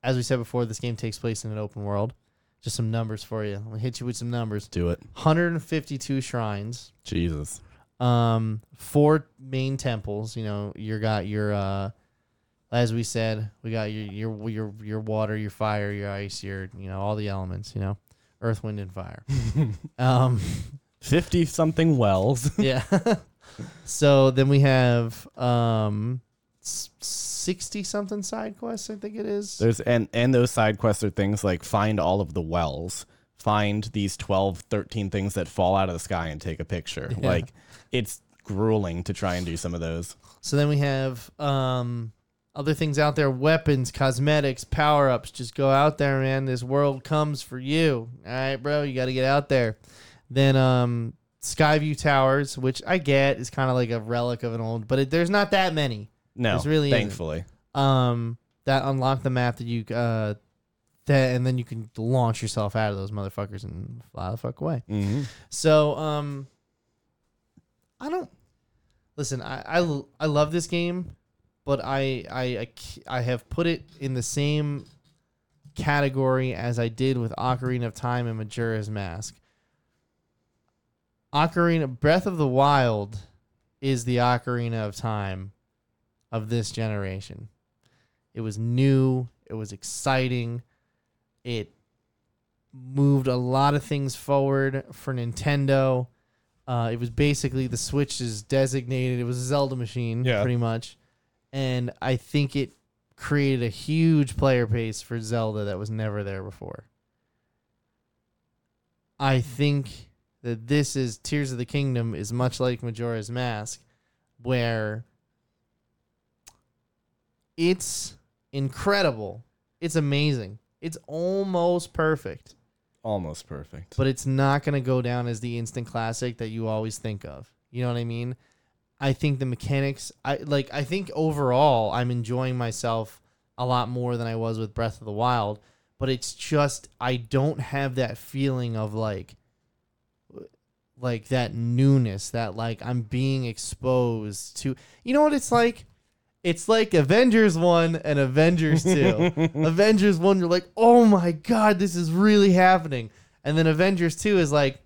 Speaker 3: as we said before, this game takes place in an open world. Just some numbers for you. I'll hit you with some numbers.
Speaker 1: Do it,
Speaker 3: 152 shrines,
Speaker 1: Jesus.
Speaker 3: um, four main temples. You know, you got your, uh, as we said, we got your your your your water, your fire, your ice, your you know all the elements. You know, earth, wind, and fire. um,
Speaker 1: Fifty
Speaker 3: (laughs)
Speaker 1: something wells.
Speaker 3: yeah. so then we have um, s- s- sixty something side quests. I think it is.
Speaker 1: There's and and those side quests are things like find all of the wells, find these 12, 13 things that fall out of the sky and take a picture. Like it's grueling to try and do some of those.
Speaker 3: So then we have um, other things out there: weapons, cosmetics, power ups. Just go out there, man. This world comes for you. All right, bro. You got to get out there. Then um, Skyview Towers, which I get is kind of like a relic of an old, but it, there's not that many.
Speaker 1: No,
Speaker 3: This really isn't.
Speaker 1: thankfully.
Speaker 3: Um, that unlock the map that you uh, that and then you can launch yourself out of those motherfuckers and fly the fuck away.
Speaker 1: Mhm.
Speaker 3: So, um, I don't listen. I, I l- I love this game, but I, I I c- I have put it in the same category as I did with Ocarina of Time and Majora's Mask. Ocarina Breath of the Wild is the Ocarina of Time of this generation. It was new. It was exciting. It moved a lot of things forward for Nintendo. Uh, it was basically the Switch is designated. It was a Zelda machine,
Speaker 1: Yeah.
Speaker 3: pretty much, and I think it created a huge player base for Zelda that was never there before. I think that this is Tears of the Kingdom is much like Majora's Mask, where it's incredible. It's amazing. It's almost perfect,
Speaker 1: Almost perfect.
Speaker 3: but it's not going to go down as the instant classic that you always think of. You know what I mean? I think the mechanics, I like I think overall I'm enjoying myself a lot more than I was with Breath of the Wild, but it's just I don't have that feeling of like like that newness that like I'm being exposed to. You know what it's like? It's like Avengers 1 and Avengers
Speaker 1: (laughs)
Speaker 3: 2. Avengers 1 you're like, "Oh my god, this is really happening." And then Avengers 2 is like,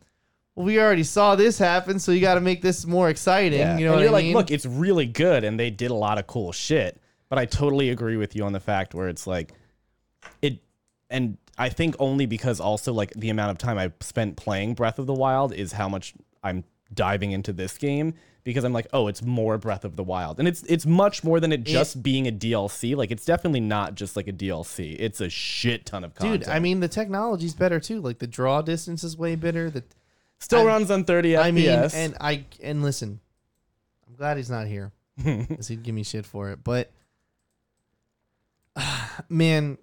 Speaker 3: well, we already saw this happen, so you got to make this more exciting.
Speaker 1: Yeah.
Speaker 3: You know
Speaker 1: and
Speaker 3: what
Speaker 1: you're
Speaker 3: I
Speaker 1: like,
Speaker 3: mean?
Speaker 1: look, it's really good, and they did a lot of cool shit. But I totally agree with you on the fact where it's like, it, and I think only because also like the amount of time I spent playing Breath of the Wild is how much I'm diving into this game because I'm like, oh, it's more Breath of the Wild, and it's it's much more than it just being a DLC. Like, it's definitely not just like a DLC. It's a shit ton of content.
Speaker 3: Dude, I mean, the technology's better too. Like the draw distance is way better. The
Speaker 1: still
Speaker 3: I-
Speaker 1: runs on 30
Speaker 3: I mean,
Speaker 1: FPS.
Speaker 3: and I and listen, I'm glad he's not
Speaker 1: (laughs)
Speaker 3: here, because he'd give me shit for it. But (sighs) man,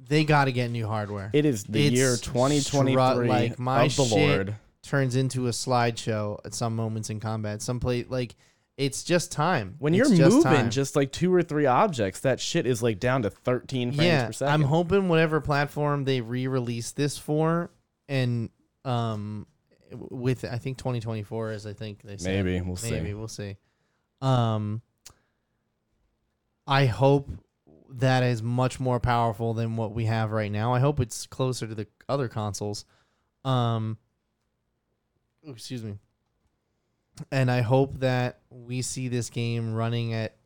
Speaker 3: they got to get new hardware.
Speaker 1: it is the
Speaker 3: It's
Speaker 1: year
Speaker 3: stru-
Speaker 1: 2023
Speaker 3: like, my
Speaker 1: of the
Speaker 3: shit
Speaker 1: Lord.
Speaker 3: turns into a slideshow at some moments in combat. Some play like it's just time
Speaker 1: when
Speaker 3: It's
Speaker 1: you're moving
Speaker 3: time.
Speaker 1: just like two or three objects, that shit is like down to 13 frames per second.
Speaker 3: I'm hoping whatever platform they re-release this for, and um, with I think 2024 is I think they said.
Speaker 1: Maybe, we'll see.
Speaker 3: maybe we'll see. Um, I hope that is much more powerful than what we have right now. I hope it's closer to the other consoles. Um, oh, excuse me. And I hope that we see this game running at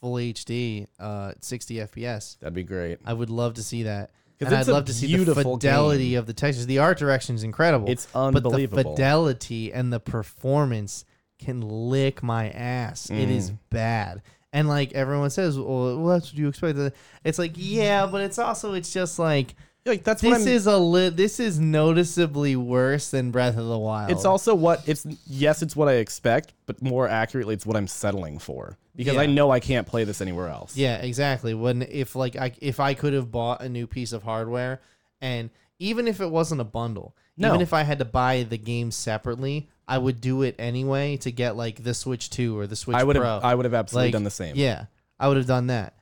Speaker 3: full HD, uh, at 60 FPS.
Speaker 1: That'd be great.
Speaker 3: I would love to see that.
Speaker 1: 'Cause
Speaker 3: And I'd
Speaker 1: it's a
Speaker 3: love to see the
Speaker 1: beautiful
Speaker 3: fidelity
Speaker 1: game.
Speaker 3: of the textures. The art direction is incredible.
Speaker 1: It's
Speaker 3: But the
Speaker 1: unbelievable.
Speaker 3: fidelity and the performance can lick my ass. It is
Speaker 1: Mm.
Speaker 3: bad. And like everyone says, well, well, that's what you expect. It's like, yeah, but it's also it's just like
Speaker 1: Like that's what
Speaker 3: this
Speaker 1: I'm,
Speaker 3: is a li- this is noticeably worse than Breath of the Wild.
Speaker 1: It's also what it's yes, it's what I expect, but more accurately, it's what I'm settling for because I
Speaker 3: Yeah.
Speaker 1: know I can't play this anywhere else.
Speaker 3: Yeah, exactly. When if like I if I could have bought a new piece of hardware and even if it wasn't a bundle,
Speaker 1: No.
Speaker 3: even if I had to buy the game separately, I would do it anyway to get like the Switch 2 or the Switch
Speaker 1: I would
Speaker 3: Pro.
Speaker 1: have I would have absolutely
Speaker 3: Like,
Speaker 1: done the same.
Speaker 3: Yeah. I would have done that.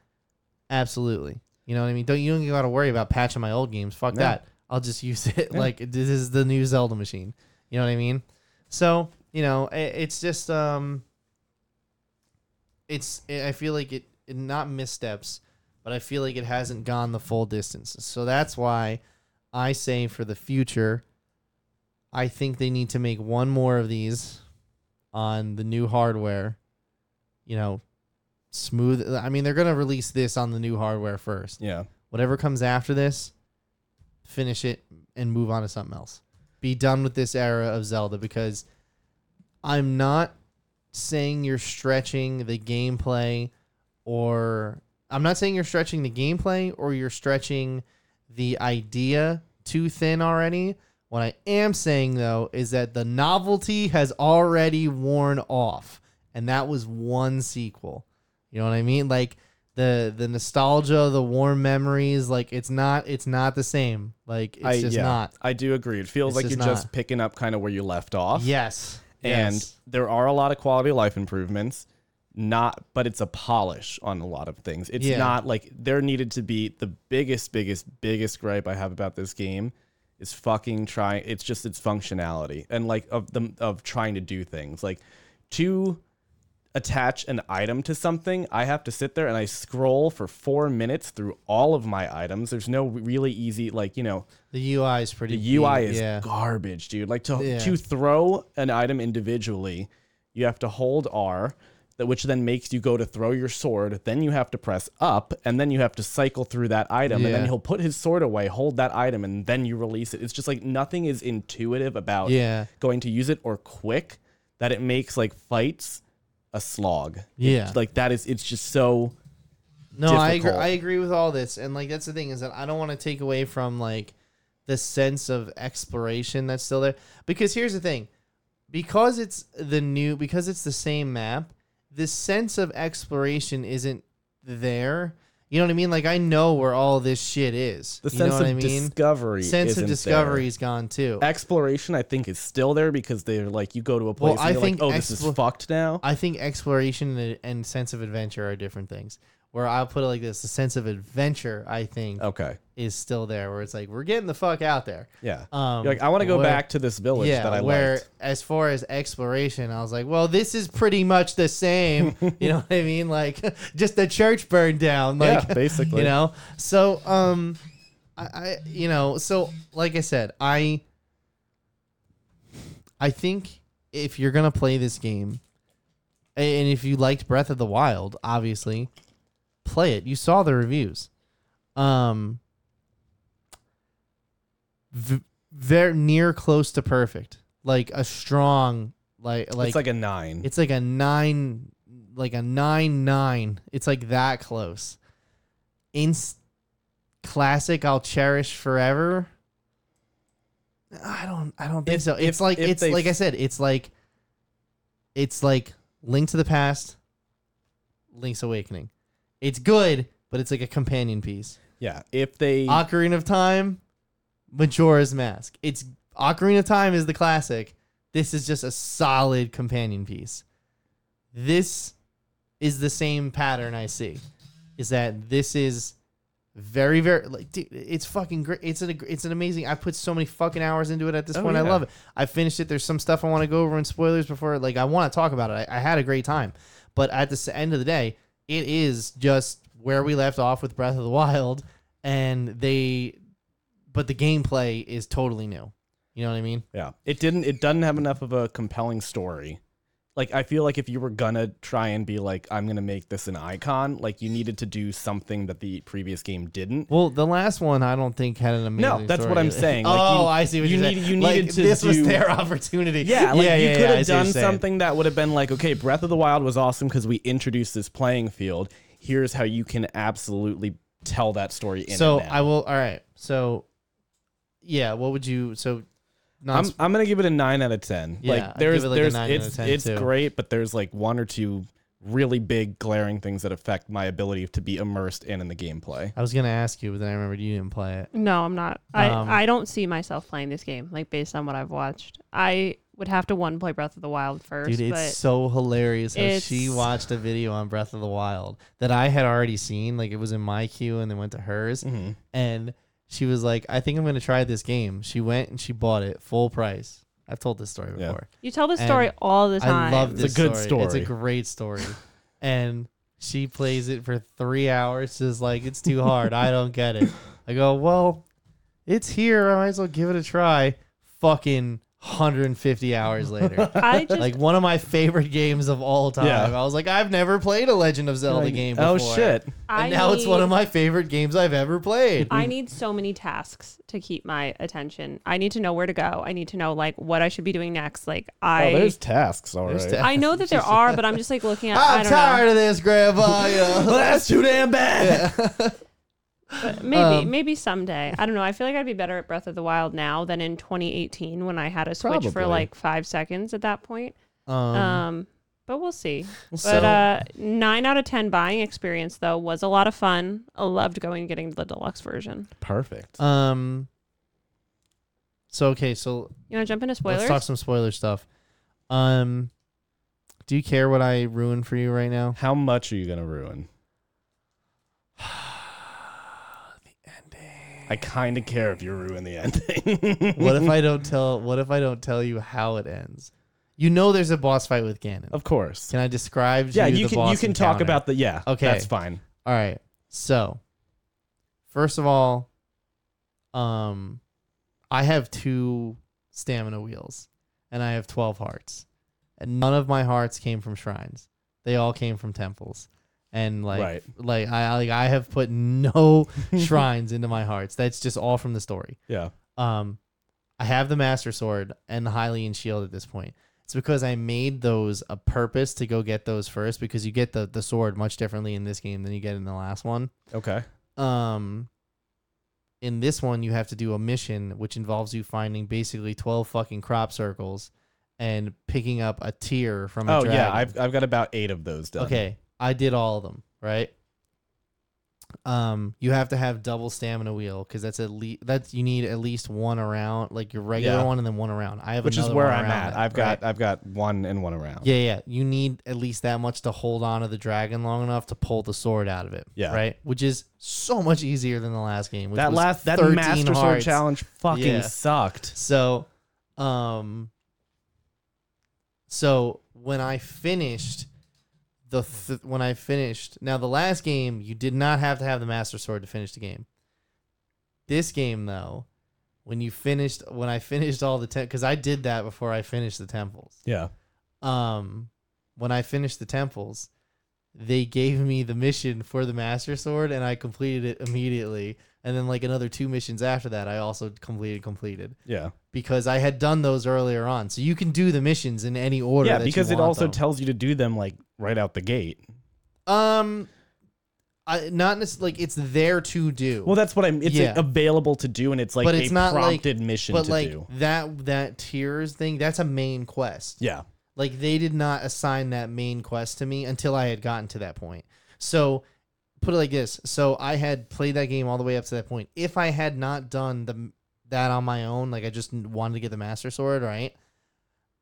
Speaker 3: Absolutely. You know what I mean? Don't you don't got to worry about patching my old games. Fuck
Speaker 1: No.
Speaker 3: that. I'll just use it like this is the new Zelda machine. You know what I mean? So, you know, i- it's just um it's i I feel like it, it not missteps, but I feel like it hasn't gone the full distance. So that's why I say for the future I think they need to make one more of these on the new hardware. You know, smooth. I mean, they're going to release this on the new hardware first.
Speaker 1: Yeah.
Speaker 3: Whatever comes after this, finish it and move on to something else. Be done with this era of Zelda because I'm not saying you're stretching the gameplay or I'm not saying you're stretching the gameplay or you're stretching the idea too thin already. What I am saying though is that the novelty has already worn off, and that was one sequel. You know what I mean? Like the the nostalgia, the warm memories, like it's not it's not the same. Like it's
Speaker 1: I,
Speaker 3: just
Speaker 1: yeah,
Speaker 3: not.
Speaker 1: I do agree. It feels
Speaker 3: It's
Speaker 1: like
Speaker 3: just
Speaker 1: you're just
Speaker 3: not.
Speaker 1: picking up kind of where you left off.
Speaker 3: Yes.
Speaker 1: And
Speaker 3: yes.
Speaker 1: there are a lot of quality of life improvements, not but it's a polish on a lot of things. It's
Speaker 3: Yeah.
Speaker 1: not like there needed to be the biggest, biggest, biggest gripe I have about this game is fucking trying it's just its functionality and like of them of trying to do things. Like to attach an item to something, I have to sit there and I scroll for four minutes through all of my items. There's no really easy like, you know,
Speaker 3: the UI is pretty
Speaker 1: the UI is
Speaker 3: yeah.
Speaker 1: garbage, dude. Like to
Speaker 3: Yeah.
Speaker 1: to throw an item individually, you have to hold R, that which then makes you go to throw your sword. Then you have to press up, and then you have to cycle through that item, and then
Speaker 3: Yeah.
Speaker 1: he'll put his sword away, hold that item, and then you release it. It's just like nothing is intuitive about
Speaker 3: Yeah.
Speaker 1: going to use it or quick that it makes like fights a slog.
Speaker 3: Yeah.
Speaker 1: Like that is it's just so
Speaker 3: No, I agree.
Speaker 1: difficult.
Speaker 3: I agree with all this, and like that's the thing is that I don't want to take away from like the sense of exploration that's still there. Because here's the thing, because it's the new, because it's the same map, the sense of exploration isn't there. You know what I mean? Like I know where all this shit is.
Speaker 1: the
Speaker 3: you
Speaker 1: sense
Speaker 3: know what
Speaker 1: of
Speaker 3: I mean?
Speaker 1: discovery.
Speaker 3: sense
Speaker 1: isn't
Speaker 3: of
Speaker 1: there.
Speaker 3: discovery is gone too.
Speaker 1: exploration i think is still there because they're like you go to a place
Speaker 3: Well, I
Speaker 1: and you're
Speaker 3: think
Speaker 1: like oh this is
Speaker 3: explo-
Speaker 1: fucked now
Speaker 3: I think exploration and, and sense of adventure are different things. Where I'll put it like this: the sense of adventure, I think,
Speaker 1: okay
Speaker 3: is still there where it's like we're getting the fuck out there.
Speaker 1: Oh. yeah
Speaker 3: Um,
Speaker 1: you're like i want to go
Speaker 3: where-
Speaker 1: back to this village
Speaker 3: yeah,
Speaker 1: that i
Speaker 3: where
Speaker 1: liked
Speaker 3: as far as exploration, I was like, well, this is pretty much the
Speaker 1: (laughs)
Speaker 3: same. you know what I mean? Like, (laughs) just the church burned down. Like, (laughs)
Speaker 1: yeah basically
Speaker 3: you know. So, um, I, I, you know, so like I said, I, I think if you're gonna play this game, a- and if you liked Breath of the Wild, obviously, play it. You saw the reviews. Um, v- very near close to perfect, like a strong, like like
Speaker 1: it's like a nine
Speaker 3: it's like a nine, like a nine nine. It's like that close. In classic, I'll cherish forever. I don't. I don't think
Speaker 1: If-
Speaker 3: so. It's
Speaker 1: if-
Speaker 3: like
Speaker 1: if
Speaker 3: it's
Speaker 1: they
Speaker 3: like I
Speaker 1: f-
Speaker 3: said. It's like it's like Link to the Past, Link's Awakening. It's good, but it's like a companion piece.
Speaker 1: yeah if they
Speaker 3: Ocarina of Time, Majora's Mask. It's Ocarina of Time is the classic. This is just a solid companion piece. This is the same pattern I see. Is that this is very very like dude, it's fucking great. It's an it's an amazing. I put so many fucking hours into it at this
Speaker 1: Oh,
Speaker 3: point. I
Speaker 1: yeah.
Speaker 3: love it. I finished it. There's some stuff I want to go over in spoilers before like I want to talk about it. I, I had a great time, but at the s- end of the day, it is just where we left off with Breath of the Wild, and they, but the gameplay is totally new. You know what I mean?
Speaker 1: yeah it didn't it doesn't have enough of a compelling story like i feel like if you were gonna try and be like i'm gonna make this an icon like you needed to do something that the previous game didn't
Speaker 3: Well, the last one I don't think had an amazing.
Speaker 1: No, that's
Speaker 3: story
Speaker 1: what I'm
Speaker 3: either. (laughs)
Speaker 1: saying. Like,
Speaker 3: oh,
Speaker 1: you-
Speaker 3: I see what
Speaker 1: you
Speaker 3: you're
Speaker 1: need-
Speaker 3: saying.
Speaker 1: you
Speaker 3: Like,
Speaker 1: needed to
Speaker 3: this was
Speaker 1: do-
Speaker 3: their (laughs) opportunity.
Speaker 1: Yeah, like you could
Speaker 3: I
Speaker 1: have
Speaker 3: see what
Speaker 1: done
Speaker 3: you're saying.
Speaker 1: something that would have been like, okay, Breath of the Wild was awesome because we introduced this playing field. Here's how you can absolutely tell that story. In
Speaker 3: So
Speaker 1: and out.
Speaker 3: I will. All right. So, yeah. What would you? So, non.
Speaker 1: I'm, I'm gonna give it a nine out of ten.
Speaker 3: Yeah, I'd
Speaker 1: like
Speaker 3: give
Speaker 1: there's
Speaker 3: it, like, a
Speaker 1: there's
Speaker 3: nine out of
Speaker 1: it's
Speaker 3: 10,
Speaker 1: it's
Speaker 3: too.
Speaker 1: great, but there's like one or two really big glaring things that affect my ability to be immersed in in the gameplay.
Speaker 3: I was gonna ask you, but then I remembered you didn't play it.
Speaker 2: No, I'm not.
Speaker 3: Um,
Speaker 2: I, I don't see myself playing this game, like based on what I've watched. I would have to one play Breath of the Wild first.
Speaker 3: Dude, it's
Speaker 2: but
Speaker 3: so hilarious how she
Speaker 2: it's-
Speaker 3: watched a video on Breath of the Wild that I had already seen. Like it was in my queue and then went to hers.
Speaker 1: Mm-hmm.
Speaker 3: And she was like, I think I'm gonna try this game. She went and she bought it full price. I've told this story
Speaker 1: Yeah.
Speaker 3: before.
Speaker 2: you tell the
Speaker 3: and
Speaker 2: story all the
Speaker 3: I
Speaker 2: time.
Speaker 3: love this
Speaker 1: It's a good
Speaker 3: It's a
Speaker 1: story.
Speaker 3: great
Speaker 1: (laughs)
Speaker 3: story. and she plays it for three hours, just like it's too hard. I don't
Speaker 1: (laughs)
Speaker 3: get it. I go, Well, it's here. I might as well give it a try. Fucking 150 hours later.
Speaker 1: (laughs)
Speaker 2: I just
Speaker 3: (laughs) like one of my favorite games of all time.
Speaker 1: Yeah.
Speaker 3: I was like, I've never played a Legend of Zelda game before.
Speaker 1: oh shit.
Speaker 2: I
Speaker 3: And now it's one
Speaker 2: need-
Speaker 3: of my favorite games I've ever played.
Speaker 2: I need so many tasks to keep my attention. I need to know where to go. I need to know like what I should be doing next. Like I
Speaker 1: oh, there's tasks. All right.
Speaker 3: There's
Speaker 1: (laughs)
Speaker 3: ta-
Speaker 2: I know that
Speaker 3: (laughs)
Speaker 2: there are, but I'm just like looking at I
Speaker 3: I'm
Speaker 2: don't
Speaker 3: tired of this, Grandpa. (laughs) you know.
Speaker 1: well, that's too damn bad.
Speaker 2: know. Maybe
Speaker 3: Um,
Speaker 2: maybe someday. I don't know. I feel like I'd be better at Breath of the Wild now than in 2018 when I had a Switch for
Speaker 1: Probably.
Speaker 2: like 5 seconds at that point.
Speaker 3: Um,
Speaker 2: Um but we'll see. But
Speaker 3: so-
Speaker 2: uh 9 out of 10 buying experience though was a lot of fun. I loved going and getting the deluxe version.
Speaker 1: Perfect.
Speaker 3: um. So okay, so
Speaker 2: You want to jump into spoilers?
Speaker 3: let's talk some spoiler stuff. Um, do you care what I ruin for you right
Speaker 1: (laughs)
Speaker 3: now?
Speaker 1: How much are you gonna ruin? (sighs) the ending. I kind of care if you ruin the ending.
Speaker 3: What if I don't tell? What if I don't tell you how it ends? You know, there's a boss fight with Ganon.
Speaker 1: Of course.
Speaker 3: Can I describe? to
Speaker 1: Yeah,
Speaker 3: you,
Speaker 1: you
Speaker 3: the
Speaker 1: can.
Speaker 3: boss
Speaker 1: You can talk
Speaker 3: encounter?
Speaker 1: about the. Yeah.
Speaker 3: Okay.
Speaker 1: That's fine.
Speaker 3: All right. So, first of all, um, I have two stamina wheels, and I have twelve hearts, and none of my hearts came from shrines. They all came from temples, and like,
Speaker 1: Right.
Speaker 3: like I like I have put no shrines into my hearts. That's just all from the story.
Speaker 1: Yeah.
Speaker 3: Um, I have the Master Sword and the Hylian Shield at this point. It's because I made those a purpose to go get those first because you get the, the sword much differently in this game than you get in the last one.
Speaker 1: Okay.
Speaker 3: Um, in this one, you have to do a mission which involves you finding basically 12 fucking crop circles and picking up a tear from a
Speaker 1: Oh
Speaker 3: dragon.
Speaker 1: yeah, I've I've got about eight of those done.
Speaker 3: Okay, I did all of them, right? Um, you have to have double stamina wheel because that's at least that's you need at least one around, like your regular
Speaker 1: Yeah.
Speaker 3: one and then one around. I have
Speaker 1: Which is
Speaker 3: another
Speaker 1: where
Speaker 3: one
Speaker 1: I'm
Speaker 3: around
Speaker 1: at.
Speaker 3: it,
Speaker 1: I've got
Speaker 3: right?
Speaker 1: I've got one and one around.
Speaker 3: yeah, yeah. You need at least that much to hold on to the dragon long enough to pull the sword out of it.
Speaker 1: Yeah.
Speaker 3: right. Which is so much easier than the last game. Which
Speaker 1: That
Speaker 3: was
Speaker 1: last that
Speaker 3: 13
Speaker 1: master sword
Speaker 3: hearts.
Speaker 1: challenge fucking
Speaker 3: Yeah.
Speaker 1: sucked.
Speaker 3: So, um, so when I finished the th- when I finished now the last game, you did not have to have the master sword to finish the game. This game though, when you finished when I finished all the temp because I did that before I finished the temples
Speaker 1: Yeah.
Speaker 3: um when I finished the temples, they gave me the mission for the Master Sword and I completed it immediately. And then like another two missions after that I also completed completed.
Speaker 1: Yeah.
Speaker 3: Because I had done those earlier on. So you can do the missions in any order.
Speaker 1: Yeah,
Speaker 3: that you
Speaker 1: because it
Speaker 3: want
Speaker 1: also
Speaker 3: them.
Speaker 1: tells you to do them like right out the gate.
Speaker 3: Um I, not necess- like it's there to do.
Speaker 1: Well, that's what I'm. It's
Speaker 3: Yeah.
Speaker 1: available to do, and it's like
Speaker 3: But it's
Speaker 1: a
Speaker 3: not like-
Speaker 1: prompted mission
Speaker 3: but
Speaker 1: to
Speaker 3: like
Speaker 1: do.
Speaker 3: that that tiers thing, that's a main quest.
Speaker 1: Yeah.
Speaker 3: Like they did not assign that main quest to me until I had gotten to that point. So put it like this. So I had played that game all the way up to that point. If I had not done the that on my own, like I just wanted to get the master sword, right?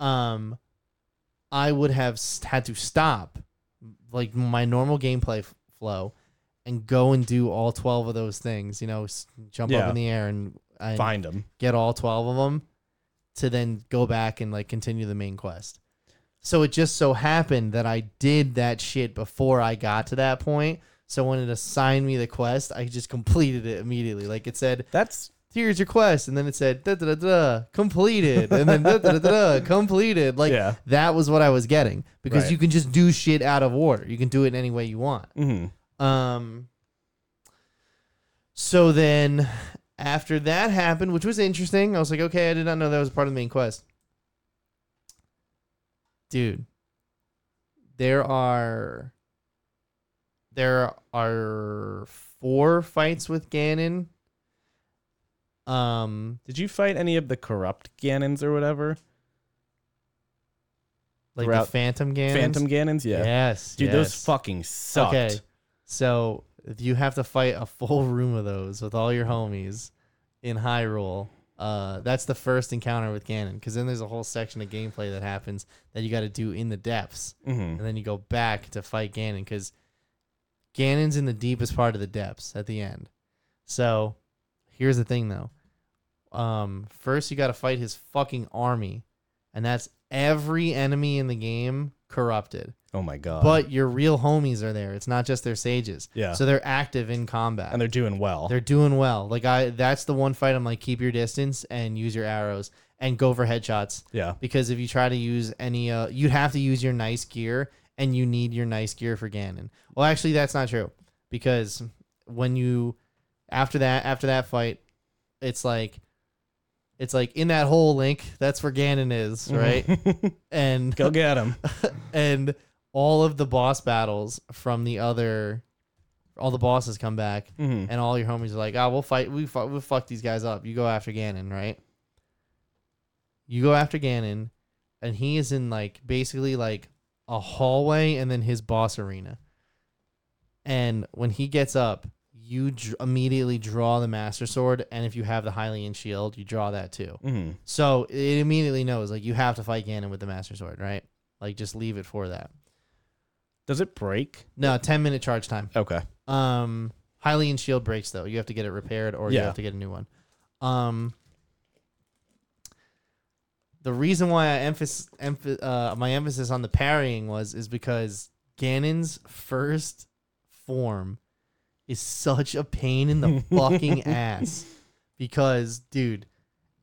Speaker 3: Um I would have s- had to stop like my normal gameplay f- flow and go and do all 12 of those things, you know, s- jump
Speaker 1: Yeah.
Speaker 3: up in the air and, and
Speaker 1: Find them.
Speaker 3: get all 12 of them to then go back and like continue the main quest. So it just so happened that I did that shit before I got to that point. So when it assigned me the quest, I just completed it immediately. Like it said,
Speaker 1: That's
Speaker 3: here's your quest. And then it said, da da da da, completed. And then da da da da, completed. Like
Speaker 1: Yeah.
Speaker 3: that was what I was getting because
Speaker 1: Right.
Speaker 3: you can just do shit out of order. You can do it any way you want.
Speaker 1: hmm
Speaker 3: Um. So then, after that happened, which was interesting, I was like, okay, I did not know that was part of the main quest. Dude, there are there are four fights with Ganon. Um,
Speaker 1: Did you fight any of the corrupt Ganons or whatever?
Speaker 3: like
Speaker 1: Throughout-
Speaker 3: the Phantom Ganon.
Speaker 1: Phantom Ganons? Yeah.
Speaker 3: Yes,
Speaker 1: Dude, those
Speaker 3: yes.
Speaker 1: fucking sucked.
Speaker 3: Okay. So you have to fight a full room of those with all your homies in Hyrule. Uh, that's the first encounter with Ganon, because then there's a whole section of gameplay that happens that you got to do in the depths,
Speaker 1: hmm
Speaker 3: and then you go back to fight Ganon, because Ganon's in the deepest part of the depths at the end. So here's the thing, though. Um, first you got to fight his fucking army, and that's every enemy in the game corrupted
Speaker 1: Oh my god.
Speaker 3: but your real homies are there. It's not just their sages.
Speaker 1: Yeah.
Speaker 3: So they're active in combat.
Speaker 1: and they're doing well.
Speaker 3: they're doing well. Like I that's the one fight I'm like keep your distance and use your arrows. and go for headshots
Speaker 1: Yeah.
Speaker 3: because if you try to use any uh you'd have to use your nice gear and you need your nice gear for Ganon. Well actually that's not true because when you after that after that fight it's like it's like in that hole link that's where Ganon
Speaker 1: Mm-hmm.
Speaker 3: is, (laughs) right?
Speaker 1: (laughs)
Speaker 3: and
Speaker 1: Go
Speaker 3: (laughs)
Speaker 1: get him.
Speaker 3: and all of the boss battles from the other all the bosses come back
Speaker 1: Mhm.
Speaker 3: and all your homies are like, "Ah, we'll fight we fu- we'll fuck these guys up. You go after Ganon, right?" You go after Ganon and he is in like basically like a hallway and then his boss arena. And when he gets up, you dr- immediately draw the master sword and if you have the Hylian shield, you draw that too.
Speaker 1: Mhm.
Speaker 3: So it immediately knows like you have to fight Ganon with the Master Sword, right? Like just leave it for that.
Speaker 1: Does it break?
Speaker 3: No, ten minute charge time.
Speaker 1: Okay.
Speaker 3: Um, Hylian shield breaks though. You have to get it repaired or you
Speaker 1: Yeah.
Speaker 3: have to get a new one. Um, the reason why I emphasis emph- uh, my emphasis on the parrying was is because Ganon's first form is such a pain in
Speaker 1: (laughs)
Speaker 3: the fucking ass because dude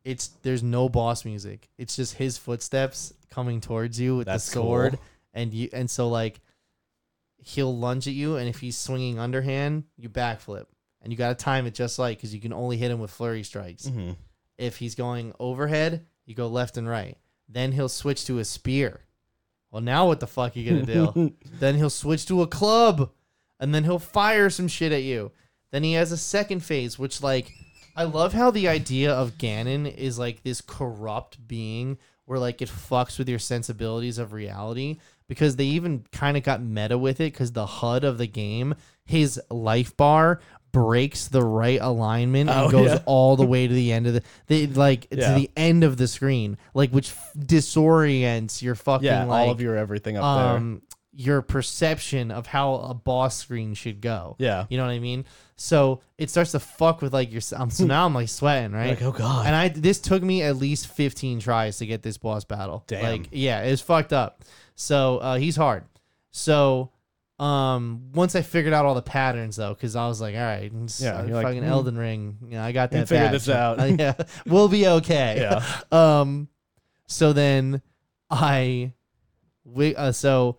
Speaker 3: it's there's no boss music it's just his footsteps coming towards you with
Speaker 1: That's
Speaker 3: the sword
Speaker 1: cool.
Speaker 3: and you and so like he'll lunge at you and if he's swinging underhand you backflip and you got to time it just like because you can only hit him with flurry strikes
Speaker 1: Mhm.
Speaker 3: if he's going overhead you go left and right then he'll switch to a spear well now what the fuck you gonna
Speaker 1: (laughs)
Speaker 3: do then he'll switch to a club and then he'll fire some shit at you then he has a second phase which like i love how the idea of ganon is like this corrupt being where like it fucks with your sensibilities of reality because they even kind of got meta with it because the hud of the game his life bar breaks the right alignment and
Speaker 1: Oh,
Speaker 3: goes
Speaker 1: yeah.
Speaker 3: all the way to the end of the they like to
Speaker 1: Yeah.
Speaker 3: the end of the screen like which f- disorients your fucking
Speaker 1: Yeah.
Speaker 3: like
Speaker 1: all of your everything up
Speaker 3: um your perception of how a boss screen should go
Speaker 1: there. Yeah.
Speaker 3: you know what i mean so it starts to fuck with like your s- um, so now i'm like sweating right
Speaker 1: Like, oh god.
Speaker 3: and I this took me at least 15 tries to get this boss battle.
Speaker 1: Damn.
Speaker 3: Like yeah, it was fucked up. So uh, he's hard. So um once I figured out all the patterns though, because I was like, all right, it's,
Speaker 1: Yeah,
Speaker 3: uh,
Speaker 1: you're like,
Speaker 3: fucking
Speaker 1: hmm.
Speaker 3: Elden Ring. You know, I got
Speaker 1: Can
Speaker 3: that.
Speaker 1: figure
Speaker 3: badge.
Speaker 1: this out.
Speaker 3: Uh, (laughs) yeah, we'll be okay.
Speaker 1: Yeah.
Speaker 3: (laughs) um, so then I, we uh, so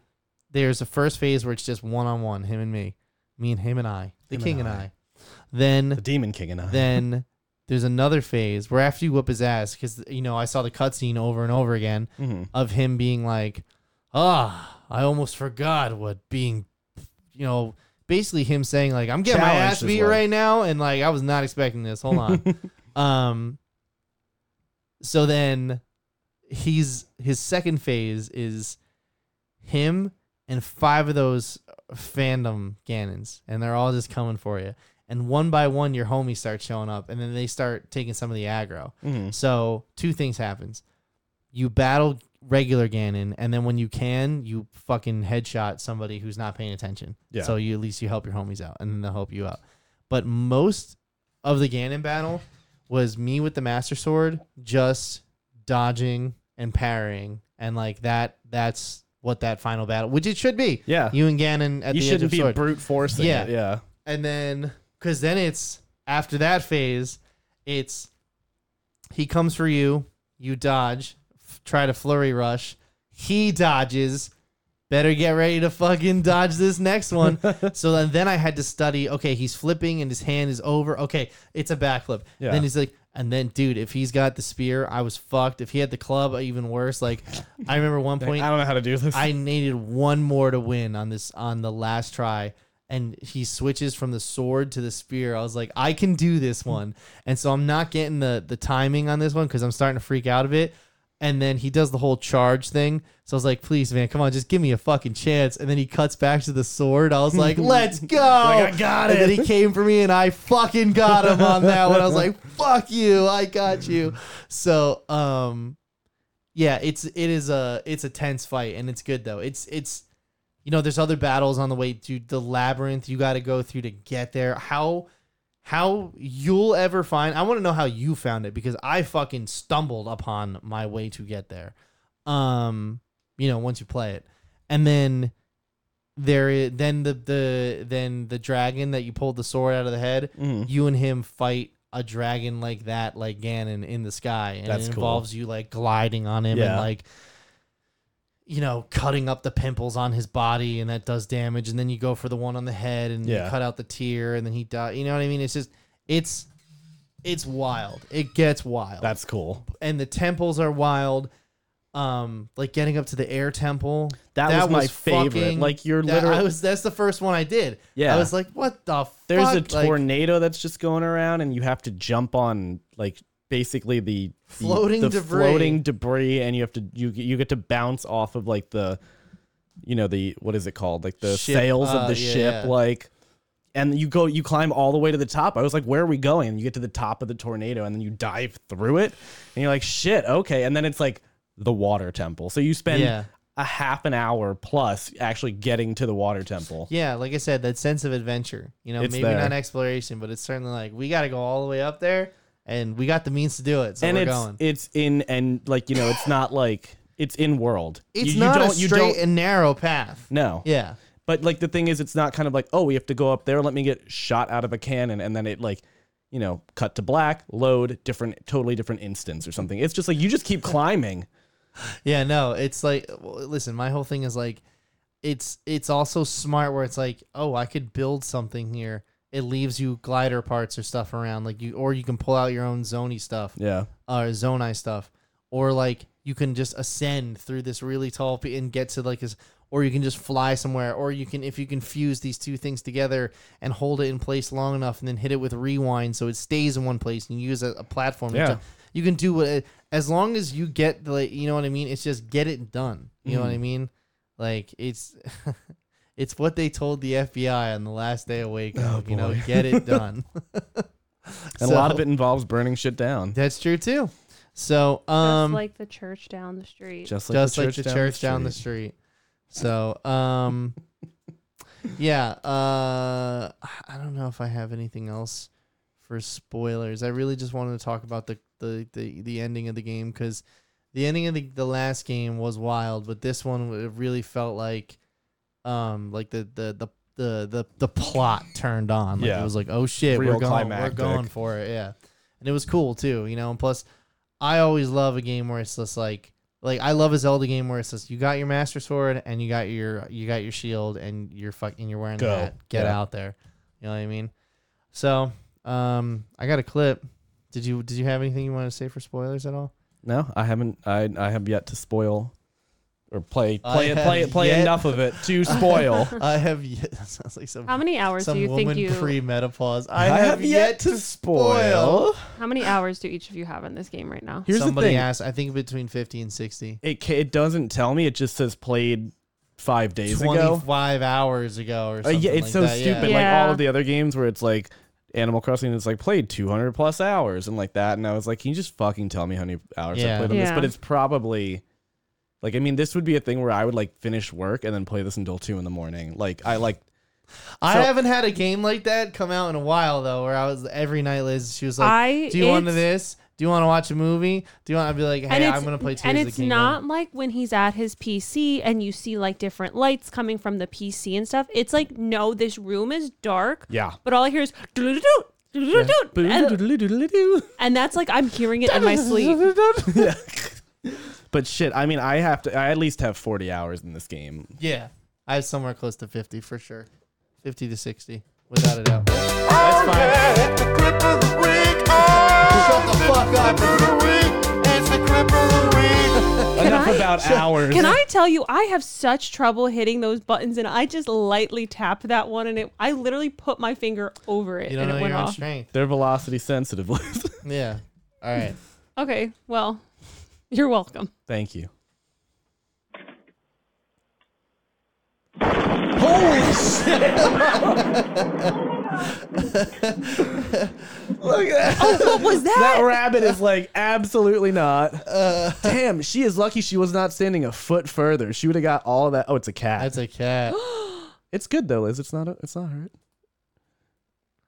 Speaker 3: there's a first phase where it's just one on one, him and me, me and him and I, the
Speaker 1: Him and
Speaker 3: king and I.
Speaker 1: I.
Speaker 3: Then
Speaker 1: the Demon King (laughs) and I.
Speaker 3: then there's another phase where after you whip his ass, because you know I saw the cutscene over and over again
Speaker 1: Mhm.
Speaker 3: of him being like, "Ah, I almost forgot what being," you know, basically him saying like, "I'm getting my
Speaker 1: Challenged
Speaker 3: ass
Speaker 1: is
Speaker 3: beat
Speaker 1: like-
Speaker 3: right now," and like I was not expecting this. Hold on.
Speaker 1: (laughs)
Speaker 3: um. So then, he's his second phase is him and five of those fandom Ganons, and they're all just coming for you. And one by one, your homies start showing up, and then they start taking some of the aggro.
Speaker 1: Mhm.
Speaker 3: So two things happens: you battle regular Ganon, and then when you can, you fucking headshot somebody who's not paying attention.
Speaker 1: Yeah.
Speaker 3: So you at least you help your homies out, and then they'll help you out. But most of the Ganon battle was me with the Master Sword, just dodging and parrying, and like that. That's what that final battle, which it should be.
Speaker 1: Yeah.
Speaker 3: You and Ganon at
Speaker 1: you
Speaker 3: the edge
Speaker 1: shouldn't
Speaker 3: of
Speaker 1: be
Speaker 3: sword
Speaker 1: brute forcing
Speaker 3: Yeah.
Speaker 1: it. Yeah.
Speaker 3: and then because then it's after that phase, it's he comes for you, you dodge, f- try to flurry rush, he dodges. Better get ready to fucking dodge this next one. so then, then I had to study. Okay, he's flipping and his hand is over. Okay, it's a backflip.
Speaker 1: Yeah.
Speaker 3: Then he's like, and then dude, if he's got the spear, I was fucked. If he had the club, even worse. Like, I remember one point.
Speaker 1: I don't know how to do (laughs) this.
Speaker 3: I needed one more to win on this on the last try. And he switches from the sword to the spear. I was like, I can do this
Speaker 1: Hmm.
Speaker 3: one. And so I'm not getting the the timing on this one because I'm starting to freak out of it. And then he does the whole charge thing. So I was like, please, man, come on, just give me a fucking chance. And then he cuts back to the sword. I was like,
Speaker 1: (laughs)
Speaker 3: let's go.
Speaker 1: Like, I got
Speaker 3: And
Speaker 1: it.
Speaker 3: then he came for me and I fucking got him on that one. I was like, fuck you, I got you. So um yeah, it's it is a it's a tense fight and it's good though. It's it's you know, there's other battles on the way to the labyrinth you gotta go through to get there. How how you'll ever find I wanna know how you found it because I fucking stumbled upon my way to get there. Um, you know, once you play it. And then there is, then the the then the dragon that you pulled the sword out of the head
Speaker 1: Mhm.
Speaker 3: you and him fight a dragon like that, like Ganon, in the sky, and
Speaker 1: That's
Speaker 3: it
Speaker 1: cool.
Speaker 3: involves you like gliding on him and
Speaker 1: Yeah.
Speaker 3: like you know cutting up the pimples on his body, and that does damage. And then you go for the one on the head, and you
Speaker 1: Yeah.
Speaker 3: cut out the tear, and then he dies. You know what I mean? It's just it's it's wild. It gets wild
Speaker 1: That's cool.
Speaker 3: and the temples are wild. Um, like getting up to the air temple.
Speaker 1: That was my favorite. Like, you're
Speaker 3: that-
Speaker 1: literally-
Speaker 3: I was. That's the first one I did.
Speaker 1: Yeah.
Speaker 3: I was like, what the?
Speaker 1: There's
Speaker 3: fuck?
Speaker 1: a
Speaker 3: Like,
Speaker 1: tornado that's just going around, and you have to jump on like basically the the-
Speaker 3: Floating
Speaker 1: the,
Speaker 3: debris.
Speaker 1: floating debris, and you have to you you get to bounce off of like the you know the what is it called like the
Speaker 3: Ship.
Speaker 1: sails
Speaker 3: Uh,
Speaker 1: of the
Speaker 3: yeah,
Speaker 1: ship
Speaker 3: yeah.
Speaker 1: like. And you go, you climb all the way to the top. I was like, "Where are we going?" And you get to the top of the tornado, and then you dive through it, and you're like, "Shit, okay." And then it's like the water temple. So you spend
Speaker 3: Yeah.
Speaker 1: a half an hour plus actually getting to the water temple.
Speaker 3: Yeah, like I said, that sense of adventure. You know,
Speaker 1: It's
Speaker 3: maybe
Speaker 1: there.
Speaker 3: not exploration, but it's certainly like we got to go all the way up there, and we got the means to do it. So
Speaker 1: and
Speaker 3: we're
Speaker 1: it's
Speaker 3: going.
Speaker 1: it's in and like you know it's not like it's in world.
Speaker 3: It's
Speaker 1: You- you
Speaker 3: not a
Speaker 1: don't- you
Speaker 3: straight
Speaker 1: don't-
Speaker 3: and narrow path.
Speaker 1: no.
Speaker 3: Yeah.
Speaker 1: But like the thing is, it's not kind of like oh we have to go up there. Let me get shot out of a cannon, and then it like you know cut to black, load different, totally different instance or something. It's just like you just keep climbing.
Speaker 3: Yeah, no, it's like w- listen, my whole thing is like it's it's also smart where it's like, oh, I could build something here. It leaves you glider parts or stuff around like you or you can pull out your own zony stuff
Speaker 1: Yeah,
Speaker 3: or zoni uh, stuff or like you can just ascend through this really tall pe- and get to like this or you can just fly somewhere or you can if you can fuse these two things together and hold it in place long enough and then hit it with rewind so it stays in one place and you use a, a platform to-
Speaker 1: Yeah.
Speaker 3: you can do what as long as you get the like, you know what i mean it's just get it done you know what
Speaker 1: Hmm.
Speaker 3: i mean like it's (laughs) it's what they told the fbi on the last day of waco you know
Speaker 1: Oh, boy.
Speaker 3: get
Speaker 1: (laughs)
Speaker 3: it done
Speaker 1: and a lot of
Speaker 3: So-
Speaker 1: it involves burning shit down,
Speaker 3: that's true too so
Speaker 2: Just
Speaker 3: um
Speaker 2: like the church down the street.
Speaker 1: just like
Speaker 3: just
Speaker 1: the
Speaker 3: like
Speaker 1: church,
Speaker 3: the
Speaker 1: down,
Speaker 3: church
Speaker 1: the
Speaker 3: down the street.
Speaker 1: street.
Speaker 3: So,
Speaker 1: (laughs)
Speaker 3: um, yeah, uh, I don't know if I have anything else for spoilers. I really just wanted to talk about the the the, the ending of the game because the ending of the, the last game was wild, but this one it really felt like, um, like the the the the the, the plot turned on. Like,
Speaker 1: Yeah.
Speaker 3: it was like, oh shit,
Speaker 1: Real
Speaker 3: we're going,
Speaker 1: climactic.
Speaker 3: we're going for it, yeah. And it was cool too, you know. And plus, I always love a game where it's just like like I love a Zelda game where it's just you got your master sword and you got your you got your shield and you're fucking you're wearing
Speaker 1: Go.
Speaker 3: that. Get
Speaker 1: Yeah.
Speaker 3: out there. You know what I mean? So, um I got a clip. Did you did you have anything you want to say for spoilers at
Speaker 2: (laughs)
Speaker 3: all?
Speaker 1: No, I haven't. I I have yet to spoil or play
Speaker 3: I
Speaker 1: play it play
Speaker 3: have
Speaker 1: it play
Speaker 3: yet-
Speaker 1: enough of it to spoil.
Speaker 3: I have yet that sounds like some
Speaker 2: How many hours do
Speaker 3: some
Speaker 2: you think
Speaker 3: woman
Speaker 2: you?
Speaker 3: pre-menopause. (laughs) I, have, yet, to spoil.
Speaker 2: how many hours do each of you have in this game right now?
Speaker 1: Here's
Speaker 3: Somebody
Speaker 1: the thing.
Speaker 3: asked, I think between 50 and 60.
Speaker 1: It ca- it doesn't tell me. It just says played five days ago.
Speaker 3: 25 hours ago or
Speaker 1: Uh,
Speaker 3: something
Speaker 1: yeah, it's
Speaker 3: like
Speaker 1: so
Speaker 3: that, yeah.
Speaker 1: stupid.
Speaker 2: Yeah.
Speaker 1: Like all of the other games where it's like Animal Crossing, it's like played 200 plus hours and like that. And I was like, can you just fucking tell me how many hours
Speaker 3: Yeah.
Speaker 1: I played on this?
Speaker 2: Yeah.
Speaker 1: But it's probably like I mean, this would be a thing where I would like finish work and then play this until two in the morning. Like I like
Speaker 3: I
Speaker 1: So-
Speaker 3: haven't had a game like that come out in a while though, where I was every night Liz, she was like,
Speaker 2: I-
Speaker 3: "Do you want to
Speaker 2: it's-
Speaker 3: this? Do you want to watch a movie? Do you want?" I'd be like, "Hey,
Speaker 2: it's-
Speaker 3: I'm gonna play." Tears
Speaker 2: and
Speaker 3: of the
Speaker 2: it's
Speaker 3: Kingdom."
Speaker 2: not like when he's at his PC and you see like different lights coming from the PC and stuff. It's like no, this room is dark.
Speaker 1: (laughs) Yeah.
Speaker 2: But all I hear is "Doo-doo-doo-doo, doo-doo-doo-doo," and, and that's like I'm hearing it in
Speaker 3: (laughs)
Speaker 2: my sleep.
Speaker 1: Yeah. (laughs) But shit, I mean, I have to. I at least have forty hours in this game.
Speaker 3: Yeah, I have somewhere close to fifty for sure, fifty to sixty, without a doubt. That's fine.
Speaker 6: It's the clip of the week. Oh,
Speaker 3: Shut the fuck up.
Speaker 6: clip of the week. It's the clip of the week.
Speaker 1: Enough
Speaker 2: I-
Speaker 1: about hours.
Speaker 2: Can I tell you, I have such trouble hitting those buttons, and I just lightly tap that one, and it. I literally put my finger over it,
Speaker 3: You don't
Speaker 2: and it
Speaker 3: know
Speaker 2: went
Speaker 3: your own
Speaker 2: off.
Speaker 3: strength.
Speaker 1: They're velocity sensitive. (laughs)
Speaker 3: Yeah. All right.
Speaker 2: Okay, well, (laughs) you're welcome.
Speaker 3: (laughs)
Speaker 1: Thank you.
Speaker 2: (laughs) What was
Speaker 1: That
Speaker 2: that?
Speaker 1: rabbit is like (laughs) absolutely not.
Speaker 3: Uh.
Speaker 1: Damn, she is lucky she was not standing a foot further. She would have got all that. Oh, it's a cat.
Speaker 3: That's a
Speaker 2: (gasps)
Speaker 3: cat.
Speaker 1: it's good though, Liz. It's not. A, it's not hurt.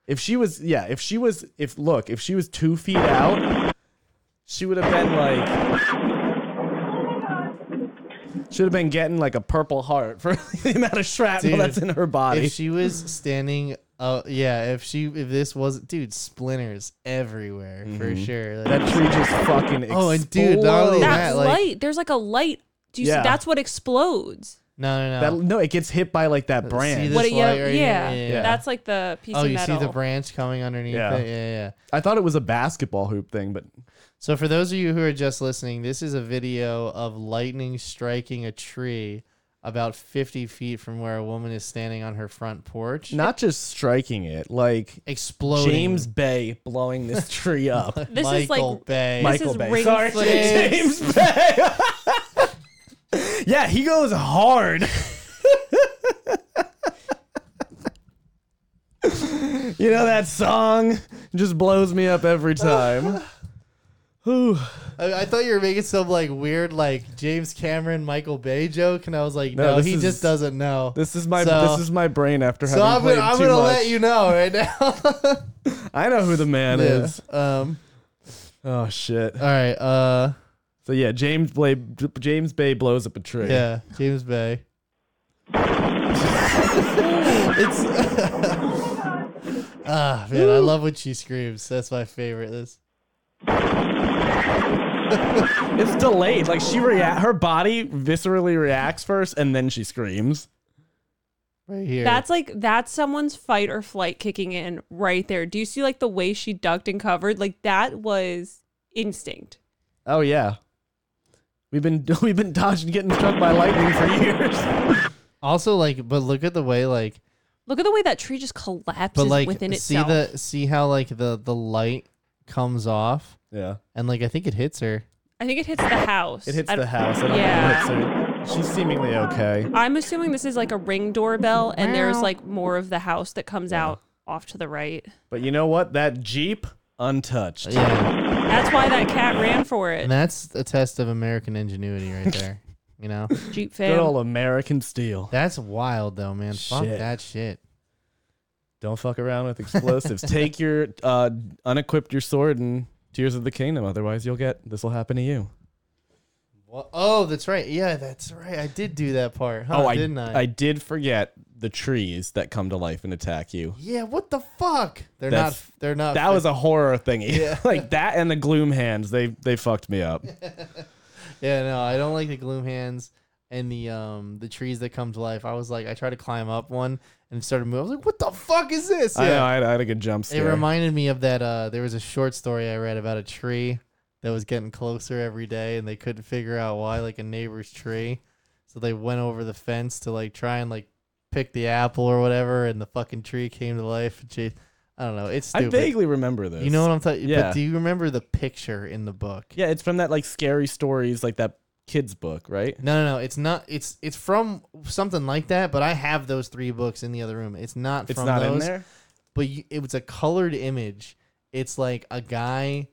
Speaker 1: If she was, yeah. If she was, if look, if she was two feet out, she would have been like. Should have been getting like a purple heart for (laughs) the amount of shrapnel
Speaker 3: Dude,
Speaker 1: that's in her body.
Speaker 3: If she was standing Oh yeah, if she if this wasn't dude, splinters everywhere for
Speaker 1: Mhm.
Speaker 3: sure. Like,
Speaker 1: That tree just fucking explodes.
Speaker 3: Oh, and dude, not only
Speaker 2: That
Speaker 3: that, like-
Speaker 2: light. There's like a light. Do you
Speaker 1: Yeah.
Speaker 2: see? That's what explodes.
Speaker 3: no, no,
Speaker 1: That-
Speaker 3: no.
Speaker 1: no, it gets hit by like that
Speaker 3: Oh. See
Speaker 1: branch.
Speaker 3: This
Speaker 2: What? It, yeah,
Speaker 3: light right here,
Speaker 2: yeah,
Speaker 3: yeah, yeah.
Speaker 2: That's like the piece
Speaker 3: oh,
Speaker 2: of
Speaker 3: you
Speaker 2: metal.
Speaker 3: see the branch coming underneath
Speaker 1: Yeah.
Speaker 3: it. Yeah, yeah, yeah.
Speaker 1: I thought it was a basketball hoop thing, but
Speaker 3: So for those of you who are just listening, this is a video of lightning striking a tree about 50 feet from where a woman is standing on her front porch,
Speaker 1: not just striking it, like
Speaker 3: exploding.
Speaker 1: James Bay
Speaker 3: (laughs)
Speaker 1: blowing this tree up.
Speaker 2: This
Speaker 3: Michael
Speaker 2: is like-
Speaker 3: Bay.
Speaker 2: This
Speaker 1: Michael
Speaker 2: is
Speaker 1: Bay.
Speaker 2: ring
Speaker 1: Sorry,
Speaker 2: footage.
Speaker 1: James Bay. (laughs) yeah, he goes hard. (laughs) you know that song just blows me up every time. Whew.
Speaker 3: I, I thought you were making some like weird like James Cameron Michael Bay joke, and I was like,
Speaker 1: No,
Speaker 3: no,
Speaker 1: this
Speaker 3: he
Speaker 1: is-
Speaker 3: just doesn't know.
Speaker 1: This is my
Speaker 3: So-
Speaker 1: this is my brain after
Speaker 3: so I'm
Speaker 1: having
Speaker 3: gonna,
Speaker 1: played
Speaker 3: I'm
Speaker 1: too
Speaker 3: gonna
Speaker 1: much.
Speaker 3: let you know right now. (laughs)
Speaker 1: I know who the man
Speaker 3: Yeah.
Speaker 1: is.
Speaker 3: Um.
Speaker 1: Oh shit.
Speaker 3: All right. Uh.
Speaker 1: So yeah, James Bay James Bay blows up a tree.
Speaker 3: Yeah. James
Speaker 1: (laughs)
Speaker 3: Bay. it's. (laughs) ah man, I love when she screams. That's my favorite. This.
Speaker 1: It's delayed. Like she react her body viscerally reacts first and then she screams.
Speaker 3: Right here.
Speaker 2: That's like that's someone's fight or flight kicking in right there. Do you see like the way she ducked and covered? Like that was instinct.
Speaker 1: Oh yeah. We've been (laughs) we've been dodging getting struck by lightning for years.
Speaker 3: also like, but look at the way like
Speaker 2: Look at the way that tree just collapses
Speaker 3: but like
Speaker 2: within
Speaker 3: see
Speaker 2: itself.
Speaker 3: the see how like the the light comes off
Speaker 1: Yeah.
Speaker 3: and like i think it hits her
Speaker 2: I think it hits the house.
Speaker 1: It hits
Speaker 2: I-
Speaker 1: the house. I don't
Speaker 2: yeah.
Speaker 1: think it hits her. She's seemingly okay.
Speaker 2: I'm assuming this is like a ring doorbell, and there's like more of the house that comes out off to the right.
Speaker 1: But you know what? That Jeep untouched.
Speaker 3: yeah
Speaker 2: That's why that cat ran for
Speaker 3: and
Speaker 2: it.
Speaker 3: that's a test of american ingenuity right
Speaker 2: (laughs)
Speaker 3: there you know
Speaker 2: Jeep
Speaker 1: Good
Speaker 2: fam.
Speaker 1: old American steel.
Speaker 3: that's wild though man fuck
Speaker 1: Shit.
Speaker 3: that shit
Speaker 1: Don't fuck around with explosives. (laughs) Take your uh unequipped your sword and Tears of the Kingdom, otherwise you'll get this will happen to you.
Speaker 3: Wha- oh that's right yeah that's right i did do that part huh,
Speaker 1: oh, I
Speaker 3: didn't I,
Speaker 1: I did forget the trees that come to life and attack you.
Speaker 3: yeah what the fuck they're
Speaker 1: That's-
Speaker 3: not they're not
Speaker 1: That was a horror thingy.
Speaker 3: Yeah.
Speaker 1: (laughs) like that and the gloom hands, they they fucked me up.
Speaker 3: yeah no i don't like the gloom hands and the um the trees that come to life i was like i tried to climb up one and it started moving i was like what the fuck is this
Speaker 1: I know, I had, I had a good jump
Speaker 3: It
Speaker 1: scare.
Speaker 3: reminded me of that. Uh, there was a short story I read about a tree that was getting closer every day, and they couldn't figure out why, like a neighbor's tree. So they went over the fence to like try and like pick the apple or whatever, and the fucking tree came to life. And she, I don't know. It's
Speaker 1: I
Speaker 3: stupid.
Speaker 1: vaguely remember this.
Speaker 3: you know what I'm talking?
Speaker 1: Yeah.
Speaker 3: But do you remember the picture in the book?
Speaker 1: Yeah, it's from that like scary stories, like that kids book, right?
Speaker 3: No, no, no. It's not. It's it's from something like that. But I have those three books in the other room. It's not.
Speaker 1: It's
Speaker 3: from
Speaker 1: not
Speaker 3: those.
Speaker 1: in there.
Speaker 3: but you, it was a colored image. It's like a guy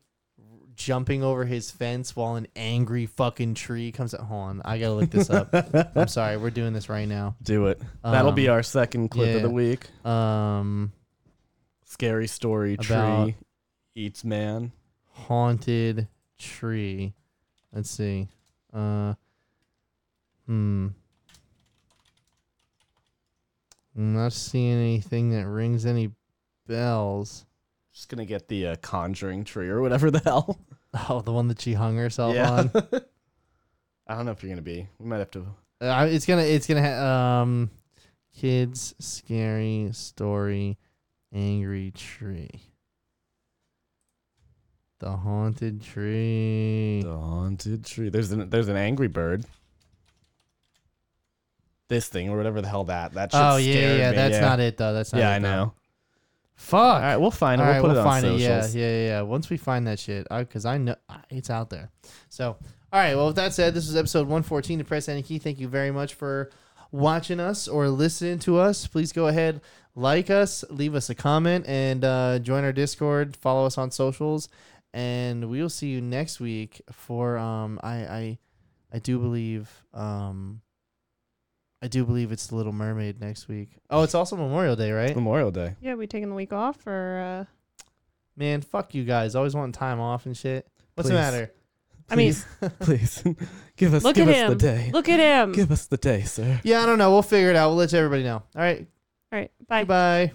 Speaker 3: jumping over his fence while an angry fucking tree comes out. Hold on, I gotta look this
Speaker 1: (laughs)
Speaker 3: up. I'm sorry, we're doing this right now.
Speaker 1: Do it. That'll be
Speaker 3: Um,
Speaker 1: our second clip of
Speaker 3: yeah.
Speaker 1: the week.
Speaker 3: Um,
Speaker 1: Scary story
Speaker 3: About-
Speaker 1: tree eats man.
Speaker 3: haunted tree. Let's see. Uh, hmm. I'm not seeing anything that rings any bells. (laughs)
Speaker 1: Just gonna get the uh, conjuring tree or whatever the hell.
Speaker 3: Oh, the one that she hung herself
Speaker 1: Yeah. (laughs)
Speaker 3: on.
Speaker 1: I don't know if you're gonna be. We might have to.
Speaker 3: Uh, it's gonna it's gonna ha- um kids scary story angry tree the haunted tree
Speaker 1: The haunted tree. There's an there's an angry bird. This thing or whatever the hell that that. Shit
Speaker 3: oh yeah yeah,
Speaker 1: scared
Speaker 3: yeah
Speaker 1: me,
Speaker 3: that's
Speaker 1: yeah.
Speaker 3: not it though that's not
Speaker 1: Yeah,
Speaker 3: it,
Speaker 1: I
Speaker 3: though.
Speaker 1: know.
Speaker 3: fuck
Speaker 1: All right, we'll find it.
Speaker 3: All
Speaker 1: We'll
Speaker 3: right,
Speaker 1: put
Speaker 3: we'll
Speaker 1: it on
Speaker 3: find it. Yeah,
Speaker 1: socials.
Speaker 3: yeah, yeah, yeah. Once we find that shit, because I know I- it's out there. So, all right. Well, with that said, this was episode 114 of Press Any Key. Thank you very much for watching us or listening to us. Please go ahead, like us, leave us a comment, and uh, join our Discord. Follow us on socials, and we'll see you next week for um. I I I do believe um. I do believe it's the Little Mermaid next week. Oh, it's also Memorial Day, right?
Speaker 1: Memorial Day.
Speaker 2: Yeah, we taking the week off or uh
Speaker 3: Man, fuck you guys. Always wanting time off and shit. What's
Speaker 1: Please.
Speaker 3: the matter?
Speaker 2: I mean-
Speaker 1: please (laughs) give us
Speaker 2: Look
Speaker 1: give
Speaker 2: at
Speaker 1: us the
Speaker 2: him.
Speaker 1: day.
Speaker 2: look at him.
Speaker 1: Give us the day, sir.
Speaker 3: Yeah, I don't know. We'll figure it out. We'll let everybody know. All right.
Speaker 2: All right. Bye.
Speaker 3: Bye.